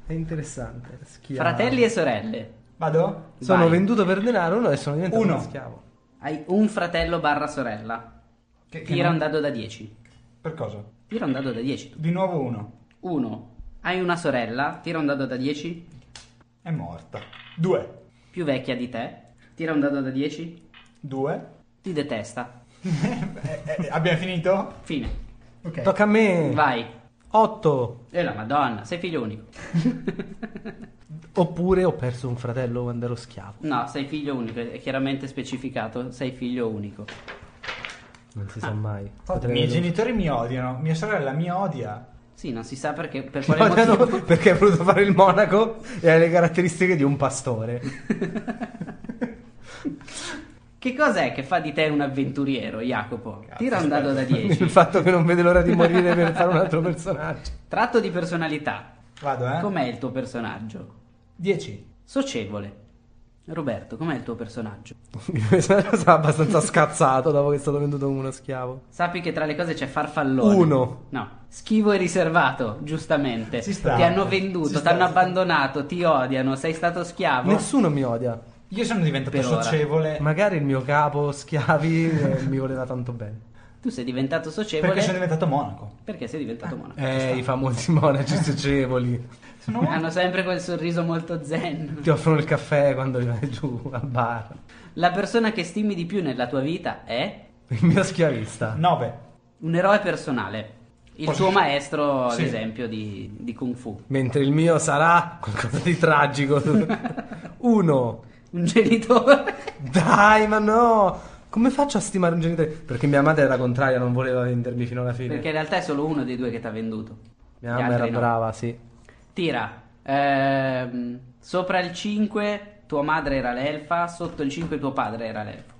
[SPEAKER 3] È interessante. Schiavo.
[SPEAKER 1] Fratelli e sorelle.
[SPEAKER 4] Vado?
[SPEAKER 3] Sono
[SPEAKER 1] Vai.
[SPEAKER 3] venduto per denaro no, e sono diventato
[SPEAKER 4] Uno.
[SPEAKER 3] uno schiavo.
[SPEAKER 1] Hai un fratello barra sorella.
[SPEAKER 4] Che- che
[SPEAKER 1] Tira
[SPEAKER 4] non-
[SPEAKER 1] un dado da 10.
[SPEAKER 4] Per cosa?
[SPEAKER 1] Tira un dado da 10 tu.
[SPEAKER 4] Di nuovo uno.
[SPEAKER 1] 1. Hai una sorella. Tira un dado da 10.
[SPEAKER 4] È morta. 2.
[SPEAKER 1] Più vecchia di te. Tira un dado da 10.
[SPEAKER 4] 2.
[SPEAKER 1] Ti detesta.
[SPEAKER 4] Eh, abbiamo finito?
[SPEAKER 1] Fine.
[SPEAKER 4] Ok.
[SPEAKER 3] Tocca a me.
[SPEAKER 1] Vai.
[SPEAKER 3] 8.
[SPEAKER 1] E la madonna, sei figlio unico.
[SPEAKER 3] Oppure ho perso un fratello quando ero schiavo.
[SPEAKER 1] No, sei figlio unico, è chiaramente specificato, sei figlio unico.
[SPEAKER 3] Non si sa mai.
[SPEAKER 2] I Oh, miei genitori mi odiano, mia sorella mi odia.
[SPEAKER 1] Sì, non si sa perché, per
[SPEAKER 3] Mi
[SPEAKER 1] quale
[SPEAKER 3] odiano
[SPEAKER 1] motivo.
[SPEAKER 3] perché ha voluto fare il monaco e ha le caratteristiche di un pastore.
[SPEAKER 1] Che cos'è che fa di te un avventuriero, Jacopo? Tira un dado da
[SPEAKER 3] il
[SPEAKER 1] 10.
[SPEAKER 3] fatto che non vede l'ora di morire per fare un altro personaggio.
[SPEAKER 1] Tratto di personalità.
[SPEAKER 2] Vado, eh?
[SPEAKER 1] Com'è il tuo personaggio?
[SPEAKER 2] 10.
[SPEAKER 1] Socievole. Roberto, com'è il tuo personaggio?
[SPEAKER 3] Il personaggio sarà abbastanza scazzato dopo che è stato venduto come uno schiavo.
[SPEAKER 1] Sappi che tra le cose c'è farfallone.
[SPEAKER 3] Uno.
[SPEAKER 1] No. Schivo e riservato, giustamente.
[SPEAKER 2] Ci sta.
[SPEAKER 1] Ti hanno
[SPEAKER 2] Ci
[SPEAKER 1] venduto, ti
[SPEAKER 2] sta.
[SPEAKER 1] hanno abbandonato, ti odiano, sei stato schiavo.
[SPEAKER 3] Nessuno mi odia.
[SPEAKER 2] Io sono diventato
[SPEAKER 1] Per ora.
[SPEAKER 2] socievole
[SPEAKER 3] Magari il mio capo schiavi eh, mi voleva tanto bene.
[SPEAKER 1] Tu sei diventato socievole
[SPEAKER 2] perché sono Ah, diventato monaco.
[SPEAKER 1] perché sei diventato monaco.
[SPEAKER 3] Eh, i famosi monaci socievoli.
[SPEAKER 2] Sono monaco.
[SPEAKER 1] Hanno sempre quel sorriso molto zen.
[SPEAKER 3] Ti offrono il caffè quando vai giù al bar.
[SPEAKER 1] La persona che stimi di più nella tua vita è
[SPEAKER 3] Il mio schiavista.
[SPEAKER 2] 9.
[SPEAKER 1] un eroe personale. Il
[SPEAKER 2] Posso-
[SPEAKER 1] tuo maestro,
[SPEAKER 2] Sì.
[SPEAKER 1] ad esempio, di, di Kung Fu.
[SPEAKER 3] Mentre il mio sarà qualcosa di tragico. Uno.
[SPEAKER 1] Un genitore.
[SPEAKER 3] Dai, ma no! Come faccio a stimare un genitore? Perché mia madre era contraria, non voleva vendermi fino alla fine.
[SPEAKER 1] Perché in realtà è solo uno dei due che ti ha venduto.
[SPEAKER 3] Mia
[SPEAKER 1] Gli
[SPEAKER 3] mamma
[SPEAKER 1] altri
[SPEAKER 3] era
[SPEAKER 1] no.
[SPEAKER 3] brava, sì.
[SPEAKER 1] Tira. Ehm, sopra il 5 tua madre era l'elfa, sotto il 5 tuo padre era l'elfo.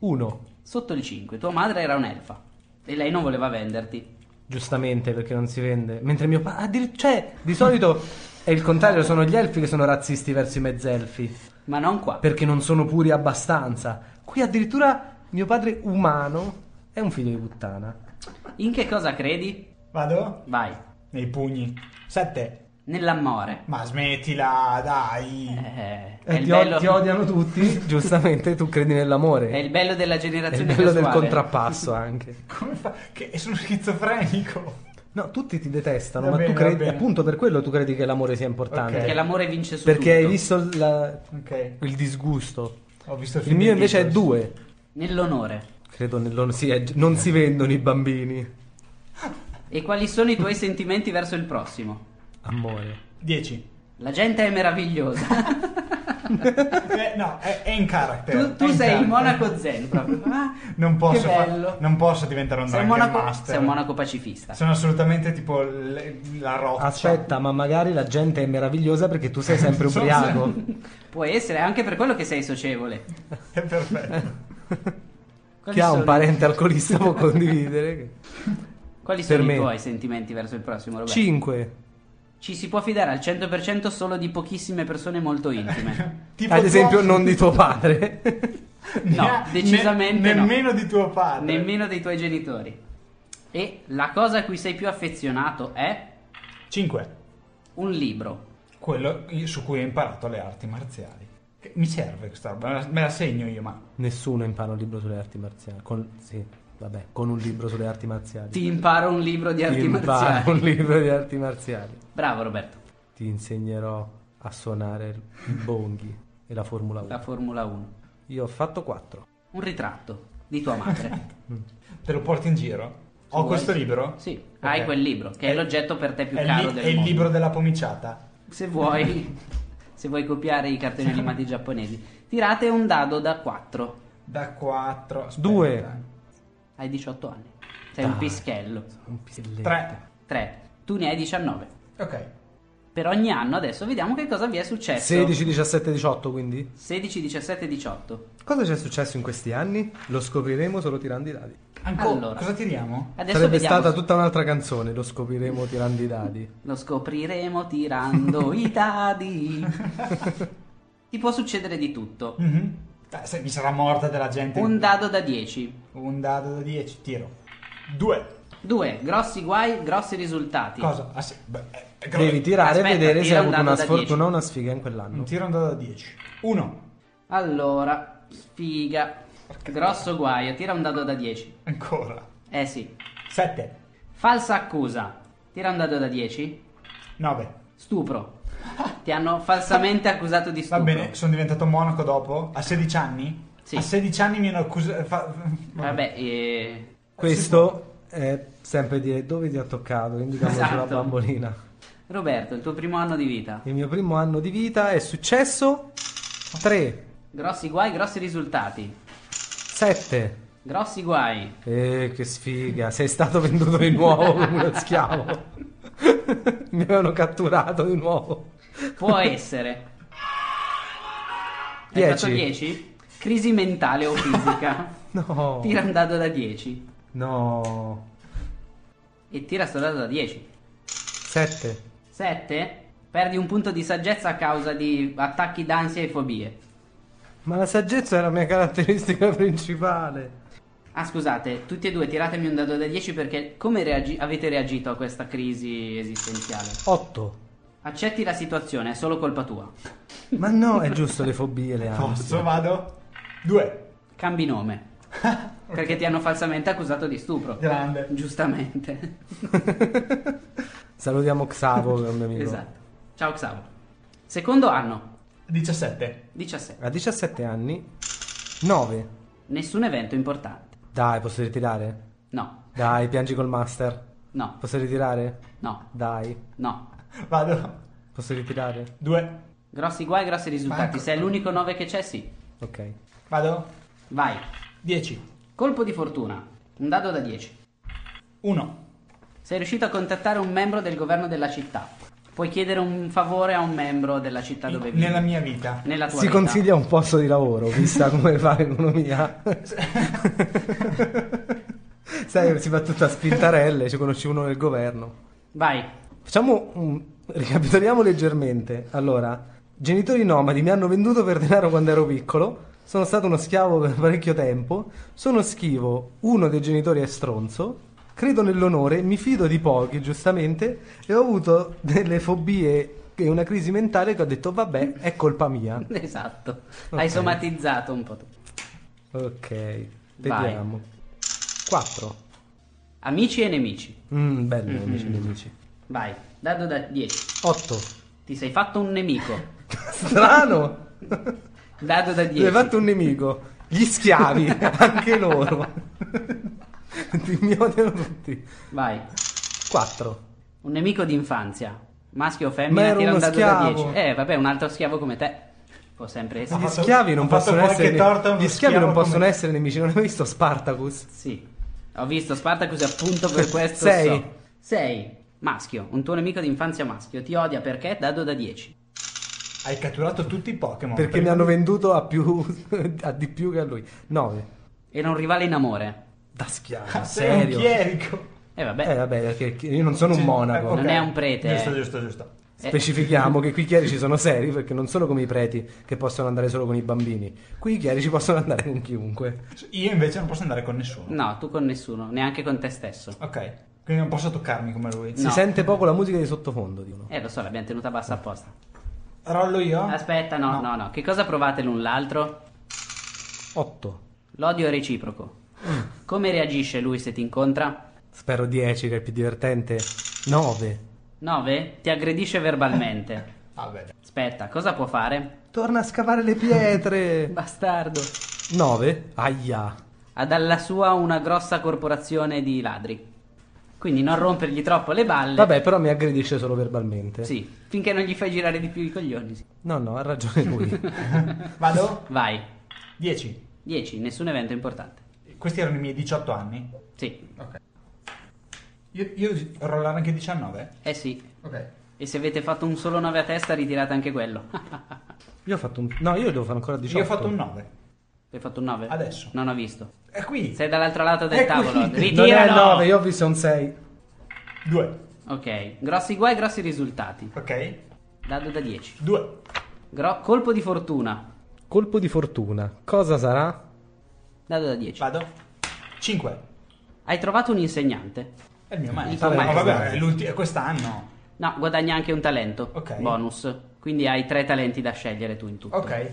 [SPEAKER 3] Uno.
[SPEAKER 1] Sotto il 5 tua madre era un'elfa e lei non voleva venderti.
[SPEAKER 3] Giustamente, perché non si vende. Mentre mio padre... Cioè, di solito è il contrario, sono gli elfi che sono razzisti verso i mezzelfi.
[SPEAKER 1] Ma non qua.
[SPEAKER 3] Perché non sono puri abbastanza. Qui addirittura mio padre umano è un figlio di puttana.
[SPEAKER 1] In che cosa credi?
[SPEAKER 2] Vado?
[SPEAKER 1] Vai.
[SPEAKER 2] Nei pugni. 7.
[SPEAKER 1] Nell'amore.
[SPEAKER 2] Ma smettila, dai.
[SPEAKER 1] Eh, è,
[SPEAKER 3] Mm. Eh,
[SPEAKER 1] il
[SPEAKER 3] ti, o-
[SPEAKER 1] bello,
[SPEAKER 3] ti odiano tutti, giustamente, tu credi nell'amore.
[SPEAKER 1] è il bello della
[SPEAKER 3] È il
[SPEAKER 1] generazione
[SPEAKER 3] bello del
[SPEAKER 1] casuale.
[SPEAKER 3] contrappasso anche.
[SPEAKER 2] Come fa? Che sono schizofrenico.
[SPEAKER 3] No, tutti ti detestano,
[SPEAKER 2] Va
[SPEAKER 3] ma
[SPEAKER 2] bene,
[SPEAKER 3] tu
[SPEAKER 2] va
[SPEAKER 3] credi...
[SPEAKER 2] bene.
[SPEAKER 3] Appunto per quello tu credi che l'amore sia importante.
[SPEAKER 1] Perché l'amore vince su
[SPEAKER 3] Perché hai
[SPEAKER 1] tutto.
[SPEAKER 3] visto la-
[SPEAKER 2] Ok.
[SPEAKER 3] il disgusto.
[SPEAKER 2] Ho visto
[SPEAKER 3] Il
[SPEAKER 2] film
[SPEAKER 3] mio
[SPEAKER 2] di
[SPEAKER 3] invece è
[SPEAKER 2] Beatles.
[SPEAKER 3] due.
[SPEAKER 1] Nell'onore.
[SPEAKER 3] Credo nell'on- sì, è- non si vendono i bambini.
[SPEAKER 1] E quali sono i tuoi sentimenti verso il prossimo?
[SPEAKER 3] Ah, Amore.
[SPEAKER 2] 10.
[SPEAKER 1] La gente è meravigliosa.
[SPEAKER 2] Eh, no, è, è in character.
[SPEAKER 1] tu tu
[SPEAKER 2] è in
[SPEAKER 1] sei il
[SPEAKER 2] character.
[SPEAKER 1] monaco zen proprio. Ah,
[SPEAKER 2] Non posso,
[SPEAKER 1] che
[SPEAKER 2] fa-
[SPEAKER 1] bello.
[SPEAKER 2] non posso diventare un
[SPEAKER 1] sei, un
[SPEAKER 2] Dragon
[SPEAKER 1] monaco,
[SPEAKER 2] Master.
[SPEAKER 1] sei un monaco pacifista.
[SPEAKER 2] Sono assolutamente tipo le- la roccia.
[SPEAKER 3] Aspetta, ma magari la gente è meravigliosa perché tu sei sempre
[SPEAKER 2] Sono
[SPEAKER 3] ubriaco.
[SPEAKER 1] Può essere anche per quello che sei socievole.
[SPEAKER 2] È perfetto.
[SPEAKER 1] Quali
[SPEAKER 3] Chi ha
[SPEAKER 1] sono,
[SPEAKER 3] un parente alcolista può condividere.
[SPEAKER 1] quali sono
[SPEAKER 3] per
[SPEAKER 1] i
[SPEAKER 3] me.
[SPEAKER 1] tuoi sentimenti verso il prossimo, Roberto?
[SPEAKER 3] 5.
[SPEAKER 1] Ci si può fidare al 100% solo di pochissime persone molto intime.
[SPEAKER 2] Tipo
[SPEAKER 3] Ad
[SPEAKER 2] tu-
[SPEAKER 3] esempio, non di tuo padre.
[SPEAKER 2] ne-
[SPEAKER 1] No, decisamente
[SPEAKER 2] ne-
[SPEAKER 1] no.
[SPEAKER 2] Nemmeno di tuo padre.
[SPEAKER 1] Nemmeno dei tuoi genitori. E la cosa a cui sei più affezionato è
[SPEAKER 2] 5.
[SPEAKER 1] un libro.
[SPEAKER 2] Quello su cui ho imparato le arti marziali. Che Mi serve questa roba, me la- me la segno io, ma
[SPEAKER 3] Nessuno impara un libro sulle arti marziali. Con, sì, vabbè, con un libro sulle arti marziali.
[SPEAKER 1] Ti imparo un libro di arti
[SPEAKER 3] Ti impara
[SPEAKER 1] marziali.
[SPEAKER 3] un libro di arti marziali.
[SPEAKER 1] Bravo Roberto,
[SPEAKER 3] Ti insegnerò a suonare i bonghi e la Formula 1.
[SPEAKER 1] la Formula 1.
[SPEAKER 3] Io ho fatto 4.
[SPEAKER 1] Un ritratto di tua madre.
[SPEAKER 2] te lo porti in giro?
[SPEAKER 1] Se
[SPEAKER 2] Ho
[SPEAKER 1] vuoi.
[SPEAKER 2] questo libro?
[SPEAKER 1] Sì,
[SPEAKER 2] Ok.
[SPEAKER 1] hai quel libro, che è, l'oggetto per te più
[SPEAKER 2] è il
[SPEAKER 1] caro
[SPEAKER 2] li-
[SPEAKER 1] del
[SPEAKER 2] È il
[SPEAKER 1] mondo.
[SPEAKER 2] libro della pomiciata.
[SPEAKER 1] Se vuoi, se vuoi copiare i cartoni animati giapponesi, tirate un dado da 4.
[SPEAKER 2] Da 4...
[SPEAKER 3] Due.
[SPEAKER 1] Hai 18 anni. Sei un
[SPEAKER 3] Dai.
[SPEAKER 1] pischello.
[SPEAKER 3] Un pischelletto.
[SPEAKER 2] 3.
[SPEAKER 1] 3. Tu ne hai 19.
[SPEAKER 2] Ok.
[SPEAKER 1] Per ogni anno adesso vediamo che cosa vi è successo.
[SPEAKER 3] 16, 17, 18 quindi?
[SPEAKER 1] 16, 17, 18.
[SPEAKER 3] Cosa ci è successo in questi anni? Lo scopriremo solo tirando i dadi.
[SPEAKER 2] Ancora,
[SPEAKER 1] Allora.
[SPEAKER 2] cosa tiriamo?
[SPEAKER 1] Adesso
[SPEAKER 3] Sarebbe
[SPEAKER 1] vediamo.
[SPEAKER 3] stata tutta un'altra canzone, lo scopriremo tirando i dadi.
[SPEAKER 1] Lo scopriremo tirando i dadi. Ti può succedere di tutto.
[SPEAKER 2] Mhm. Dai, se- mi sarà morta della gente.
[SPEAKER 1] Un dado da 10.
[SPEAKER 2] Un dado da 10, tiro. 2.
[SPEAKER 1] 2. Grossi guai, grossi risultati.
[SPEAKER 2] Cosa? Ah, sì, beh, è gro-
[SPEAKER 3] Devi tirare
[SPEAKER 1] Aspetta,
[SPEAKER 3] e vedere se
[SPEAKER 1] tira
[SPEAKER 3] hai
[SPEAKER 1] un
[SPEAKER 3] avuto
[SPEAKER 1] dado
[SPEAKER 3] una
[SPEAKER 1] da 10.
[SPEAKER 3] sfortuna o una sfiga in quell'anno.
[SPEAKER 2] Un tiro un dado da 10. 1.
[SPEAKER 1] Allora, sfiga. Grosso guaio, tira un dado da 10.
[SPEAKER 2] Ancora.
[SPEAKER 1] Eh sì.
[SPEAKER 2] 7.
[SPEAKER 1] Falsa accusa. Tira un dado da 10.
[SPEAKER 2] 9.
[SPEAKER 1] Stupro. Ti hanno falsamente accusato di
[SPEAKER 2] Va
[SPEAKER 1] stupro.
[SPEAKER 2] bene, sono diventato monaco dopo? A 16 anni?
[SPEAKER 1] Sì.
[SPEAKER 2] A 16 anni mi hanno accusato...
[SPEAKER 1] Vabbè, eh,
[SPEAKER 3] Questo è sempre dire dove ti ha toccato, quindi diamo sulla
[SPEAKER 1] Esatto.
[SPEAKER 3] bambolina.
[SPEAKER 1] Roberto, il tuo primo anno di vita.
[SPEAKER 3] Il mio primo anno di vita è successo 3,
[SPEAKER 1] Grossi guai, grossi risultati.
[SPEAKER 3] 7,
[SPEAKER 1] Grossi guai.
[SPEAKER 3] Eh, che sfiga, sei stato venduto di nuovo come uno schiavo. Mi avevano catturato di nuovo.
[SPEAKER 1] Può essere. Hai
[SPEAKER 3] Dieci.
[SPEAKER 1] fatto 10? Crisi mentale o fisica.
[SPEAKER 3] No.
[SPEAKER 1] Tira un dado da 10.
[SPEAKER 3] No.
[SPEAKER 1] E tira sto dado da 10.
[SPEAKER 3] Sette.
[SPEAKER 1] 7. Perdi un punto di saggezza a causa di attacchi d'ansia e fobie.
[SPEAKER 3] Ma la saggezza è la mia caratteristica principale.
[SPEAKER 1] Ah, scusate, tutti e due tiratemi un dado da 10 perché come reagi- avete reagito a questa crisi esistenziale?
[SPEAKER 3] Otto.
[SPEAKER 1] Accetti la situazione, è solo colpa tua.
[SPEAKER 3] Ma no, è giusto le fobie, le ansie.
[SPEAKER 4] Posso, vado. Due.
[SPEAKER 1] Cambi nome. Perché ti hanno falsamente accusato di stupro.
[SPEAKER 2] Grande.
[SPEAKER 1] Giustamente.
[SPEAKER 3] Salutiamo Xavo, che è un mio amico.
[SPEAKER 1] esatto. Ciao Xavo. Secondo anno,
[SPEAKER 4] 17.
[SPEAKER 1] 17.
[SPEAKER 3] A 17 anni, 9.
[SPEAKER 1] Nessun evento importante.
[SPEAKER 3] Dai, posso ritirare?
[SPEAKER 1] No,
[SPEAKER 3] Dai, piangi col master.
[SPEAKER 1] no,
[SPEAKER 3] Posso ritirare?
[SPEAKER 1] no,
[SPEAKER 3] Dai,
[SPEAKER 1] no.
[SPEAKER 4] Vado.
[SPEAKER 3] posso ritirare?
[SPEAKER 4] Due.
[SPEAKER 1] Grossi guai, grossi risultati.
[SPEAKER 2] Manco.
[SPEAKER 1] Se è l'unico 9 che c'è, sì.
[SPEAKER 3] Ok.
[SPEAKER 4] Vado.
[SPEAKER 1] Vai.
[SPEAKER 4] 10.
[SPEAKER 1] Colpo di fortuna. Un dado da 10.
[SPEAKER 4] 1.
[SPEAKER 1] Sei riuscito a contattare un membro del governo della città. Puoi chiedere un favore a un membro della città dove vivi.
[SPEAKER 4] Nella mia vita.
[SPEAKER 1] Nella tua
[SPEAKER 3] Si
[SPEAKER 1] vita.
[SPEAKER 3] consiglia un posto di lavoro, vista come fa l'economia. Sai, si fa tutta a spintarelle, ci conosci uno del governo.
[SPEAKER 1] Vai.
[SPEAKER 3] Facciamo un... Ricapitoliamo leggermente. Allora, genitori nomadi mi hanno venduto per denaro quando ero piccolo. Sono stato uno schiavo per parecchio tempo. Sono schivo, uno dei genitori è stronzo. Credo nell'onore, mi fido di pochi, giustamente. E ho avuto delle fobie e una crisi mentale che ho detto, vabbè, è colpa mia.
[SPEAKER 1] Esatto.
[SPEAKER 3] Ok.
[SPEAKER 1] Hai somatizzato un po'. tu.
[SPEAKER 3] Ok, vediamo. 4.
[SPEAKER 1] Amici e nemici.
[SPEAKER 3] Mm, bello, amici nemici.
[SPEAKER 1] Vai. Dado da 10.
[SPEAKER 3] 8.
[SPEAKER 1] Ti sei fatto un nemico.
[SPEAKER 3] Strano!
[SPEAKER 1] Dado da
[SPEAKER 3] Gli
[SPEAKER 1] 10.
[SPEAKER 3] hai fatto un nemico. Gli schiavi, anche loro. Ti- Mi odiano tutti.
[SPEAKER 1] Vai.
[SPEAKER 3] 4.
[SPEAKER 1] Un nemico d'infanzia. Maschio o
[SPEAKER 3] Ma
[SPEAKER 1] femmina
[SPEAKER 3] era
[SPEAKER 1] tira un
[SPEAKER 3] uno
[SPEAKER 1] dado da
[SPEAKER 3] schiavo.
[SPEAKER 1] 10. Eh, vabbè, un altro schiavo come te. Può sempre
[SPEAKER 3] Gli
[SPEAKER 1] essere.
[SPEAKER 4] fatto-
[SPEAKER 3] schiavi non
[SPEAKER 4] ha fatto
[SPEAKER 3] possono
[SPEAKER 4] qualche
[SPEAKER 3] essere
[SPEAKER 4] torta a uno
[SPEAKER 3] Gli schiavi non
[SPEAKER 4] schiavo
[SPEAKER 3] possono
[SPEAKER 4] come-
[SPEAKER 3] essere nemici. Non hai mai visto Spartacus?
[SPEAKER 1] Sì. Ho visto Spartacus e appunto per questo
[SPEAKER 3] Sei.
[SPEAKER 1] so. Sei. Maschio, un tuo nemico d'infanzia maschio. Ti odia perché? Dado da 10.
[SPEAKER 4] Hai catturato tutti i Pokémon.
[SPEAKER 3] Perché mi hanno venduto a più a di più che a lui. 9.
[SPEAKER 1] Era un rivale in amore.
[SPEAKER 3] Da
[SPEAKER 4] Ah,
[SPEAKER 3] schiavo,
[SPEAKER 4] Sei un
[SPEAKER 3] serio.
[SPEAKER 4] chierico.
[SPEAKER 1] E eh, vabbè.
[SPEAKER 3] Eh vabbè, perché io non sono un
[SPEAKER 4] Sì,
[SPEAKER 3] monaco.
[SPEAKER 4] ok.
[SPEAKER 1] Non è un prete,
[SPEAKER 4] Giusto,
[SPEAKER 1] eh.
[SPEAKER 4] giusto, giusto.
[SPEAKER 1] Eh,
[SPEAKER 3] Specifichiamo che qui i chierici sono seri perché non sono come i preti che possono andare solo con i bambini. Qui i chierici possono andare con chiunque.
[SPEAKER 4] Io invece non posso andare con nessuno.
[SPEAKER 1] No, tu con nessuno, neanche con te stesso.
[SPEAKER 4] Ok. Quindi non posso toccarmi come lui.
[SPEAKER 3] Si
[SPEAKER 1] No.
[SPEAKER 3] sente poco la musica di sottofondo, dicono.
[SPEAKER 1] Eh, lo so, l'abbiamo tenuta bassa apposta.
[SPEAKER 4] Rollo io?
[SPEAKER 1] Aspetta, no, no, no. Che cosa provate l'un l'altro?
[SPEAKER 3] 8.
[SPEAKER 1] L'odio è reciproco. Come reagisce lui se ti incontra?
[SPEAKER 3] Spero 10 che è più divertente. 9.
[SPEAKER 1] 9. Ti aggredisce verbalmente.
[SPEAKER 4] Vabbè.
[SPEAKER 1] Aspetta, cosa può fare?
[SPEAKER 3] Torna a scavare le pietre.
[SPEAKER 1] Bastardo.
[SPEAKER 3] 9. Aia.
[SPEAKER 1] Ha dalla sua una grossa corporazione di ladri. Quindi non rompergli troppo le balle.
[SPEAKER 3] Vabbè, però mi aggredisce solo verbalmente.
[SPEAKER 1] Sì, finché non gli fai girare di più i coglioni. sì.
[SPEAKER 3] No, no, ha ragione lui.
[SPEAKER 4] Vado?
[SPEAKER 1] Vai.
[SPEAKER 4] 10.
[SPEAKER 1] 10. Nessun evento importante.
[SPEAKER 4] Questi erano i miei 18 anni.
[SPEAKER 1] Sì.
[SPEAKER 4] Io, io rollare anche 19?
[SPEAKER 1] Eh sì.
[SPEAKER 2] Ok.
[SPEAKER 1] E se avete fatto un solo 9 a testa, ritirate anche quello.
[SPEAKER 3] Io ho fatto un... No, io devo fare ancora 18.
[SPEAKER 4] Io ho fatto un 9.
[SPEAKER 1] Hai fatto un 9?
[SPEAKER 4] Adesso.
[SPEAKER 1] Non ho visto.
[SPEAKER 4] È qui.
[SPEAKER 1] Sei dall'altro lato del
[SPEAKER 4] Ecco,
[SPEAKER 1] tavolo.
[SPEAKER 4] quindi.
[SPEAKER 3] Non è
[SPEAKER 1] Ritiralo!
[SPEAKER 3] 9, io ho visto un 6.
[SPEAKER 4] 2.
[SPEAKER 1] Ok, grossi guai, grossi risultati.
[SPEAKER 4] Ok.
[SPEAKER 1] Dado da 10.
[SPEAKER 4] 2.
[SPEAKER 1] Gro- colpo di fortuna.
[SPEAKER 3] Colpo di fortuna. Cosa sarà?
[SPEAKER 1] Dado da 10.
[SPEAKER 4] Vado. 5.
[SPEAKER 1] Hai trovato un insegnante?
[SPEAKER 4] È il mio
[SPEAKER 1] Il
[SPEAKER 4] maestro.
[SPEAKER 1] tuo
[SPEAKER 4] Ma
[SPEAKER 1] maestro.
[SPEAKER 4] vabbè, è l'ulti- è quest'anno.
[SPEAKER 1] No, guadagna anche un talento.
[SPEAKER 4] Ok.
[SPEAKER 1] Bonus. Quindi hai tre talenti da scegliere tu in tutto.
[SPEAKER 4] Ok.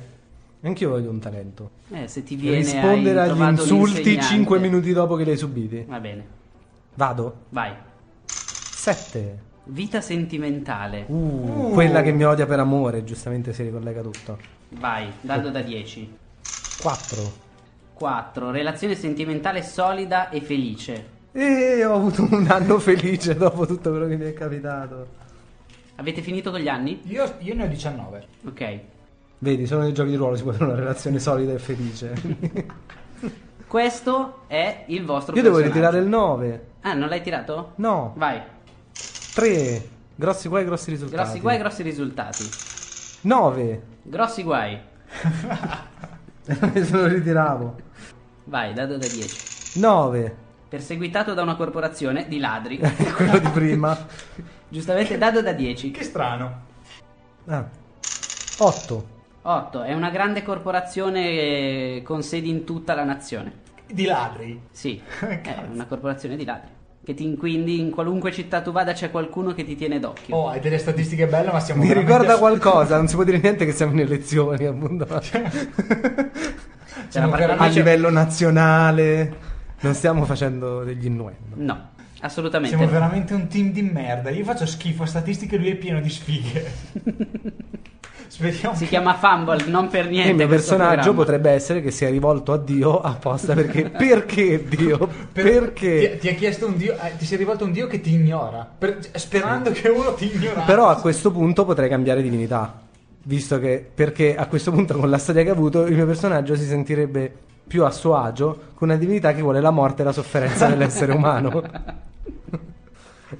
[SPEAKER 3] Anch'io voglio un talento.
[SPEAKER 1] Eh, se ti viene
[SPEAKER 3] Rispondere
[SPEAKER 1] hai
[SPEAKER 3] agli
[SPEAKER 1] trovato un
[SPEAKER 3] insulti
[SPEAKER 1] insegnante.
[SPEAKER 3] 5 minuti dopo che li hai subiti.
[SPEAKER 1] Va bene.
[SPEAKER 3] Vado.
[SPEAKER 1] Vai.
[SPEAKER 3] 7.
[SPEAKER 1] Vita sentimentale.
[SPEAKER 3] Uh, Quella che mi odia per amore, giustamente si ricollega tutto.
[SPEAKER 1] Vai, dado da 10.
[SPEAKER 3] 4.
[SPEAKER 1] 4. Relazione sentimentale solida e felice.
[SPEAKER 3] E ho avuto un anno felice dopo tutto quello che mi è capitato.
[SPEAKER 1] Avete finito con gli anni?
[SPEAKER 4] Io, io ne ho 19.
[SPEAKER 1] Ok.
[SPEAKER 3] Vedi, solo nei giochi di ruolo si può avere una relazione solida e felice.
[SPEAKER 1] Questo è il vostro
[SPEAKER 3] Io devo
[SPEAKER 1] personaggio.
[SPEAKER 3] ritirare il 9.
[SPEAKER 1] Ah, non l'hai tirato?
[SPEAKER 3] No,
[SPEAKER 1] Vai.
[SPEAKER 3] 3. Grossi guai, grossi risultati.
[SPEAKER 1] Grossi guai, grossi risultati.
[SPEAKER 3] 9.
[SPEAKER 1] Grossi guai.
[SPEAKER 3] Me lo ritiravo.
[SPEAKER 1] Vai, dado da 10.
[SPEAKER 3] 9.
[SPEAKER 1] Perseguitato da una corporazione di ladri.
[SPEAKER 3] Quello di prima.
[SPEAKER 1] Giustamente dado da 10.
[SPEAKER 4] Che strano.
[SPEAKER 3] Ah. 8.
[SPEAKER 1] 8. È una grande corporazione eh, con sedi in tutta la nazione.
[SPEAKER 4] Di ladri.
[SPEAKER 1] Sì, è
[SPEAKER 4] Cazzo.
[SPEAKER 1] una corporazione di ladri. Che ti, quindi in qualunque città tu vada c'è qualcuno che ti tiene d'occhio.
[SPEAKER 4] Oh, hai delle statistiche belle, ma siamo
[SPEAKER 3] Mi
[SPEAKER 4] veramente
[SPEAKER 3] ricorda
[SPEAKER 4] ass-
[SPEAKER 3] qualcosa, non si può dire niente che siamo in elezioni, appunto.
[SPEAKER 1] Cioè, C'è la parte-
[SPEAKER 3] A livello nazionale non stiamo facendo degli innuendo.
[SPEAKER 1] No, assolutamente.
[SPEAKER 4] Siamo
[SPEAKER 1] no.
[SPEAKER 4] veramente un team di merda. Io faccio schifo a statistiche, lui è pieno di sfighe. Speriamo
[SPEAKER 1] Si
[SPEAKER 4] che-
[SPEAKER 1] chiama Fumble, non per niente.
[SPEAKER 3] Eh, il mio
[SPEAKER 1] questo
[SPEAKER 3] personaggio
[SPEAKER 1] programma.
[SPEAKER 3] potrebbe essere che sia rivolto a Dio apposta perché perché Dio?
[SPEAKER 4] per-
[SPEAKER 3] Perché?
[SPEAKER 4] Ti, ti ha chiesto un dio, eh, ti sei rivolto a un dio che ti ignora. per- cioè, sperando che uno ti ignora.
[SPEAKER 3] Però a questo punto potrei cambiare divinità, visto che perché a questo punto con la storia che ha avuto il mio personaggio si sentirebbe più a suo agio con una divinità che vuole la morte e la sofferenza dell'essere umano.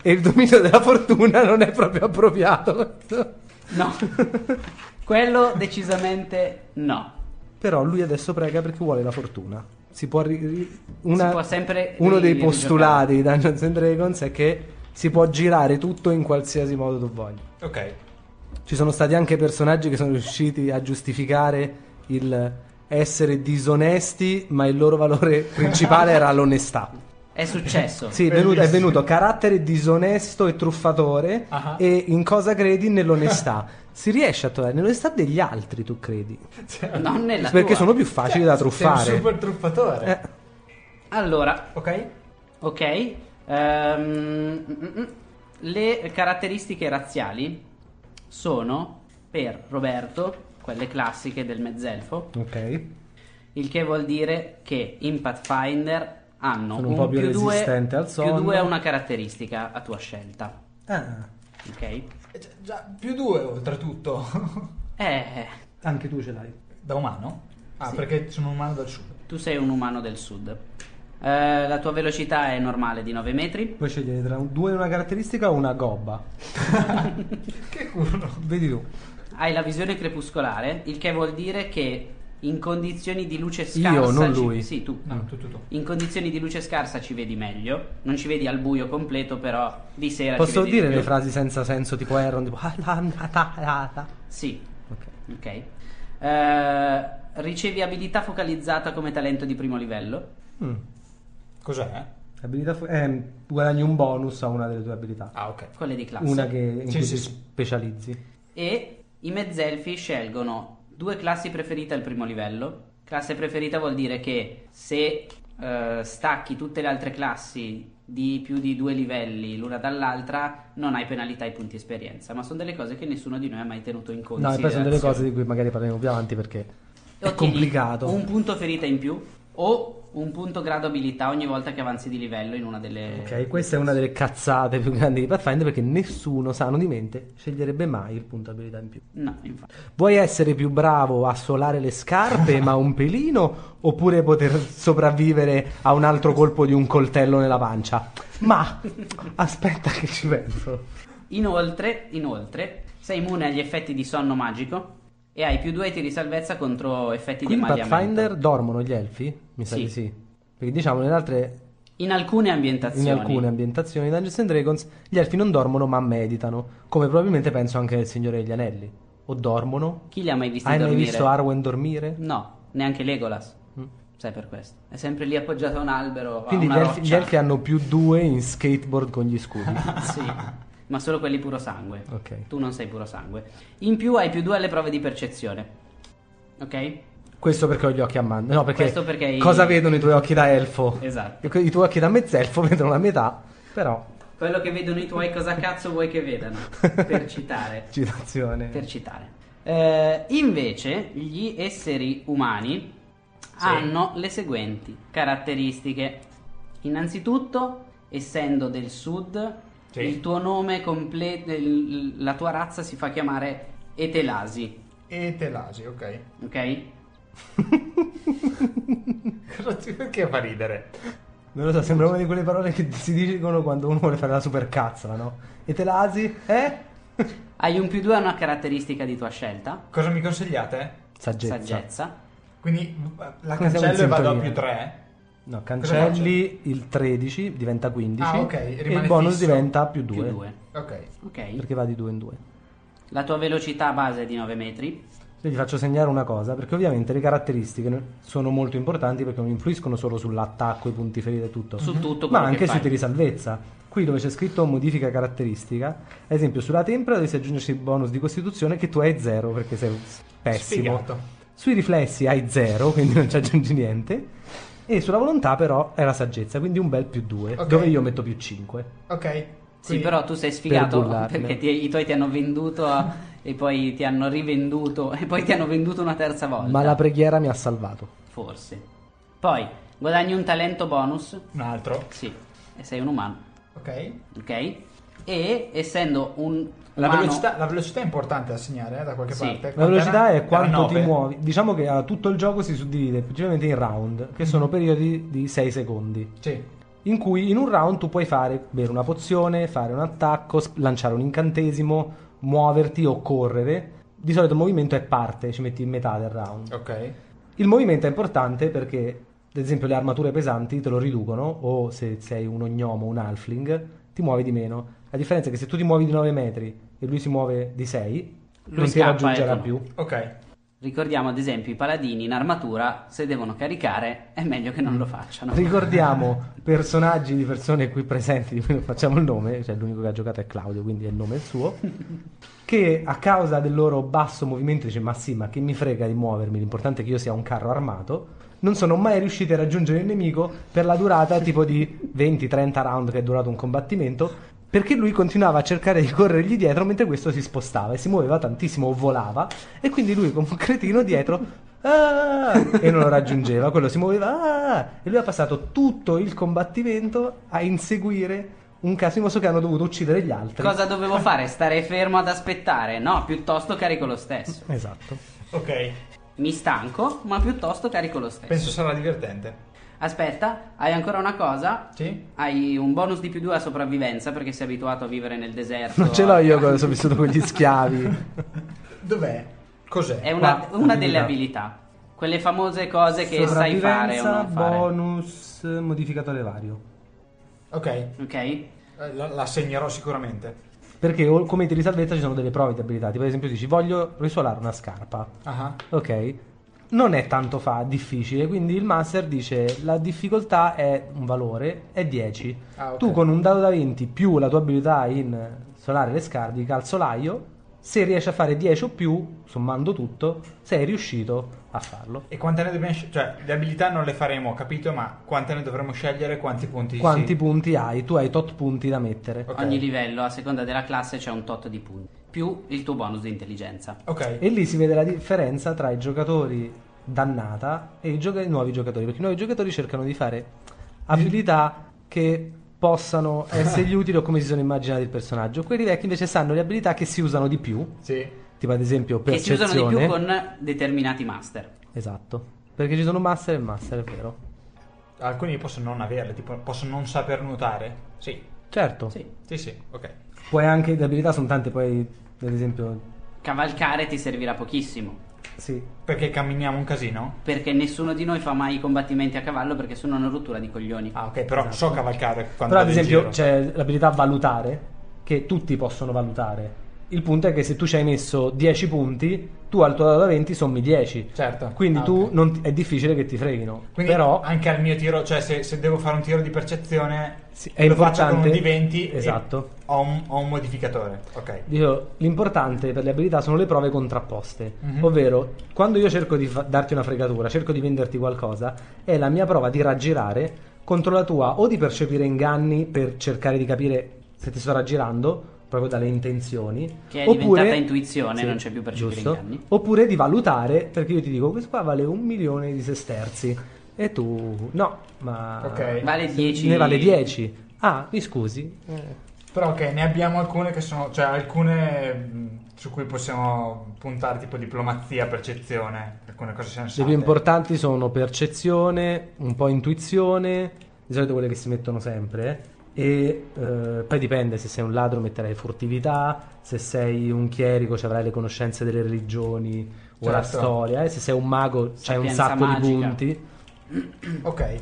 [SPEAKER 3] E il dominio della fortuna non è proprio appropriato.
[SPEAKER 1] No, quello decisamente no.
[SPEAKER 3] Però lui adesso prega perché vuole la fortuna. Si può ri- ri- una-
[SPEAKER 1] Si può sempre
[SPEAKER 3] uno
[SPEAKER 1] ri-
[SPEAKER 3] dei
[SPEAKER 1] ri-
[SPEAKER 3] postulati di Dungeons and Dragons è che si può girare tutto in qualsiasi modo tu voglia.
[SPEAKER 4] Ok.
[SPEAKER 3] Ci sono stati anche personaggi che sono riusciti a giustificare il essere disonesti, ma il loro valore principale era l'onestà.
[SPEAKER 1] È successo.
[SPEAKER 3] Sì, è venuto, è venuto carattere disonesto e truffatore
[SPEAKER 4] Ah.
[SPEAKER 3] e in cosa credi? Nell'onestà. Si riesce a trovare nell'onestà degli altri, tu credi?
[SPEAKER 1] Non nella tua.
[SPEAKER 3] Perché
[SPEAKER 1] Cioè,
[SPEAKER 3] sono più facili
[SPEAKER 4] Cioè,
[SPEAKER 3] da
[SPEAKER 4] Sei un
[SPEAKER 3] truffare.
[SPEAKER 4] super truffatore.
[SPEAKER 3] Eh,
[SPEAKER 1] Allora,
[SPEAKER 4] Ok? Eh,
[SPEAKER 1] ok. ehm, mm, mm, le caratteristiche razziali sono per Roberto quelle classiche del mezzelfo,
[SPEAKER 3] ok.
[SPEAKER 1] il che vuol dire che in Pathfinder hanno
[SPEAKER 3] Sono un
[SPEAKER 1] un,
[SPEAKER 3] po' più
[SPEAKER 1] più due-
[SPEAKER 3] resistente al sonno.
[SPEAKER 1] Più due a una caratteristica a tua scelta,
[SPEAKER 3] Ah,
[SPEAKER 1] ok?
[SPEAKER 4] Eh, gi- Già, più due oltretutto.
[SPEAKER 1] Eh,
[SPEAKER 3] anche tu ce l'hai.
[SPEAKER 4] da umano? Ah,
[SPEAKER 1] Sì.
[SPEAKER 4] perché sono umano dal sud.
[SPEAKER 1] tu sei un umano del sud. Eh, la tua velocità è normale di 9 metri.
[SPEAKER 3] Puoi scegliere tra un- due una caratteristica o una gobba.
[SPEAKER 4] Che culo.
[SPEAKER 3] Vedi tu.
[SPEAKER 1] Hai la visione crepuscolare, il che vuol dire che in condizioni di luce
[SPEAKER 3] Io,
[SPEAKER 1] scarsa.
[SPEAKER 3] non
[SPEAKER 1] ci-
[SPEAKER 3] lui.
[SPEAKER 1] Sì, tu.
[SPEAKER 4] No, tu, tu, tu.
[SPEAKER 1] In condizioni di luce scarsa ci vedi meglio. Non ci vedi al buio completo, però di sera ci
[SPEAKER 3] Posso
[SPEAKER 1] Eh, vedi
[SPEAKER 3] dire
[SPEAKER 1] di
[SPEAKER 3] le
[SPEAKER 1] più.
[SPEAKER 3] frasi senza senso tipo Aaron, tipo... "Ah, la, la, la, la, la".
[SPEAKER 1] Sì.
[SPEAKER 3] Ok.
[SPEAKER 1] Ok. Eh, ricevi abilità focalizzata come talento di primo livello.
[SPEAKER 3] Mm.
[SPEAKER 4] Cos'è?
[SPEAKER 3] Abilità fu- eh, guadagni un bonus a una delle tue abilità.
[SPEAKER 4] Ah, ok.
[SPEAKER 1] Quelle di classe.
[SPEAKER 3] Una che in
[SPEAKER 4] Sì,
[SPEAKER 3] cui
[SPEAKER 4] sì, sì.
[SPEAKER 3] ti specializzi.
[SPEAKER 1] E i mezzelfi scelgono due classi preferite al primo livello. Classe preferita vuol dire che se eh, stacchi tutte le altre classi di più di due livelli l'una dall'altra, non hai penalità ai punti esperienza. Ma sono delle cose che nessuno di noi ha mai tenuto in conto.
[SPEAKER 3] No, e poi sono delle cose di cui magari parleremo più avanti perché è complicato.
[SPEAKER 1] Un punto ferita in più o un punto grado abilità ogni volta che avanzi di livello in una delle.
[SPEAKER 3] Ok, questa è una delle cazzate più grandi di Pathfinder perché nessuno sano di mente sceglierebbe mai il punto abilità in più.
[SPEAKER 1] No, infatti.
[SPEAKER 3] Vuoi essere più bravo a solare le scarpe ma un pelino oppure poter sopravvivere a un altro colpo di un coltello nella pancia? Ma aspetta che ci penso.
[SPEAKER 1] Inoltre, inoltre, sei immune agli effetti di sonno magico e hai più 2 ai tiri salvezza contro effetti
[SPEAKER 3] Qui
[SPEAKER 1] di
[SPEAKER 3] in
[SPEAKER 1] emagliamento.
[SPEAKER 3] Pathfinder dormono gli elfi? Mi sa
[SPEAKER 1] Sì.
[SPEAKER 3] di sì. Perché diciamo nelle altre
[SPEAKER 1] In alcune ambientazioni.
[SPEAKER 3] in alcune ambientazioni di Dungeons and Dragons gli elfi non dormono ma meditano, come probabilmente penso anche il Signore degli Anelli. O dormono?
[SPEAKER 1] Chi li ha mai visti
[SPEAKER 3] Hai mai
[SPEAKER 1] dormire?
[SPEAKER 3] visto Arwen dormire?
[SPEAKER 1] No, neanche Legolas. Sai per questo. È sempre lì appoggiato a un albero,
[SPEAKER 3] Quindi
[SPEAKER 1] a
[SPEAKER 3] gli
[SPEAKER 1] una
[SPEAKER 3] elfi, gli
[SPEAKER 1] roccia.
[SPEAKER 3] elfi hanno più due in skateboard con gli scudi.
[SPEAKER 1] Sì, ma solo quelli puro sangue.
[SPEAKER 3] Ok.
[SPEAKER 1] Tu non sei puro sangue. In più hai più 2 alle prove di percezione. Ok?
[SPEAKER 3] Questo perché ho gli occhi a mano. No, perché,
[SPEAKER 1] Questo perché i-
[SPEAKER 3] cosa vedono i tuoi occhi da elfo?
[SPEAKER 1] Esatto.
[SPEAKER 3] I que- I tuoi occhi da mezzelfo vedono la metà, però
[SPEAKER 1] Quello che vedono i tuoi cosa cazzo vuoi che vedano? Per citare.
[SPEAKER 3] citazione.
[SPEAKER 1] per citare. Eh, invece, gli esseri umani hanno le seguenti caratteristiche. Innanzitutto, essendo del sud,
[SPEAKER 4] Sì.
[SPEAKER 1] il tuo nome completo, la tua razza si fa chiamare Etelasi,
[SPEAKER 4] E telasi, ok.
[SPEAKER 1] ok?
[SPEAKER 4] Cosa ti perché fa ridere?
[SPEAKER 3] Non lo so, sembra una di quelle parole che si dicono quando uno vuole fare la supercazzola, no? E te l'asi? Eh?
[SPEAKER 1] Hai un più 2 a una caratteristica di tua scelta.
[SPEAKER 4] Cosa mi consigliate?
[SPEAKER 3] Saggezza.
[SPEAKER 1] Saggezza.
[SPEAKER 4] Quindi eh, la
[SPEAKER 3] Come siamo in
[SPEAKER 4] cancello e vado a
[SPEAKER 3] sintonia.
[SPEAKER 4] più 3.
[SPEAKER 3] No, cancelli il 13, diventa 15.
[SPEAKER 2] Ah, ok,
[SPEAKER 3] E
[SPEAKER 2] rimane
[SPEAKER 3] il bonus
[SPEAKER 2] fisso.
[SPEAKER 3] diventa più 2.
[SPEAKER 1] Più 2.
[SPEAKER 2] Ok.
[SPEAKER 1] Ok.
[SPEAKER 3] Perché va di 2 in 2.
[SPEAKER 1] La tua velocità base è di 9 metri.
[SPEAKER 3] Io gli faccio segnare una cosa, perché ovviamente le caratteristiche sono molto importanti perché non influiscono solo sull'attacco, i punti ferite e tutto,
[SPEAKER 1] Su tutto
[SPEAKER 3] ma
[SPEAKER 1] quello che
[SPEAKER 3] anche sui
[SPEAKER 1] fai.
[SPEAKER 3] tiri salvezza. Qui dove c'è scritto modifica caratteristica, ad esempio sulla tempra dovresti aggiungerci il bonus di costituzione che tu hai 0 perché sei pessimo.
[SPEAKER 4] Sfigato.
[SPEAKER 3] Sui riflessi hai 0, quindi non ci aggiungi niente. E sulla volontà però è la saggezza, quindi un bel più 2,
[SPEAKER 2] Ok.
[SPEAKER 3] dove io metto più 5.
[SPEAKER 2] Ok.
[SPEAKER 1] Sì,
[SPEAKER 2] Quindi-
[SPEAKER 1] però tu sei sfigato
[SPEAKER 3] bullarne.
[SPEAKER 1] perché ti- i tuoi ti hanno venduto a- e poi ti hanno rivenduto e poi ti hanno venduto una terza volta.
[SPEAKER 3] Ma la preghiera mi ha salvato.
[SPEAKER 1] Forse. Poi guadagni un talento bonus.
[SPEAKER 4] Un altro.
[SPEAKER 1] Sì, e sei un umano,
[SPEAKER 2] Ok.
[SPEAKER 1] ok? E essendo un
[SPEAKER 2] La
[SPEAKER 4] Ah,
[SPEAKER 1] umano-
[SPEAKER 2] velocità, la velocità è importante da segnare eh, da qualche
[SPEAKER 1] Sì.
[SPEAKER 2] parte.
[SPEAKER 3] La
[SPEAKER 2] Quant'era?
[SPEAKER 3] velocità è quanto ti
[SPEAKER 4] nove.
[SPEAKER 3] muovi. Diciamo che ah, tutto il gioco si suddivide principalmente in round, che
[SPEAKER 1] Mm-hmm.
[SPEAKER 3] sono periodi di 6 secondi.
[SPEAKER 2] Sì.
[SPEAKER 3] In cui in un round tu puoi fare bere una pozione, fare un attacco, sp- lanciare un incantesimo, muoverti o correre. Di solito il movimento è parte, ci metti in metà del round.
[SPEAKER 2] Ok.
[SPEAKER 3] Il movimento è importante perché, ad esempio, le armature pesanti te lo riducono, o se sei un ognomo, un halfling, ti muovi di meno. La differenza è che se tu ti muovi di 9 metri e lui si muove di 6,
[SPEAKER 1] Lui
[SPEAKER 3] non ti
[SPEAKER 1] scappa,
[SPEAKER 3] raggiungerà
[SPEAKER 1] ecco.
[SPEAKER 3] più.
[SPEAKER 4] Ok.
[SPEAKER 1] Ricordiamo ad esempio i paladini in armatura, se devono caricare è meglio che non lo facciano.
[SPEAKER 3] Ricordiamo personaggi di persone qui presenti, di cui non facciamo il nome, cioè l'unico che ha giocato è Claudio, quindi è il nome è il suo, che a causa del loro basso movimento dice ma sì, ma che mi frega di muovermi, l'importante è che io sia un carro armato, non sono mai riusciti a raggiungere il nemico per la durata tipo di 20-30 round che è durato un combattimento, perché lui continuava a cercare di corrergli dietro mentre questo si spostava e si muoveva tantissimo o volava e quindi lui come un cretino dietro "Ah!" e non lo raggiungeva, quello si muoveva "Ah!" e lui ha passato tutto il combattimento a inseguire un casimoso che hanno dovuto uccidere gli altri.
[SPEAKER 1] Cosa dovevo fare? Stare fermo ad aspettare? No, piuttosto carico lo stesso.
[SPEAKER 3] Esatto.
[SPEAKER 4] Ok.
[SPEAKER 1] Mi stanco, ma piuttosto carico lo stesso.
[SPEAKER 4] Penso sarà divertente.
[SPEAKER 1] Aspetta, hai ancora una cosa?
[SPEAKER 2] Sì.
[SPEAKER 1] Hai un bonus di più 2 a sopravvivenza perché sei abituato a vivere nel deserto.
[SPEAKER 3] Non ce l'ho io quando sono vissuto con gli schiavi.
[SPEAKER 2] Dov'è? Cos'è?
[SPEAKER 1] È una,
[SPEAKER 3] Qua,
[SPEAKER 1] una delle
[SPEAKER 3] abilità.
[SPEAKER 1] abilità. Quelle famose cose che sai fare o non fare.
[SPEAKER 3] bonus modificatore vario.
[SPEAKER 2] Ok. eh,
[SPEAKER 1] Ok?
[SPEAKER 4] La, la segnerò sicuramente.
[SPEAKER 3] Perché o- come ti risalvezza ci sono delle prove di abilità, tipo ad esempio dici voglio risuolare una scarpa.
[SPEAKER 2] ah,
[SPEAKER 3] Ok. Non è tanto fa difficile, quindi il master dice la difficoltà è un valore, è 10.
[SPEAKER 2] Ah, ok.
[SPEAKER 3] Tu con un dado da 20 più la tua abilità in solare le scardica al solaio, se riesci a fare 10 o più, sommando tutto, sei riuscito a farlo.
[SPEAKER 4] E quante ne dobbiamo scegliere? Cioè, le abilità non le faremo, capito? Ma quante ne dovremmo scegliere? Quanti punti?
[SPEAKER 3] Quanti
[SPEAKER 4] sì.
[SPEAKER 3] punti hai? Tu hai tot punti da mettere.
[SPEAKER 4] Ok.
[SPEAKER 1] Ogni livello, a seconda della classe, c'è un tot di punti. Più il tuo bonus di intelligenza.
[SPEAKER 4] Ok.
[SPEAKER 3] E lì si vede la differenza tra i giocatori dannata e i, gioca- i nuovi giocatori, perché i nuovi giocatori cercano di fare abilità che possano essergli utili o come si sono immaginati il personaggio. Quelli vecchi invece sanno le abilità che si usano di più,
[SPEAKER 2] Sì.
[SPEAKER 3] tipo ad esempio
[SPEAKER 1] Che si
[SPEAKER 3] percezione.
[SPEAKER 1] usano di più con determinati master.
[SPEAKER 3] Esatto, perché ci sono master e master, è vero.
[SPEAKER 4] Alcuni possono non averle, tipo posso non saper nuotare. Sì.
[SPEAKER 3] Certo.
[SPEAKER 1] Sì.
[SPEAKER 4] Sì, sì, ok.
[SPEAKER 3] Puoi anche le abilità sono tante, poi ad esempio
[SPEAKER 1] Cavalcare ti servirà pochissimo.
[SPEAKER 3] sì,
[SPEAKER 4] Perché camminiamo un casino?
[SPEAKER 1] Perché nessuno di noi fa mai i combattimenti a cavallo perché sono una rottura di coglioni.
[SPEAKER 4] Ah, ok, però so cavalcare quando
[SPEAKER 3] Esatto. Però ad
[SPEAKER 4] vado in
[SPEAKER 3] esempio
[SPEAKER 4] giro.
[SPEAKER 3] cioè, c'è l'abilità valutare che tutti possono valutare. Il punto è che se tu ci hai messo 10 punti, tu al tuo dado da 20 sommi 10.
[SPEAKER 2] Certo.
[SPEAKER 3] Quindi
[SPEAKER 2] Ah,
[SPEAKER 3] tu
[SPEAKER 2] ok.
[SPEAKER 3] non ti- è difficile che ti freghino.
[SPEAKER 4] Quindi
[SPEAKER 3] Però
[SPEAKER 4] anche al mio tiro, cioè se, se devo fare un tiro di percezione,
[SPEAKER 3] Sì, è
[SPEAKER 4] lo faccio con
[SPEAKER 3] importante.
[SPEAKER 4] un di 20 e
[SPEAKER 3] Esatto.
[SPEAKER 4] ho, un, ho un modificatore. Ok.
[SPEAKER 3] dico, l'importante per le abilità sono le prove contrapposte.
[SPEAKER 4] Mhm.
[SPEAKER 3] Ovvero, quando io cerco di fa- darti una fregatura, cerco di venderti qualcosa, è la mia prova di raggirare contro la tua o di percepire inganni per cercare di capire se ti sto raggirando. Proprio dalle intenzioni.
[SPEAKER 1] Che è
[SPEAKER 3] oppure-
[SPEAKER 1] diventata intuizione, non c'è più percepire
[SPEAKER 3] giusto.
[SPEAKER 1] inganni.
[SPEAKER 3] Oppure di valutare, perché io ti dico, questo qua vale un milione di sesterzi. E tu, no, ma
[SPEAKER 2] Ok.
[SPEAKER 1] Vale
[SPEAKER 3] se
[SPEAKER 1] 10.
[SPEAKER 3] Ne vale 10. Ah, mi scusi.
[SPEAKER 2] Però ok, ne abbiamo alcune che sono... Cioè, alcune mh,
[SPEAKER 4] su cui possiamo puntare tipo diplomazia, percezione, alcune cose sensate.
[SPEAKER 3] Le
[SPEAKER 1] Ah,
[SPEAKER 3] più importanti sono percezione, un po' intuizione, di solito quelle che si mettono sempre. E eh, poi dipende se sei un ladro metterai furtività, se sei un chierico ci avrai le conoscenze delle religioni o la
[SPEAKER 4] Certo.
[SPEAKER 3] storia, e se sei un mago c'hai un
[SPEAKER 1] Sapienza
[SPEAKER 3] sacco di
[SPEAKER 1] magica.
[SPEAKER 3] punti.
[SPEAKER 2] Ok,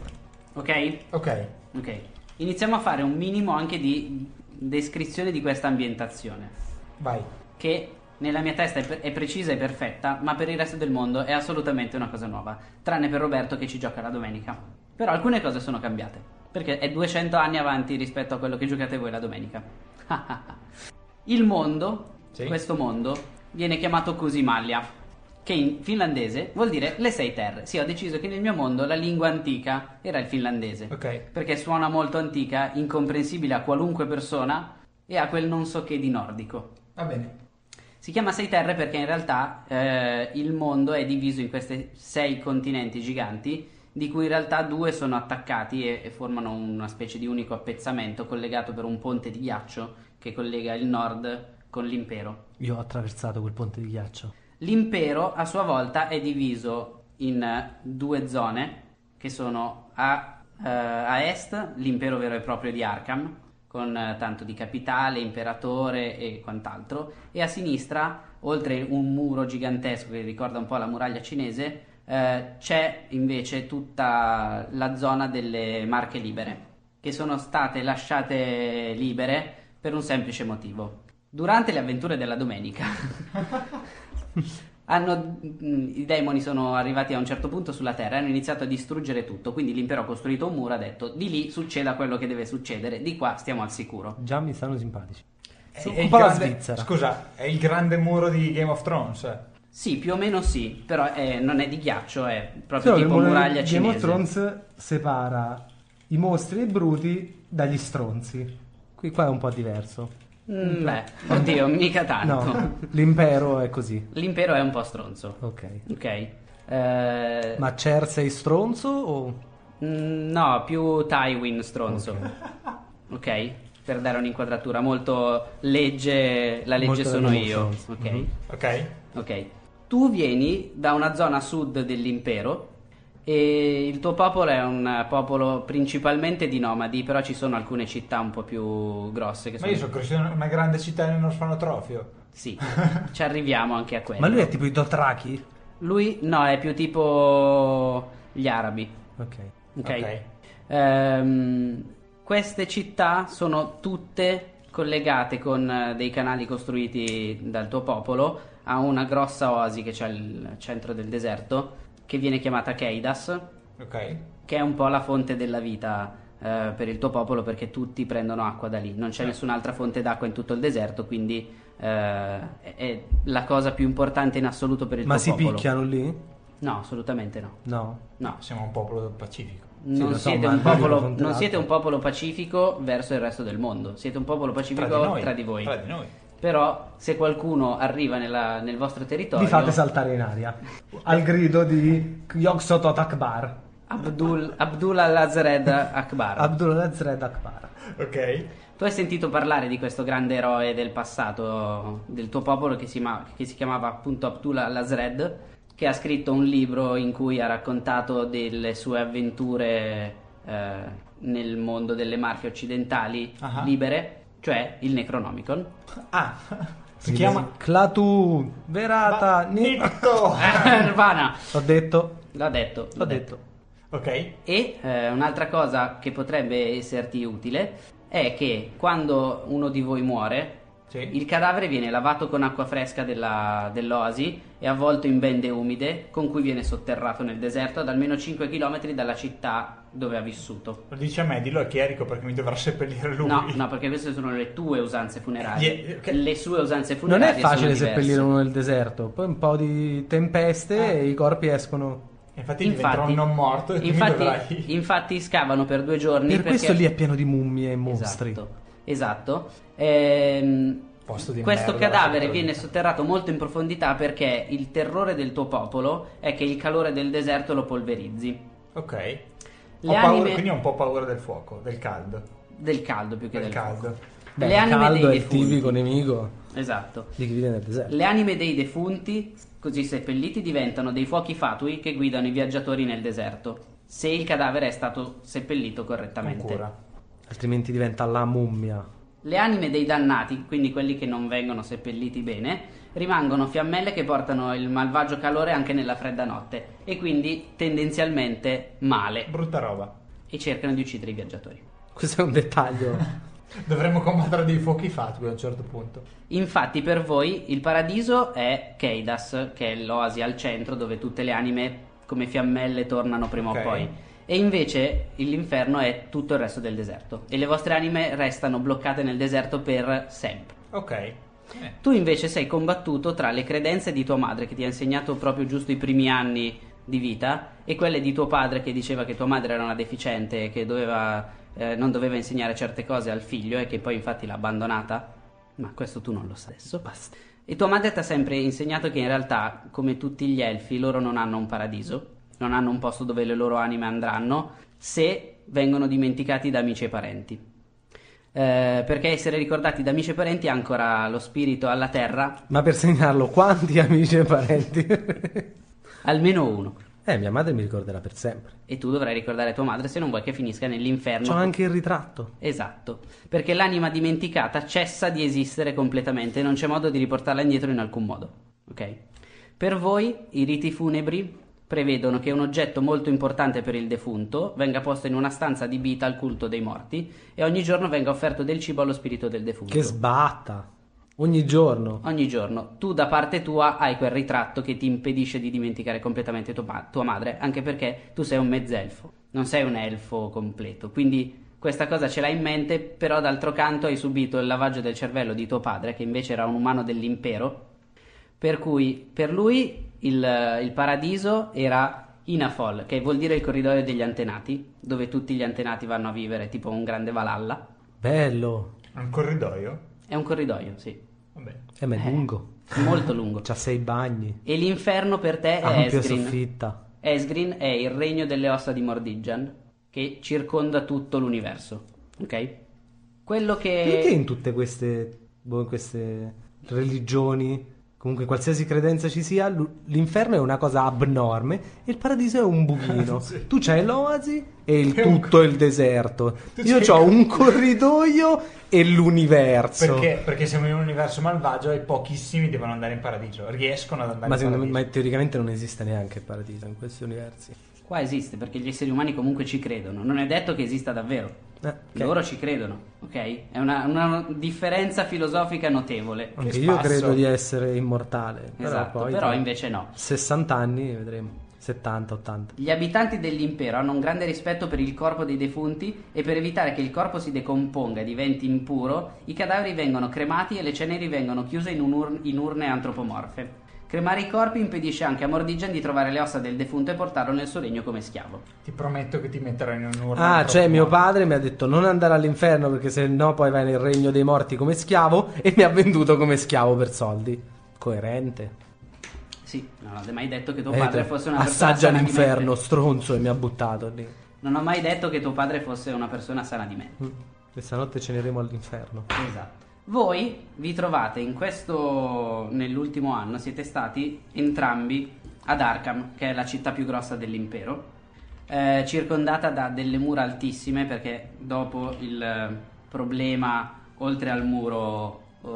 [SPEAKER 1] Ok?
[SPEAKER 2] ok.
[SPEAKER 1] Ok. Iniziamo a fare un minimo anche di descrizione di questa ambientazione.
[SPEAKER 2] Vai.
[SPEAKER 1] che nella mia testa è, pre- è precisa e perfetta, ma per il resto del mondo è assolutamente una cosa nuova, tranne per Roberto che ci gioca la domenica. Però alcune cose sono cambiate, perché è 200 anni avanti rispetto a quello che giocate voi la domenica. il mondo,
[SPEAKER 4] Sì.
[SPEAKER 1] questo mondo, viene chiamato Kusimallia, che in finlandese vuol dire le sei terre. Sì, ho deciso che nel mio mondo la lingua antica era il finlandese
[SPEAKER 4] Ok,
[SPEAKER 1] perché suona molto antica, incomprensibile a qualunque persona e ha quel non so che di nordico.
[SPEAKER 2] Va bene.
[SPEAKER 1] Si chiama Sei Terre perché in realtà eh, il mondo è diviso in questi sei continenti giganti, di cui in realtà due sono attaccati e, e formano una specie di unico appezzamento collegato per un ponte di ghiaccio che collega il nord con l'impero.
[SPEAKER 3] Io ho attraversato quel ponte di ghiaccio.
[SPEAKER 1] L'impero a sua volta è diviso in eh, due zone che sono a, eh, a est l'impero vero e proprio di Arkham con eh, tanto di capitale, imperatore e quant'altro e a sinistra oltre un muro gigantesco che ricorda un po' la muraglia cinese eh, c'è invece tutta la zona delle marche libere che sono state lasciate libere per un semplice motivo. Durante le avventure della domenica hanno- mh, I demoni sono arrivati a un certo punto sulla Terra e hanno iniziato a distruggere tutto. Quindi l'impero ha costruito un muro e ha detto: di lì succeda quello che deve succedere, di qua stiamo al sicuro.
[SPEAKER 3] Già mi stanno simpatici.
[SPEAKER 4] È-
[SPEAKER 3] Sono
[SPEAKER 4] è
[SPEAKER 3] un
[SPEAKER 4] il
[SPEAKER 3] po' la
[SPEAKER 4] grande-
[SPEAKER 3] Svizzera.
[SPEAKER 4] Scusa, è il grande muro di Game of Thrones. eh.
[SPEAKER 1] Sì, più o meno sì, però eh, non è di ghiaccio, è proprio
[SPEAKER 3] Solo che il
[SPEAKER 1] tipo
[SPEAKER 3] mondo
[SPEAKER 1] muraglia
[SPEAKER 3] di Game of
[SPEAKER 1] cinese.
[SPEAKER 3] Thrones separa i mostri e i bruti dagli stronzi. Qui qua è un po' diverso.
[SPEAKER 1] Mm, beh, oddio, mica tanto.
[SPEAKER 3] No, l'impero è così.
[SPEAKER 1] L'impero è un po' stronzo.
[SPEAKER 3] Ok.
[SPEAKER 1] Ok. Eh,
[SPEAKER 3] Ma Cersei stronzo o
[SPEAKER 1] Mm, No, più Tywin stronzo. Ok, per dare un'inquadratura molto legge, la legge
[SPEAKER 3] Molto
[SPEAKER 1] sono
[SPEAKER 3] Game of
[SPEAKER 1] io.
[SPEAKER 3] Thrones.
[SPEAKER 1] Ok,
[SPEAKER 3] Mhm.
[SPEAKER 4] Ok?
[SPEAKER 1] ok. Tu vieni da una zona sud dell'impero e il tuo popolo è un eh, popolo principalmente di nomadi, però ci sono alcune città un po' più grosse che
[SPEAKER 4] Ma
[SPEAKER 1] sono...
[SPEAKER 4] io sono cresciuto in una grande città in un orfanotrofio.
[SPEAKER 1] Sì, ci arriviamo anche a quello.
[SPEAKER 3] Ma lui è tipo i Dotraki?
[SPEAKER 1] Lui, no, è più tipo gli arabi.
[SPEAKER 3] Ok.
[SPEAKER 1] Ok.
[SPEAKER 4] Ok.
[SPEAKER 1] Ehm, queste città sono tutte collegate con eh, dei canali costruiti dal tuo popolo a una grossa oasi che c'è al centro del deserto che viene chiamata Keidas,
[SPEAKER 4] Ok.
[SPEAKER 1] che è un po' la fonte della vita eh, per il tuo popolo perché tutti prendono acqua da lì,
[SPEAKER 3] Eh.
[SPEAKER 1] non c'è nessun'altra fonte d'acqua in tutto il deserto, quindi eh, è, è la cosa più importante in assoluto per il
[SPEAKER 3] Ma
[SPEAKER 1] tuo
[SPEAKER 3] si
[SPEAKER 1] popolo.
[SPEAKER 3] picchiano lì?
[SPEAKER 1] No, assolutamente no.
[SPEAKER 3] No.
[SPEAKER 1] No,
[SPEAKER 4] Siamo un popolo del Pacifico.
[SPEAKER 3] Sì,
[SPEAKER 1] non,
[SPEAKER 3] lo so,
[SPEAKER 1] siete,
[SPEAKER 3] ma
[SPEAKER 1] un
[SPEAKER 3] magari
[SPEAKER 1] popolo,
[SPEAKER 3] la fonte
[SPEAKER 1] non
[SPEAKER 3] d'acqua.
[SPEAKER 1] siete un popolo pacifico verso il resto del mondo, siete un popolo pacifico tra di, voi.
[SPEAKER 4] Tra di noi.
[SPEAKER 1] Però se qualcuno arriva nella- nel vostro territorio,
[SPEAKER 3] Li fate saltare in aria al grido di Yogsotot Akbar.
[SPEAKER 1] Abdul, Abdullah Lazared Akbar,
[SPEAKER 3] Abdullah Zred Akbar.
[SPEAKER 4] Ok.
[SPEAKER 1] tu hai sentito parlare di questo grande eroe del passato, del tuo popolo che si, ma- che si chiamava appunto Abdullah Lazared, che ha scritto un libro in cui ha raccontato delle sue avventure eh, nel mondo delle marche occidentali
[SPEAKER 4] Ah.
[SPEAKER 1] libere, cioè il Necronomicon.
[SPEAKER 4] Ah, si chiama...
[SPEAKER 3] Clatu Verata Ni-
[SPEAKER 4] Nitto!
[SPEAKER 1] Nirvana.
[SPEAKER 3] L'ho detto,
[SPEAKER 1] L'ho detto,
[SPEAKER 3] l'ho detto.
[SPEAKER 4] ok.
[SPEAKER 1] E eh, un'altra cosa che potrebbe esserti utile è che quando uno di voi muore,
[SPEAKER 4] Sì.
[SPEAKER 1] il cadavere viene lavato con acqua fresca della- dell'oasi e avvolto in bende umide, con cui viene sotterrato nel deserto ad almeno 5 km dalla città dove ha vissuto.
[SPEAKER 4] Lo dice a me, dillo a Chierico perché mi dovrà seppellire lui.
[SPEAKER 1] No, no, perché queste sono le tue usanze funerarie.
[SPEAKER 4] Yeah, ok.
[SPEAKER 1] Le sue usanze
[SPEAKER 3] Non
[SPEAKER 1] funerarie
[SPEAKER 3] è
[SPEAKER 1] sono
[SPEAKER 3] facile
[SPEAKER 1] diverse.
[SPEAKER 3] seppellire uno nel deserto, poi un po' di tempeste
[SPEAKER 4] Ah.
[SPEAKER 3] e i corpi escono.
[SPEAKER 4] Infatti, diventerò un non morto e tu mi dovrai...
[SPEAKER 1] infatti, infatti scavano per due giorni
[SPEAKER 3] Per
[SPEAKER 1] perché-
[SPEAKER 3] questo lì è pieno di mummie e mostri.
[SPEAKER 1] Esatto, esatto. Ehm,
[SPEAKER 4] Posto di
[SPEAKER 1] questo
[SPEAKER 4] merda,
[SPEAKER 1] cadavere
[SPEAKER 4] lasciatelo
[SPEAKER 1] viene
[SPEAKER 4] lì.
[SPEAKER 1] sotterrato molto in profondità perché il terrore del tuo popolo è che il calore del deserto lo polverizzi.
[SPEAKER 4] Ok.
[SPEAKER 1] Le
[SPEAKER 4] Ho paura-
[SPEAKER 1] anime-
[SPEAKER 4] quindi ho un po' paura del fuoco, del caldo.
[SPEAKER 1] Del caldo più che
[SPEAKER 4] Del
[SPEAKER 1] del
[SPEAKER 4] caldo.
[SPEAKER 1] fuoco.
[SPEAKER 3] Beh,
[SPEAKER 1] Le anime
[SPEAKER 3] caldo
[SPEAKER 1] dei
[SPEAKER 3] è il
[SPEAKER 1] defunti.
[SPEAKER 3] tipico nemico.
[SPEAKER 1] Esatto.
[SPEAKER 3] liquidi nel deserto.
[SPEAKER 1] Le anime dei defunti, così seppelliti, diventano dei fuochi fatui che guidano i viaggiatori nel deserto, se il cadavere è stato seppellito correttamente.
[SPEAKER 4] Ancora.
[SPEAKER 3] Altrimenti diventa la mummia.
[SPEAKER 1] Le anime dei dannati, quindi quelli che non vengono seppelliti bene, rimangono fiammelle che portano il malvagio calore anche nella fredda notte e quindi tendenzialmente male
[SPEAKER 4] Brutta roba.
[SPEAKER 1] e cercano di uccidere i viaggiatori.
[SPEAKER 3] Questo è un dettaglio.
[SPEAKER 4] Dovremmo combattere dei fuochi fatui a un certo punto.
[SPEAKER 1] Infatti per voi il paradiso è Keidas, che è l'oasi al centro dove tutte le anime come fiammelle tornano prima
[SPEAKER 4] Ok.
[SPEAKER 1] o poi. E invece l'inferno è tutto il resto del deserto e le vostre anime restano bloccate nel deserto per sempre.
[SPEAKER 4] Ok.
[SPEAKER 1] Tu invece sei combattuto tra le credenze di tua madre che ti ha insegnato proprio giusto i primi anni di vita e quelle di tuo padre che diceva che tua madre era una deficiente e che doveva, eh, non doveva insegnare certe cose al figlio e che poi infatti l'ha abbandonata. Ma questo tu non lo sai adesso, basta. E tua madre ti ha sempre insegnato che in realtà, come tutti gli elfi, loro non hanno un paradiso, non hanno un posto dove le loro anime andranno se vengono dimenticati da amici e parenti. Eh, perché essere ricordati da amici e parenti ha ancora lo spirito alla terra,
[SPEAKER 3] Ma per segnarlo, quanti amici e parenti?
[SPEAKER 1] almeno uno.
[SPEAKER 3] eh, mia madre mi ricorderà per sempre.
[SPEAKER 1] E tu dovrai ricordare tua madre se non vuoi che finisca nell'inferno.
[SPEAKER 3] C'ho anche il ritratto.
[SPEAKER 1] Esatto, perché l'anima dimenticata cessa di esistere completamente, non c'è modo di riportarla indietro in alcun modo. Ok? Per voi i riti funebri prevedono che un oggetto molto importante per il defunto venga posto in una stanza adibita al culto dei morti e ogni giorno venga offerto del cibo allo spirito del defunto.
[SPEAKER 3] Che sbatta. Ogni giorno.
[SPEAKER 1] Ogni giorno tu da parte tua hai quel ritratto che ti impedisce di dimenticare completamente tua, pa- tua madre, anche perché tu sei un mezzelfo, non sei un elfo completo. Quindi questa cosa ce l'hai in mente, però d'altro canto hai subito il lavaggio del cervello di tuo padre, che invece era un umano dell'impero. Per cui per lui il, il paradiso era Inafol, che vuol dire il corridoio degli antenati, dove tutti gli antenati vanno a vivere, tipo un grande valalla.
[SPEAKER 3] Bello.
[SPEAKER 4] Un corridoio?
[SPEAKER 1] È un corridoio, sì,
[SPEAKER 4] Vabbè.
[SPEAKER 3] Eh, ma è lungo.
[SPEAKER 1] molto lungo.
[SPEAKER 3] C'ha sei bagni.
[SPEAKER 1] E l'inferno per te è
[SPEAKER 3] Ampia
[SPEAKER 1] Esgrin.
[SPEAKER 3] soffitta.
[SPEAKER 1] Esgrin è il regno delle ossa di Mordiggian che circonda tutto l'universo. Ok? Quello che.
[SPEAKER 4] Eh,
[SPEAKER 3] Perché in tutte queste, boh, in queste religioni, comunque qualsiasi credenza ci sia, lu- l'inferno è una cosa abnorme e il paradiso è un buchino.
[SPEAKER 4] Sì.
[SPEAKER 3] Tu c'hai l'oasi e il
[SPEAKER 4] E un-
[SPEAKER 3] tutto è il deserto.
[SPEAKER 4] Tu
[SPEAKER 3] Io
[SPEAKER 4] c'hai-
[SPEAKER 3] ho un corridoio e l'universo.
[SPEAKER 4] Perché? Perché siamo in un universo malvagio e pochissimi devono andare in paradiso. Riescono ad andare
[SPEAKER 3] Ma,
[SPEAKER 4] in
[SPEAKER 3] secondo me,
[SPEAKER 4] paradiso.
[SPEAKER 3] ma teoricamente non esiste neanche il paradiso in questi universi.
[SPEAKER 1] Qua esiste perché gli esseri umani comunque ci credono. Non è detto che esista davvero.
[SPEAKER 3] Eh, ok.
[SPEAKER 1] Loro ci credono, ok? È una, una differenza filosofica notevole.
[SPEAKER 3] Anche
[SPEAKER 4] che
[SPEAKER 3] io
[SPEAKER 4] spasso.
[SPEAKER 3] credo di essere immortale.
[SPEAKER 1] esatto,
[SPEAKER 3] però, poi,
[SPEAKER 1] però
[SPEAKER 3] tra
[SPEAKER 1] invece no.
[SPEAKER 3] 60 anni vedremo. 70, 80.
[SPEAKER 1] Gli abitanti dell'impero hanno un grande rispetto per il corpo dei defunti e per evitare che il corpo si decomponga e diventi impuro, i cadaveri vengono cremati e le ceneri vengono chiuse in, un ur- in urne antropomorfe. Cremare i corpi impedisce anche a Mordigian di trovare le ossa del defunto e portarlo nel suo regno come schiavo.
[SPEAKER 4] Ti prometto che ti metterò in un'urna.
[SPEAKER 3] Ah, cioè mio
[SPEAKER 4] padre
[SPEAKER 3] padre mi ha detto non andare all'inferno perché se no poi vai nel regno dei morti come schiavo e mi ha venduto come schiavo per soldi. Coerente.
[SPEAKER 1] Sì, non ho mai detto che tuo
[SPEAKER 3] Hai
[SPEAKER 1] padre
[SPEAKER 3] detto,
[SPEAKER 1] fosse una persona
[SPEAKER 3] Eh, Assaggia
[SPEAKER 1] sana di
[SPEAKER 3] l'inferno,
[SPEAKER 1] mente.
[SPEAKER 3] stronzo, e mi ha buttato lì.
[SPEAKER 1] Non ho mai detto che tuo padre fosse una persona sana di mente.
[SPEAKER 3] Mm. Questa notte ceneremo all'inferno.
[SPEAKER 1] Esatto. Voi vi trovate in questo nell'ultimo anno siete stati entrambi ad Arkham, che è la città più grossa dell'impero, eh, circondata da delle mura altissime perché dopo il eh, problema oltre al muro eh,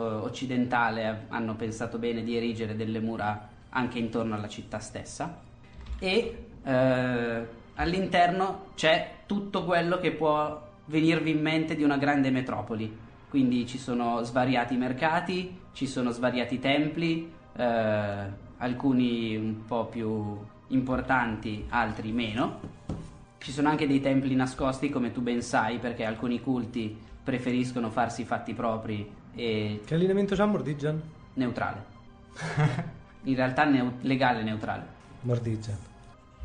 [SPEAKER 1] occidentale hanno pensato bene di erigere delle mura anche intorno alla città stessa e eh, all'interno c'è tutto quello che può venirvi in mente di una grande metropoli. Quindi ci sono svariati mercati, ci sono svariati templi, eh, alcuni un po' più importanti, altri meno. Ci sono anche dei templi nascosti, come tu ben sai, perché alcuni culti preferiscono farsi i fatti propri e
[SPEAKER 3] Che allineamento c'ha Mordigian?
[SPEAKER 1] neutrale. In realtà neu- legale e neutrale.
[SPEAKER 3] Mordigian.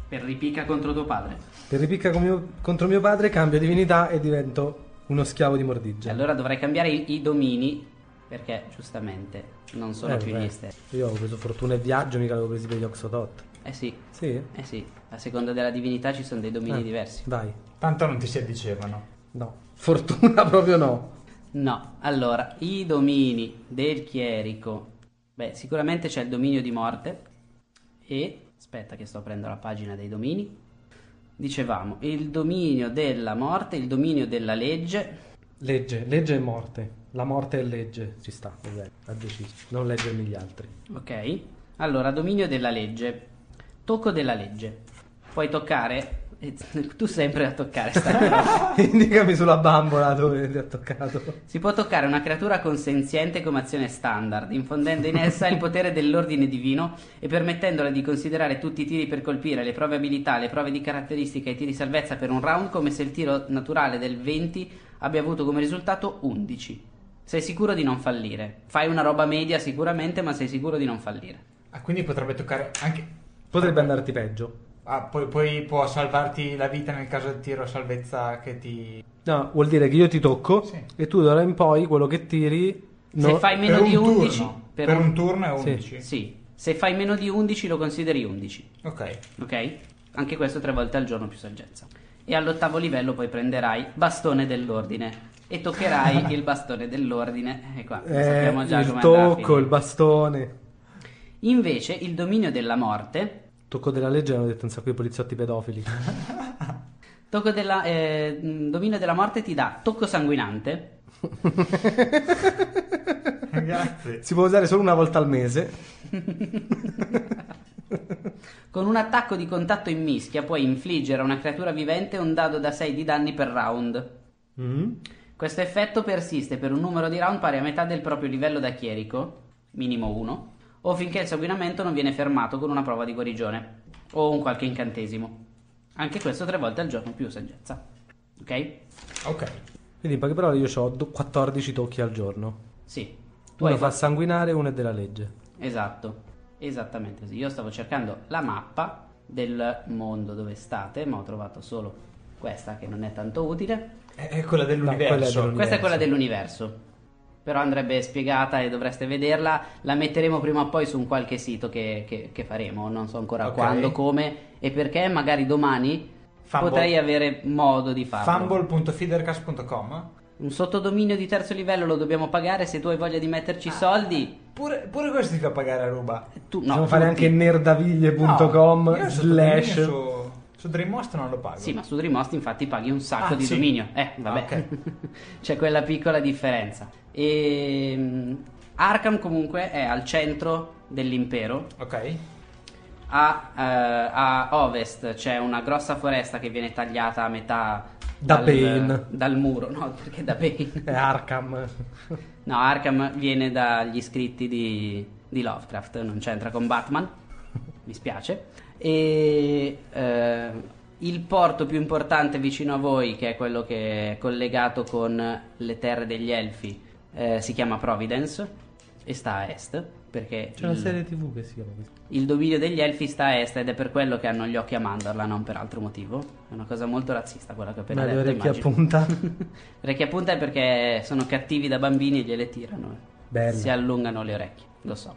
[SPEAKER 1] Per ripicca contro tuo padre.
[SPEAKER 3] Per ripicca con mio- contro mio padre cambio divinità e divento uno schiavo di
[SPEAKER 1] Cioè,
[SPEAKER 3] Mordigian.
[SPEAKER 1] allora dovrei cambiare i, i domini perché giustamente non sono
[SPEAKER 3] Eh,
[SPEAKER 1] più
[SPEAKER 3] vabbè.
[SPEAKER 1] gli stessi.
[SPEAKER 3] Io avevo preso fortuna e viaggio, mica l'avevo preso per gli Oxodot.
[SPEAKER 1] Eh sì,
[SPEAKER 3] Sì?
[SPEAKER 1] eh sì, a seconda della divinità ci sono dei domini
[SPEAKER 3] Eh,
[SPEAKER 1] diversi.
[SPEAKER 3] Vai.
[SPEAKER 4] Tanto non ti si addicevano.
[SPEAKER 3] No. Fortuna proprio no.
[SPEAKER 1] No, allora, i domini del chierico. Beh, sicuramente c'è il dominio di morte. E aspetta che sto aprendo la pagina dei domini. Dicevamo, il dominio della morte, il dominio della legge.
[SPEAKER 3] Legge, legge e morte. La morte è legge, ci sta, vabbè, ha deciso. Non leggermi gli altri.
[SPEAKER 1] Ok. Allora, dominio della legge. Tocco della legge. Puoi toccare. eh, Tu sempre a toccare sta cosa.
[SPEAKER 3] Indicami sulla bambola dove ti ha toccato.
[SPEAKER 1] Si può toccare una creatura consenziente come azione standard, infondendo in essa il potere dell'ordine divino e permettendole di considerare tutti i tiri per colpire, le prove abilità, le prove di caratteristica e i tiri salvezza per un round come se il tiro naturale del 20 abbia avuto come risultato 11. Sei sicuro di non fallire. Fai una roba media sicuramente, ma sei sicuro di non fallire.
[SPEAKER 4] Ah, quindi potrebbe toccare anche...
[SPEAKER 3] Potrebbe andarti peggio.
[SPEAKER 4] Ah, poi, poi può salvarti la vita nel caso del tiro a salvezza che ti...
[SPEAKER 3] No, vuol dire che io ti tocco
[SPEAKER 4] Sì.
[SPEAKER 3] e tu d'ora in poi quello che tiri... no-
[SPEAKER 1] Se fai meno
[SPEAKER 4] per
[SPEAKER 1] di
[SPEAKER 4] un
[SPEAKER 1] 11,
[SPEAKER 4] Turno. Per, un... turno è
[SPEAKER 3] Sì.
[SPEAKER 4] 11.
[SPEAKER 1] Sì, se fai meno di 11 lo consideri 11.
[SPEAKER 4] Ok.
[SPEAKER 1] Ok? Anche questo tre volte al giorno più saggezza. E all'ottavo livello poi prenderai bastone dell'ordine. E toccherai il bastone dell'ordine. E qua
[SPEAKER 3] Eh,
[SPEAKER 1] sappiamo già
[SPEAKER 3] il
[SPEAKER 1] come andrà a
[SPEAKER 3] tocco,
[SPEAKER 1] finire.
[SPEAKER 3] il bastone.
[SPEAKER 1] Invece il dominio della morte.
[SPEAKER 3] Tocco della legge hanno detto un sacco di poliziotti pedofili.
[SPEAKER 1] Tocco della, eh, mh, dominio della morte ti dà tocco sanguinante.
[SPEAKER 4] Grazie.
[SPEAKER 3] si può usare solo una volta al mese.
[SPEAKER 1] Con un attacco di contatto in mischia puoi infliggere a una creatura vivente un dado da 6 di danni per round.
[SPEAKER 3] Mm.
[SPEAKER 1] Questo effetto persiste per un numero di round pari a metà del proprio livello da chierico, minimo 1, o finché il sanguinamento non viene fermato con una prova di guarigione o un qualche incantesimo. Anche questo tre volte al giorno più saggezza. Ok?
[SPEAKER 4] Ok.
[SPEAKER 3] Quindi in poche parole io ho 14 tocchi al giorno.
[SPEAKER 1] Sì. Tu
[SPEAKER 3] Uno
[SPEAKER 1] hai
[SPEAKER 3] fa sanguinare, uno è della legge.
[SPEAKER 1] Esatto. Esattamente così. Io stavo cercando la mappa del mondo dove state, ma ho trovato solo questa che non è tanto utile.
[SPEAKER 4] È è quella dell'universo.
[SPEAKER 3] No, quella è dell'universo.
[SPEAKER 1] Questa è quella dell'universo. Però andrebbe spiegata e dovreste vederla. La metteremo prima o poi su un qualche sito che, che- che faremo. Non so ancora
[SPEAKER 4] Ok.
[SPEAKER 1] quando, come e perché. Magari domani
[SPEAKER 4] Fumble.
[SPEAKER 1] potrei avere modo di farlo.
[SPEAKER 4] Fumble.feedercast.com
[SPEAKER 1] Un sottodominio di terzo livello lo dobbiamo pagare. Se tu hai voglia di metterci soldi,
[SPEAKER 4] Pure, pure questo ti fa pagare a ruba.
[SPEAKER 1] tu no.
[SPEAKER 3] Possiamo fare
[SPEAKER 1] tutti.
[SPEAKER 3] anche nerdaviglie.com
[SPEAKER 4] No, io
[SPEAKER 3] slash...
[SPEAKER 4] sottolineo Su, su Dreamhost non lo pago.
[SPEAKER 1] Sì, ma su Dreamhost infatti paghi un sacco
[SPEAKER 4] Ah,
[SPEAKER 1] di
[SPEAKER 4] sì.
[SPEAKER 1] dominio. Eh, vabbè.
[SPEAKER 4] Ah, ok.
[SPEAKER 1] C'è quella piccola differenza. Ehm, Arkham comunque è al centro dell'impero.
[SPEAKER 4] Ok.
[SPEAKER 1] A, eh, a ovest c'è una grossa foresta che viene tagliata a metà
[SPEAKER 3] Da
[SPEAKER 1] dal,
[SPEAKER 3] Bane.
[SPEAKER 1] dal muro, no? Perché da Bane?
[SPEAKER 3] È Arkham.
[SPEAKER 1] No, Arkham viene dagli scritti di, di Lovecraft, non c'entra con Batman, mi spiace. E eh, il porto più importante vicino a voi, che è quello che è collegato con le terre degli elfi, eh, si chiama Providence e sta a est, perché
[SPEAKER 3] C'è una
[SPEAKER 1] il-
[SPEAKER 3] serie tv che si chiama così.
[SPEAKER 1] il dominio degli elfi sta a est ed è per quello che hanno gli occhi a mandorla, non per altro motivo. È una cosa molto razzista quella che ho appena
[SPEAKER 3] Ma le
[SPEAKER 1] detto.
[SPEAKER 3] orecchie a
[SPEAKER 1] immagino.
[SPEAKER 3] punta.
[SPEAKER 1] Perché appunto è perché sono cattivi da bambini e gliele tirano.
[SPEAKER 3] Bello.
[SPEAKER 1] Si allungano le orecchie, lo so.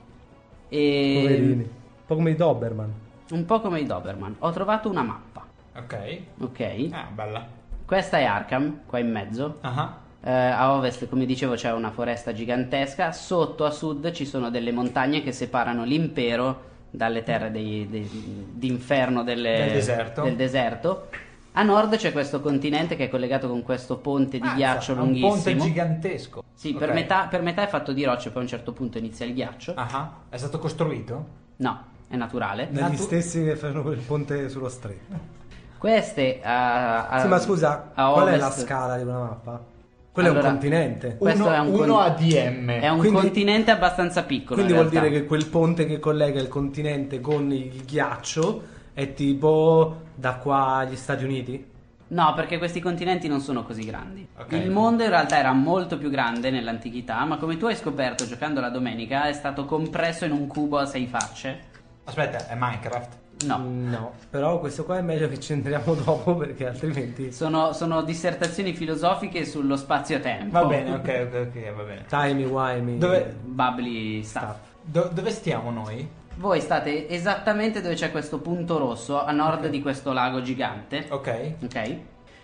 [SPEAKER 1] E
[SPEAKER 3] Poverini. Un po' come i Doberman.
[SPEAKER 1] un po' come i Doberman. Ho trovato una mappa,
[SPEAKER 4] Ok.
[SPEAKER 1] ok?
[SPEAKER 4] Ah, bella.
[SPEAKER 1] Questa è Arkham, qua in mezzo.
[SPEAKER 4] Ah.
[SPEAKER 1] Eh, a ovest, come dicevo, c'è una foresta gigantesca. Sotto a sud ci sono delle montagne che separano l'impero dalle terre dei- dei- d'inferno delle-
[SPEAKER 4] Del deserto.
[SPEAKER 1] del deserto. A nord c'è questo continente che è collegato con questo ponte di
[SPEAKER 3] Ah,
[SPEAKER 4] Mazza,
[SPEAKER 1] ghiaccio
[SPEAKER 4] ha
[SPEAKER 1] lunghissimo.
[SPEAKER 4] Un ponte gigantesco.
[SPEAKER 1] Sì, per,
[SPEAKER 4] Ok.
[SPEAKER 1] metà, per metà è fatto di rocce, poi a un certo punto inizia il ghiaccio.
[SPEAKER 4] Ah, è stato costruito?
[SPEAKER 1] No, è naturale.
[SPEAKER 3] Dagli
[SPEAKER 4] Natu-
[SPEAKER 3] stessi che fanno il ponte sullo stretto.
[SPEAKER 1] Queste a, a-
[SPEAKER 3] sì, ma scusa,
[SPEAKER 1] Ah, a
[SPEAKER 3] qual è la
[SPEAKER 1] ovest-
[SPEAKER 3] scala di una mappa? Quello è
[SPEAKER 1] Allora,
[SPEAKER 3] un continente.
[SPEAKER 1] Questo
[SPEAKER 4] uno,
[SPEAKER 1] è un
[SPEAKER 4] uno
[SPEAKER 1] con-
[SPEAKER 4] ADM.
[SPEAKER 1] È un
[SPEAKER 3] Quindi-
[SPEAKER 1] continente abbastanza piccolo.
[SPEAKER 3] Quindi
[SPEAKER 1] in
[SPEAKER 3] vuol
[SPEAKER 1] realtà.
[SPEAKER 3] dire che quel ponte che collega il continente con il ghiaccio è tipo da qua agli Stati Uniti?
[SPEAKER 1] No, perché questi continenti non sono così grandi.
[SPEAKER 4] Ok.
[SPEAKER 1] Il mondo in realtà era molto più grande nell'antichità, ma come tu hai scoperto giocando la domenica, è stato compresso in un cubo a sei facce.
[SPEAKER 4] Aspetta, è Minecraft.
[SPEAKER 1] No.
[SPEAKER 3] No, però questo qua è meglio che ci entriamo dopo perché altrimenti
[SPEAKER 1] Sono, sono dissertazioni filosofiche sullo spazio-tempo.
[SPEAKER 4] Va bene, ok, ok, ok, va bene.
[SPEAKER 3] timey wimey. eh,
[SPEAKER 4] Dove,
[SPEAKER 1] Bubbly stuff.
[SPEAKER 4] do- dove stiamo noi?
[SPEAKER 1] Voi state esattamente dove c'è questo punto rosso a nord di questo lago gigante.
[SPEAKER 4] Ok.
[SPEAKER 1] Ok?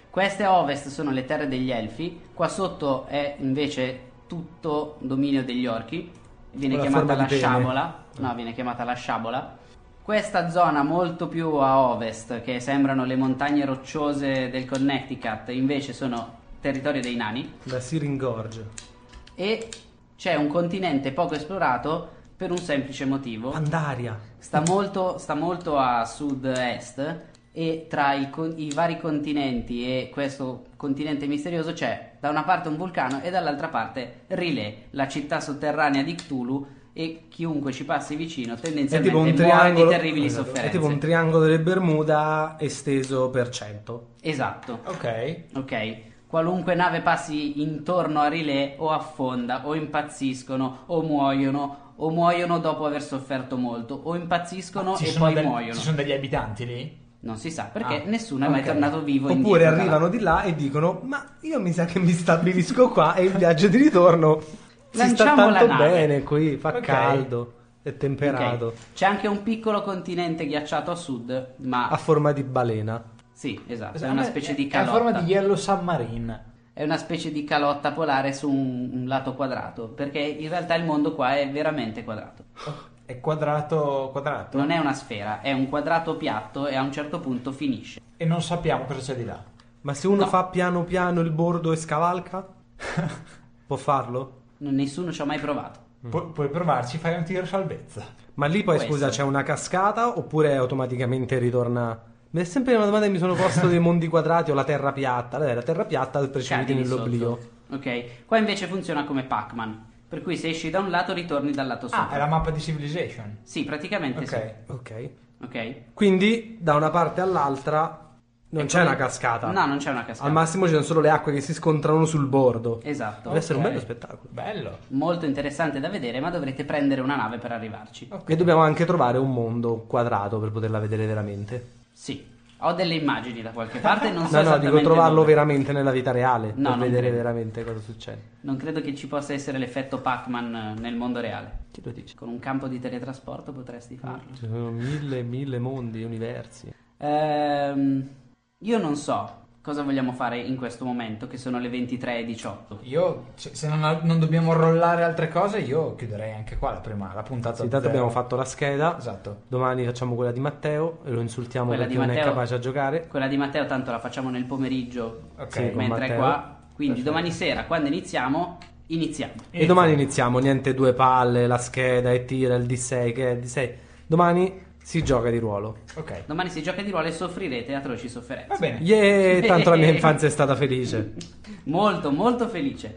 [SPEAKER 1] Queste a ovest sono le terre degli elfi, qua sotto è invece tutto dominio degli orchi, viene
[SPEAKER 3] Con la
[SPEAKER 1] chiamata la
[SPEAKER 3] forma di Ah. pene.
[SPEAKER 1] sciabola, no, viene chiamata la sciabola. Questa zona molto più a ovest, che sembrano le montagne rocciose del Connecticut, invece sono territorio dei nani
[SPEAKER 3] La Sirin Gorge.
[SPEAKER 1] e c'è un continente poco esplorato per un semplice motivo.
[SPEAKER 3] Pandaria.
[SPEAKER 1] Sta molto, sta molto a sud-est e tra i, con- i vari continenti e questo continente misterioso c'è da una parte un vulcano e dall'altra parte Rilè, la città sotterranea di Cthulhu e chiunque ci passi vicino
[SPEAKER 3] È
[SPEAKER 1] tendenzialmente
[SPEAKER 3] tipo un
[SPEAKER 1] muore di
[SPEAKER 3] triangolo.
[SPEAKER 1] terribili
[SPEAKER 3] esatto,
[SPEAKER 1] sofferenze.
[SPEAKER 3] È tipo un triangolo delle Bermuda esteso per 100.
[SPEAKER 1] esatto,
[SPEAKER 3] Ok.
[SPEAKER 1] ok. Qualunque nave passi intorno a Rilè o affonda o impazziscono o muoiono o muoiono dopo aver sofferto molto o impazziscono
[SPEAKER 4] Ci
[SPEAKER 1] e
[SPEAKER 4] sono
[SPEAKER 1] poi
[SPEAKER 4] del-
[SPEAKER 1] muoiono.
[SPEAKER 4] Ci sono degli abitanti lì?
[SPEAKER 1] Non si sa perché
[SPEAKER 4] Ah,
[SPEAKER 1] nessuno è mai
[SPEAKER 3] Ok.
[SPEAKER 1] tornato vivo
[SPEAKER 3] Oppure
[SPEAKER 1] indietro
[SPEAKER 3] arrivano di là e dicono: Ma io mi sa che mi stabilisco qua e il viaggio di ritorno si sta
[SPEAKER 1] Lanciamo la
[SPEAKER 3] tanto
[SPEAKER 1] nave."
[SPEAKER 3] bene qui, fa
[SPEAKER 4] Ok.
[SPEAKER 3] caldo, è
[SPEAKER 1] dalla- Ok.
[SPEAKER 3] temperato,
[SPEAKER 1] C'è anche un piccolo continente ghiacciato a sud, ma
[SPEAKER 3] a forma di balena.
[SPEAKER 1] sì, esatto, è
[SPEAKER 4] Ah. A
[SPEAKER 1] una
[SPEAKER 4] me-
[SPEAKER 1] specie di
[SPEAKER 4] È in forma
[SPEAKER 1] calotta.
[SPEAKER 4] di Yellow Submarine.
[SPEAKER 1] È una specie di calotta polare su un, un lato quadrato, perché in realtà il mondo qua è veramente quadrato.
[SPEAKER 4] È quadrato, quadrato.
[SPEAKER 1] Non è una sfera, è un quadrato piatto e a un certo punto finisce.
[SPEAKER 4] E non sappiamo cosa c'è di là.
[SPEAKER 3] Ma se uno
[SPEAKER 1] No.
[SPEAKER 3] fa piano piano il bordo e scavalca, può farlo?
[SPEAKER 1] Non- Nessuno ci ha mai provato.
[SPEAKER 3] Mm.
[SPEAKER 4] Pu- puoi provarci, fai un tiro salvezza.
[SPEAKER 3] Ma lì poi,
[SPEAKER 1] Questo.
[SPEAKER 3] scusa, c'è una cascata oppure automaticamente ritorna? Ma è sempre una domanda che mi sono posto dei mondi quadrati o la terra piatta. Allora, la terra piatta il precipiti
[SPEAKER 1] Cadi lì
[SPEAKER 3] nell'oblio.
[SPEAKER 1] Certo, sotto. Ok, qua invece funziona come Pac-Man, per cui se esci da un lato ritorni dal lato
[SPEAKER 4] Ah, è
[SPEAKER 1] sopra.
[SPEAKER 4] la mappa di Civilization.
[SPEAKER 1] Sì, praticamente
[SPEAKER 4] Ok.
[SPEAKER 3] Ok.
[SPEAKER 1] sì. Ok.
[SPEAKER 3] Quindi da una parte all'altra non
[SPEAKER 1] È
[SPEAKER 3] c'è
[SPEAKER 1] come-
[SPEAKER 3] una
[SPEAKER 4] Ah.
[SPEAKER 3] cascata.
[SPEAKER 1] Ecco, No, non c'è una cascata.
[SPEAKER 3] Al massimo ci sono solo le acque che si scontrano sul bordo.
[SPEAKER 1] Esatto.
[SPEAKER 3] Deve essere un
[SPEAKER 4] Ok.
[SPEAKER 3] bello spettacolo.
[SPEAKER 4] Bello.
[SPEAKER 1] Molto interessante da vedere, ma dovrete prendere una nave per arrivarci.
[SPEAKER 3] E dobbiamo anche trovare un mondo quadrato per poterla vedere veramente.
[SPEAKER 1] Sì, ho delle immagini da qualche parte, non so
[SPEAKER 3] no, no,
[SPEAKER 1] esattamente
[SPEAKER 3] dico trovarlo
[SPEAKER 1] dove.
[SPEAKER 3] veramente nella vita reale.
[SPEAKER 1] No,
[SPEAKER 3] per
[SPEAKER 1] non
[SPEAKER 3] vedere
[SPEAKER 1] credo.
[SPEAKER 3] veramente cosa succede.
[SPEAKER 1] Non credo che ci possa essere l'effetto Pac-Man eh, nel mondo reale.
[SPEAKER 3] Chi lo dice?
[SPEAKER 1] Con un campo di teletrasporto potresti
[SPEAKER 3] Mm.
[SPEAKER 1] farlo.
[SPEAKER 3] Ci sono mille, mille mondi, universi.
[SPEAKER 1] Ehm, io non so cosa vogliamo fare in questo momento, che sono le 23.18.
[SPEAKER 4] Io, se se non, non dobbiamo rollare altre cose, io chiuderei anche qua la prima, la puntata.
[SPEAKER 3] Sì, intanto
[SPEAKER 4] zero.
[SPEAKER 3] abbiamo fatto la scheda.
[SPEAKER 4] Esatto.
[SPEAKER 3] Domani facciamo quella di Matteo e lo insultiamo
[SPEAKER 1] Quella
[SPEAKER 3] perché
[SPEAKER 1] di
[SPEAKER 3] Diciamo non è
[SPEAKER 1] Matteo.
[SPEAKER 3] capace a giocare.
[SPEAKER 1] Quella di Matteo tanto la facciamo nel pomeriggio,
[SPEAKER 4] Ok.
[SPEAKER 3] Sì, con
[SPEAKER 1] mentre è
[SPEAKER 3] Matteo.
[SPEAKER 1] qua. Quindi domani sera, quando iniziamo, iniziamo.
[SPEAKER 3] E domani iniziamo, niente due palle, la scheda e tira il D6 che è il D6. Domani si gioca di ruolo.
[SPEAKER 4] Ok.
[SPEAKER 1] Domani si gioca di ruolo e soffrirete atroci sofferenze.
[SPEAKER 4] Va bene.
[SPEAKER 3] Yeah, tanto la mia infanzia è stata felice.
[SPEAKER 1] Molto, molto felice.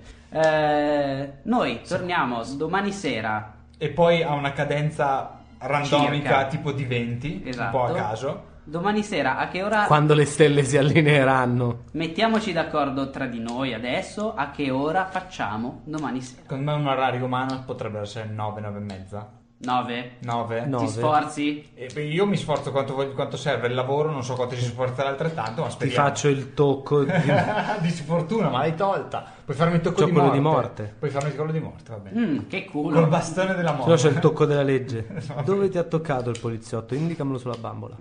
[SPEAKER 1] Eh, noi torniamo domani sera.
[SPEAKER 4] E poi ha una cadenza randomica
[SPEAKER 1] Circa.
[SPEAKER 4] tipo di 20,
[SPEAKER 1] Esatto.
[SPEAKER 4] un po' a caso.
[SPEAKER 1] Domani sera a che ora?
[SPEAKER 3] Quando le stelle si allineeranno.
[SPEAKER 1] Mettiamoci d'accordo tra di noi adesso a che ora facciamo domani sera.
[SPEAKER 4] Secondo me un orario umano potrebbe essere 9, 9 e mezza.
[SPEAKER 1] 9?
[SPEAKER 4] 9?
[SPEAKER 3] No.
[SPEAKER 1] Ti
[SPEAKER 3] Nove.
[SPEAKER 1] sforzi?
[SPEAKER 4] E beh, io mi sforzo quanto, voglio- quanto serve il lavoro, non so quanto si sforzerà altrettanto, ma
[SPEAKER 3] Ti
[SPEAKER 4] speriamo.
[SPEAKER 3] faccio il tocco di...
[SPEAKER 4] di sfortuna, ma l'hai tolta. Puoi farmi il tocco
[SPEAKER 3] C'ho
[SPEAKER 4] di
[SPEAKER 3] quello
[SPEAKER 4] morte.
[SPEAKER 3] di morte.
[SPEAKER 4] Puoi farmi il quello di morte, va bene.
[SPEAKER 1] Mm, che
[SPEAKER 4] Col
[SPEAKER 1] culo.
[SPEAKER 4] bastone della
[SPEAKER 3] Se no
[SPEAKER 4] morte.
[SPEAKER 3] c'è il tocco della legge. Dove ti ha toccato il poliziotto? Indicamelo sulla bambola.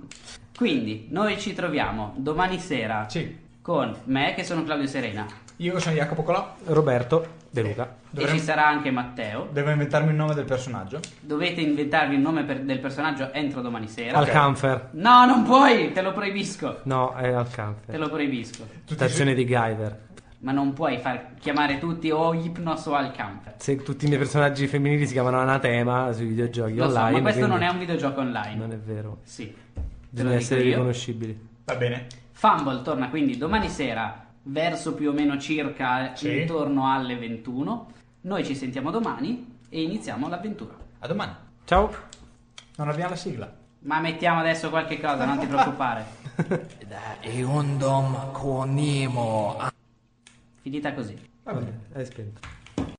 [SPEAKER 1] Quindi noi ci troviamo domani sera
[SPEAKER 4] Sì.
[SPEAKER 1] con me che sono Claudio Serena
[SPEAKER 4] Io sono Jacopo Colò.
[SPEAKER 3] Roberto De Luca.
[SPEAKER 1] e ci
[SPEAKER 4] Dovremmo-
[SPEAKER 1] sarà anche Matteo.
[SPEAKER 4] Devo inventarmi il nome del personaggio.
[SPEAKER 1] Dovete inventarvi il nome per- del personaggio entro domani sera.
[SPEAKER 3] Al camfer.
[SPEAKER 1] No, non puoi, te lo proibisco.
[SPEAKER 3] No, è al
[SPEAKER 1] Te
[SPEAKER 3] camfer.
[SPEAKER 1] lo proibisco.
[SPEAKER 4] Tutti
[SPEAKER 3] Stazione di Guyver.
[SPEAKER 1] Ma non puoi far chiamare tutti o Hypnos o Alcamper.
[SPEAKER 3] Se tutti i miei personaggi femminili si chiamano anatema sui videogiochi
[SPEAKER 1] Lo so,
[SPEAKER 3] online.
[SPEAKER 1] ma questo non è
[SPEAKER 3] quindi
[SPEAKER 1] un videogioco online.
[SPEAKER 3] Non è vero.
[SPEAKER 1] Sì. Te lo
[SPEAKER 3] Bisogna
[SPEAKER 1] dico
[SPEAKER 3] essere
[SPEAKER 1] io.
[SPEAKER 3] riconoscibili.
[SPEAKER 4] Va bene.
[SPEAKER 1] Fumble torna quindi domani sera verso più o meno circa
[SPEAKER 4] Sì.
[SPEAKER 1] intorno alle 21. Noi ci sentiamo domani e iniziamo l'avventura.
[SPEAKER 4] A domani.
[SPEAKER 3] Ciao.
[SPEAKER 4] Non abbiamo la sigla.
[SPEAKER 1] Ma mettiamo adesso qualche cosa, non ti preoccupare.
[SPEAKER 5] E un dom con Nemo.
[SPEAKER 1] Finita così.
[SPEAKER 4] Va bene.
[SPEAKER 3] Hai spento.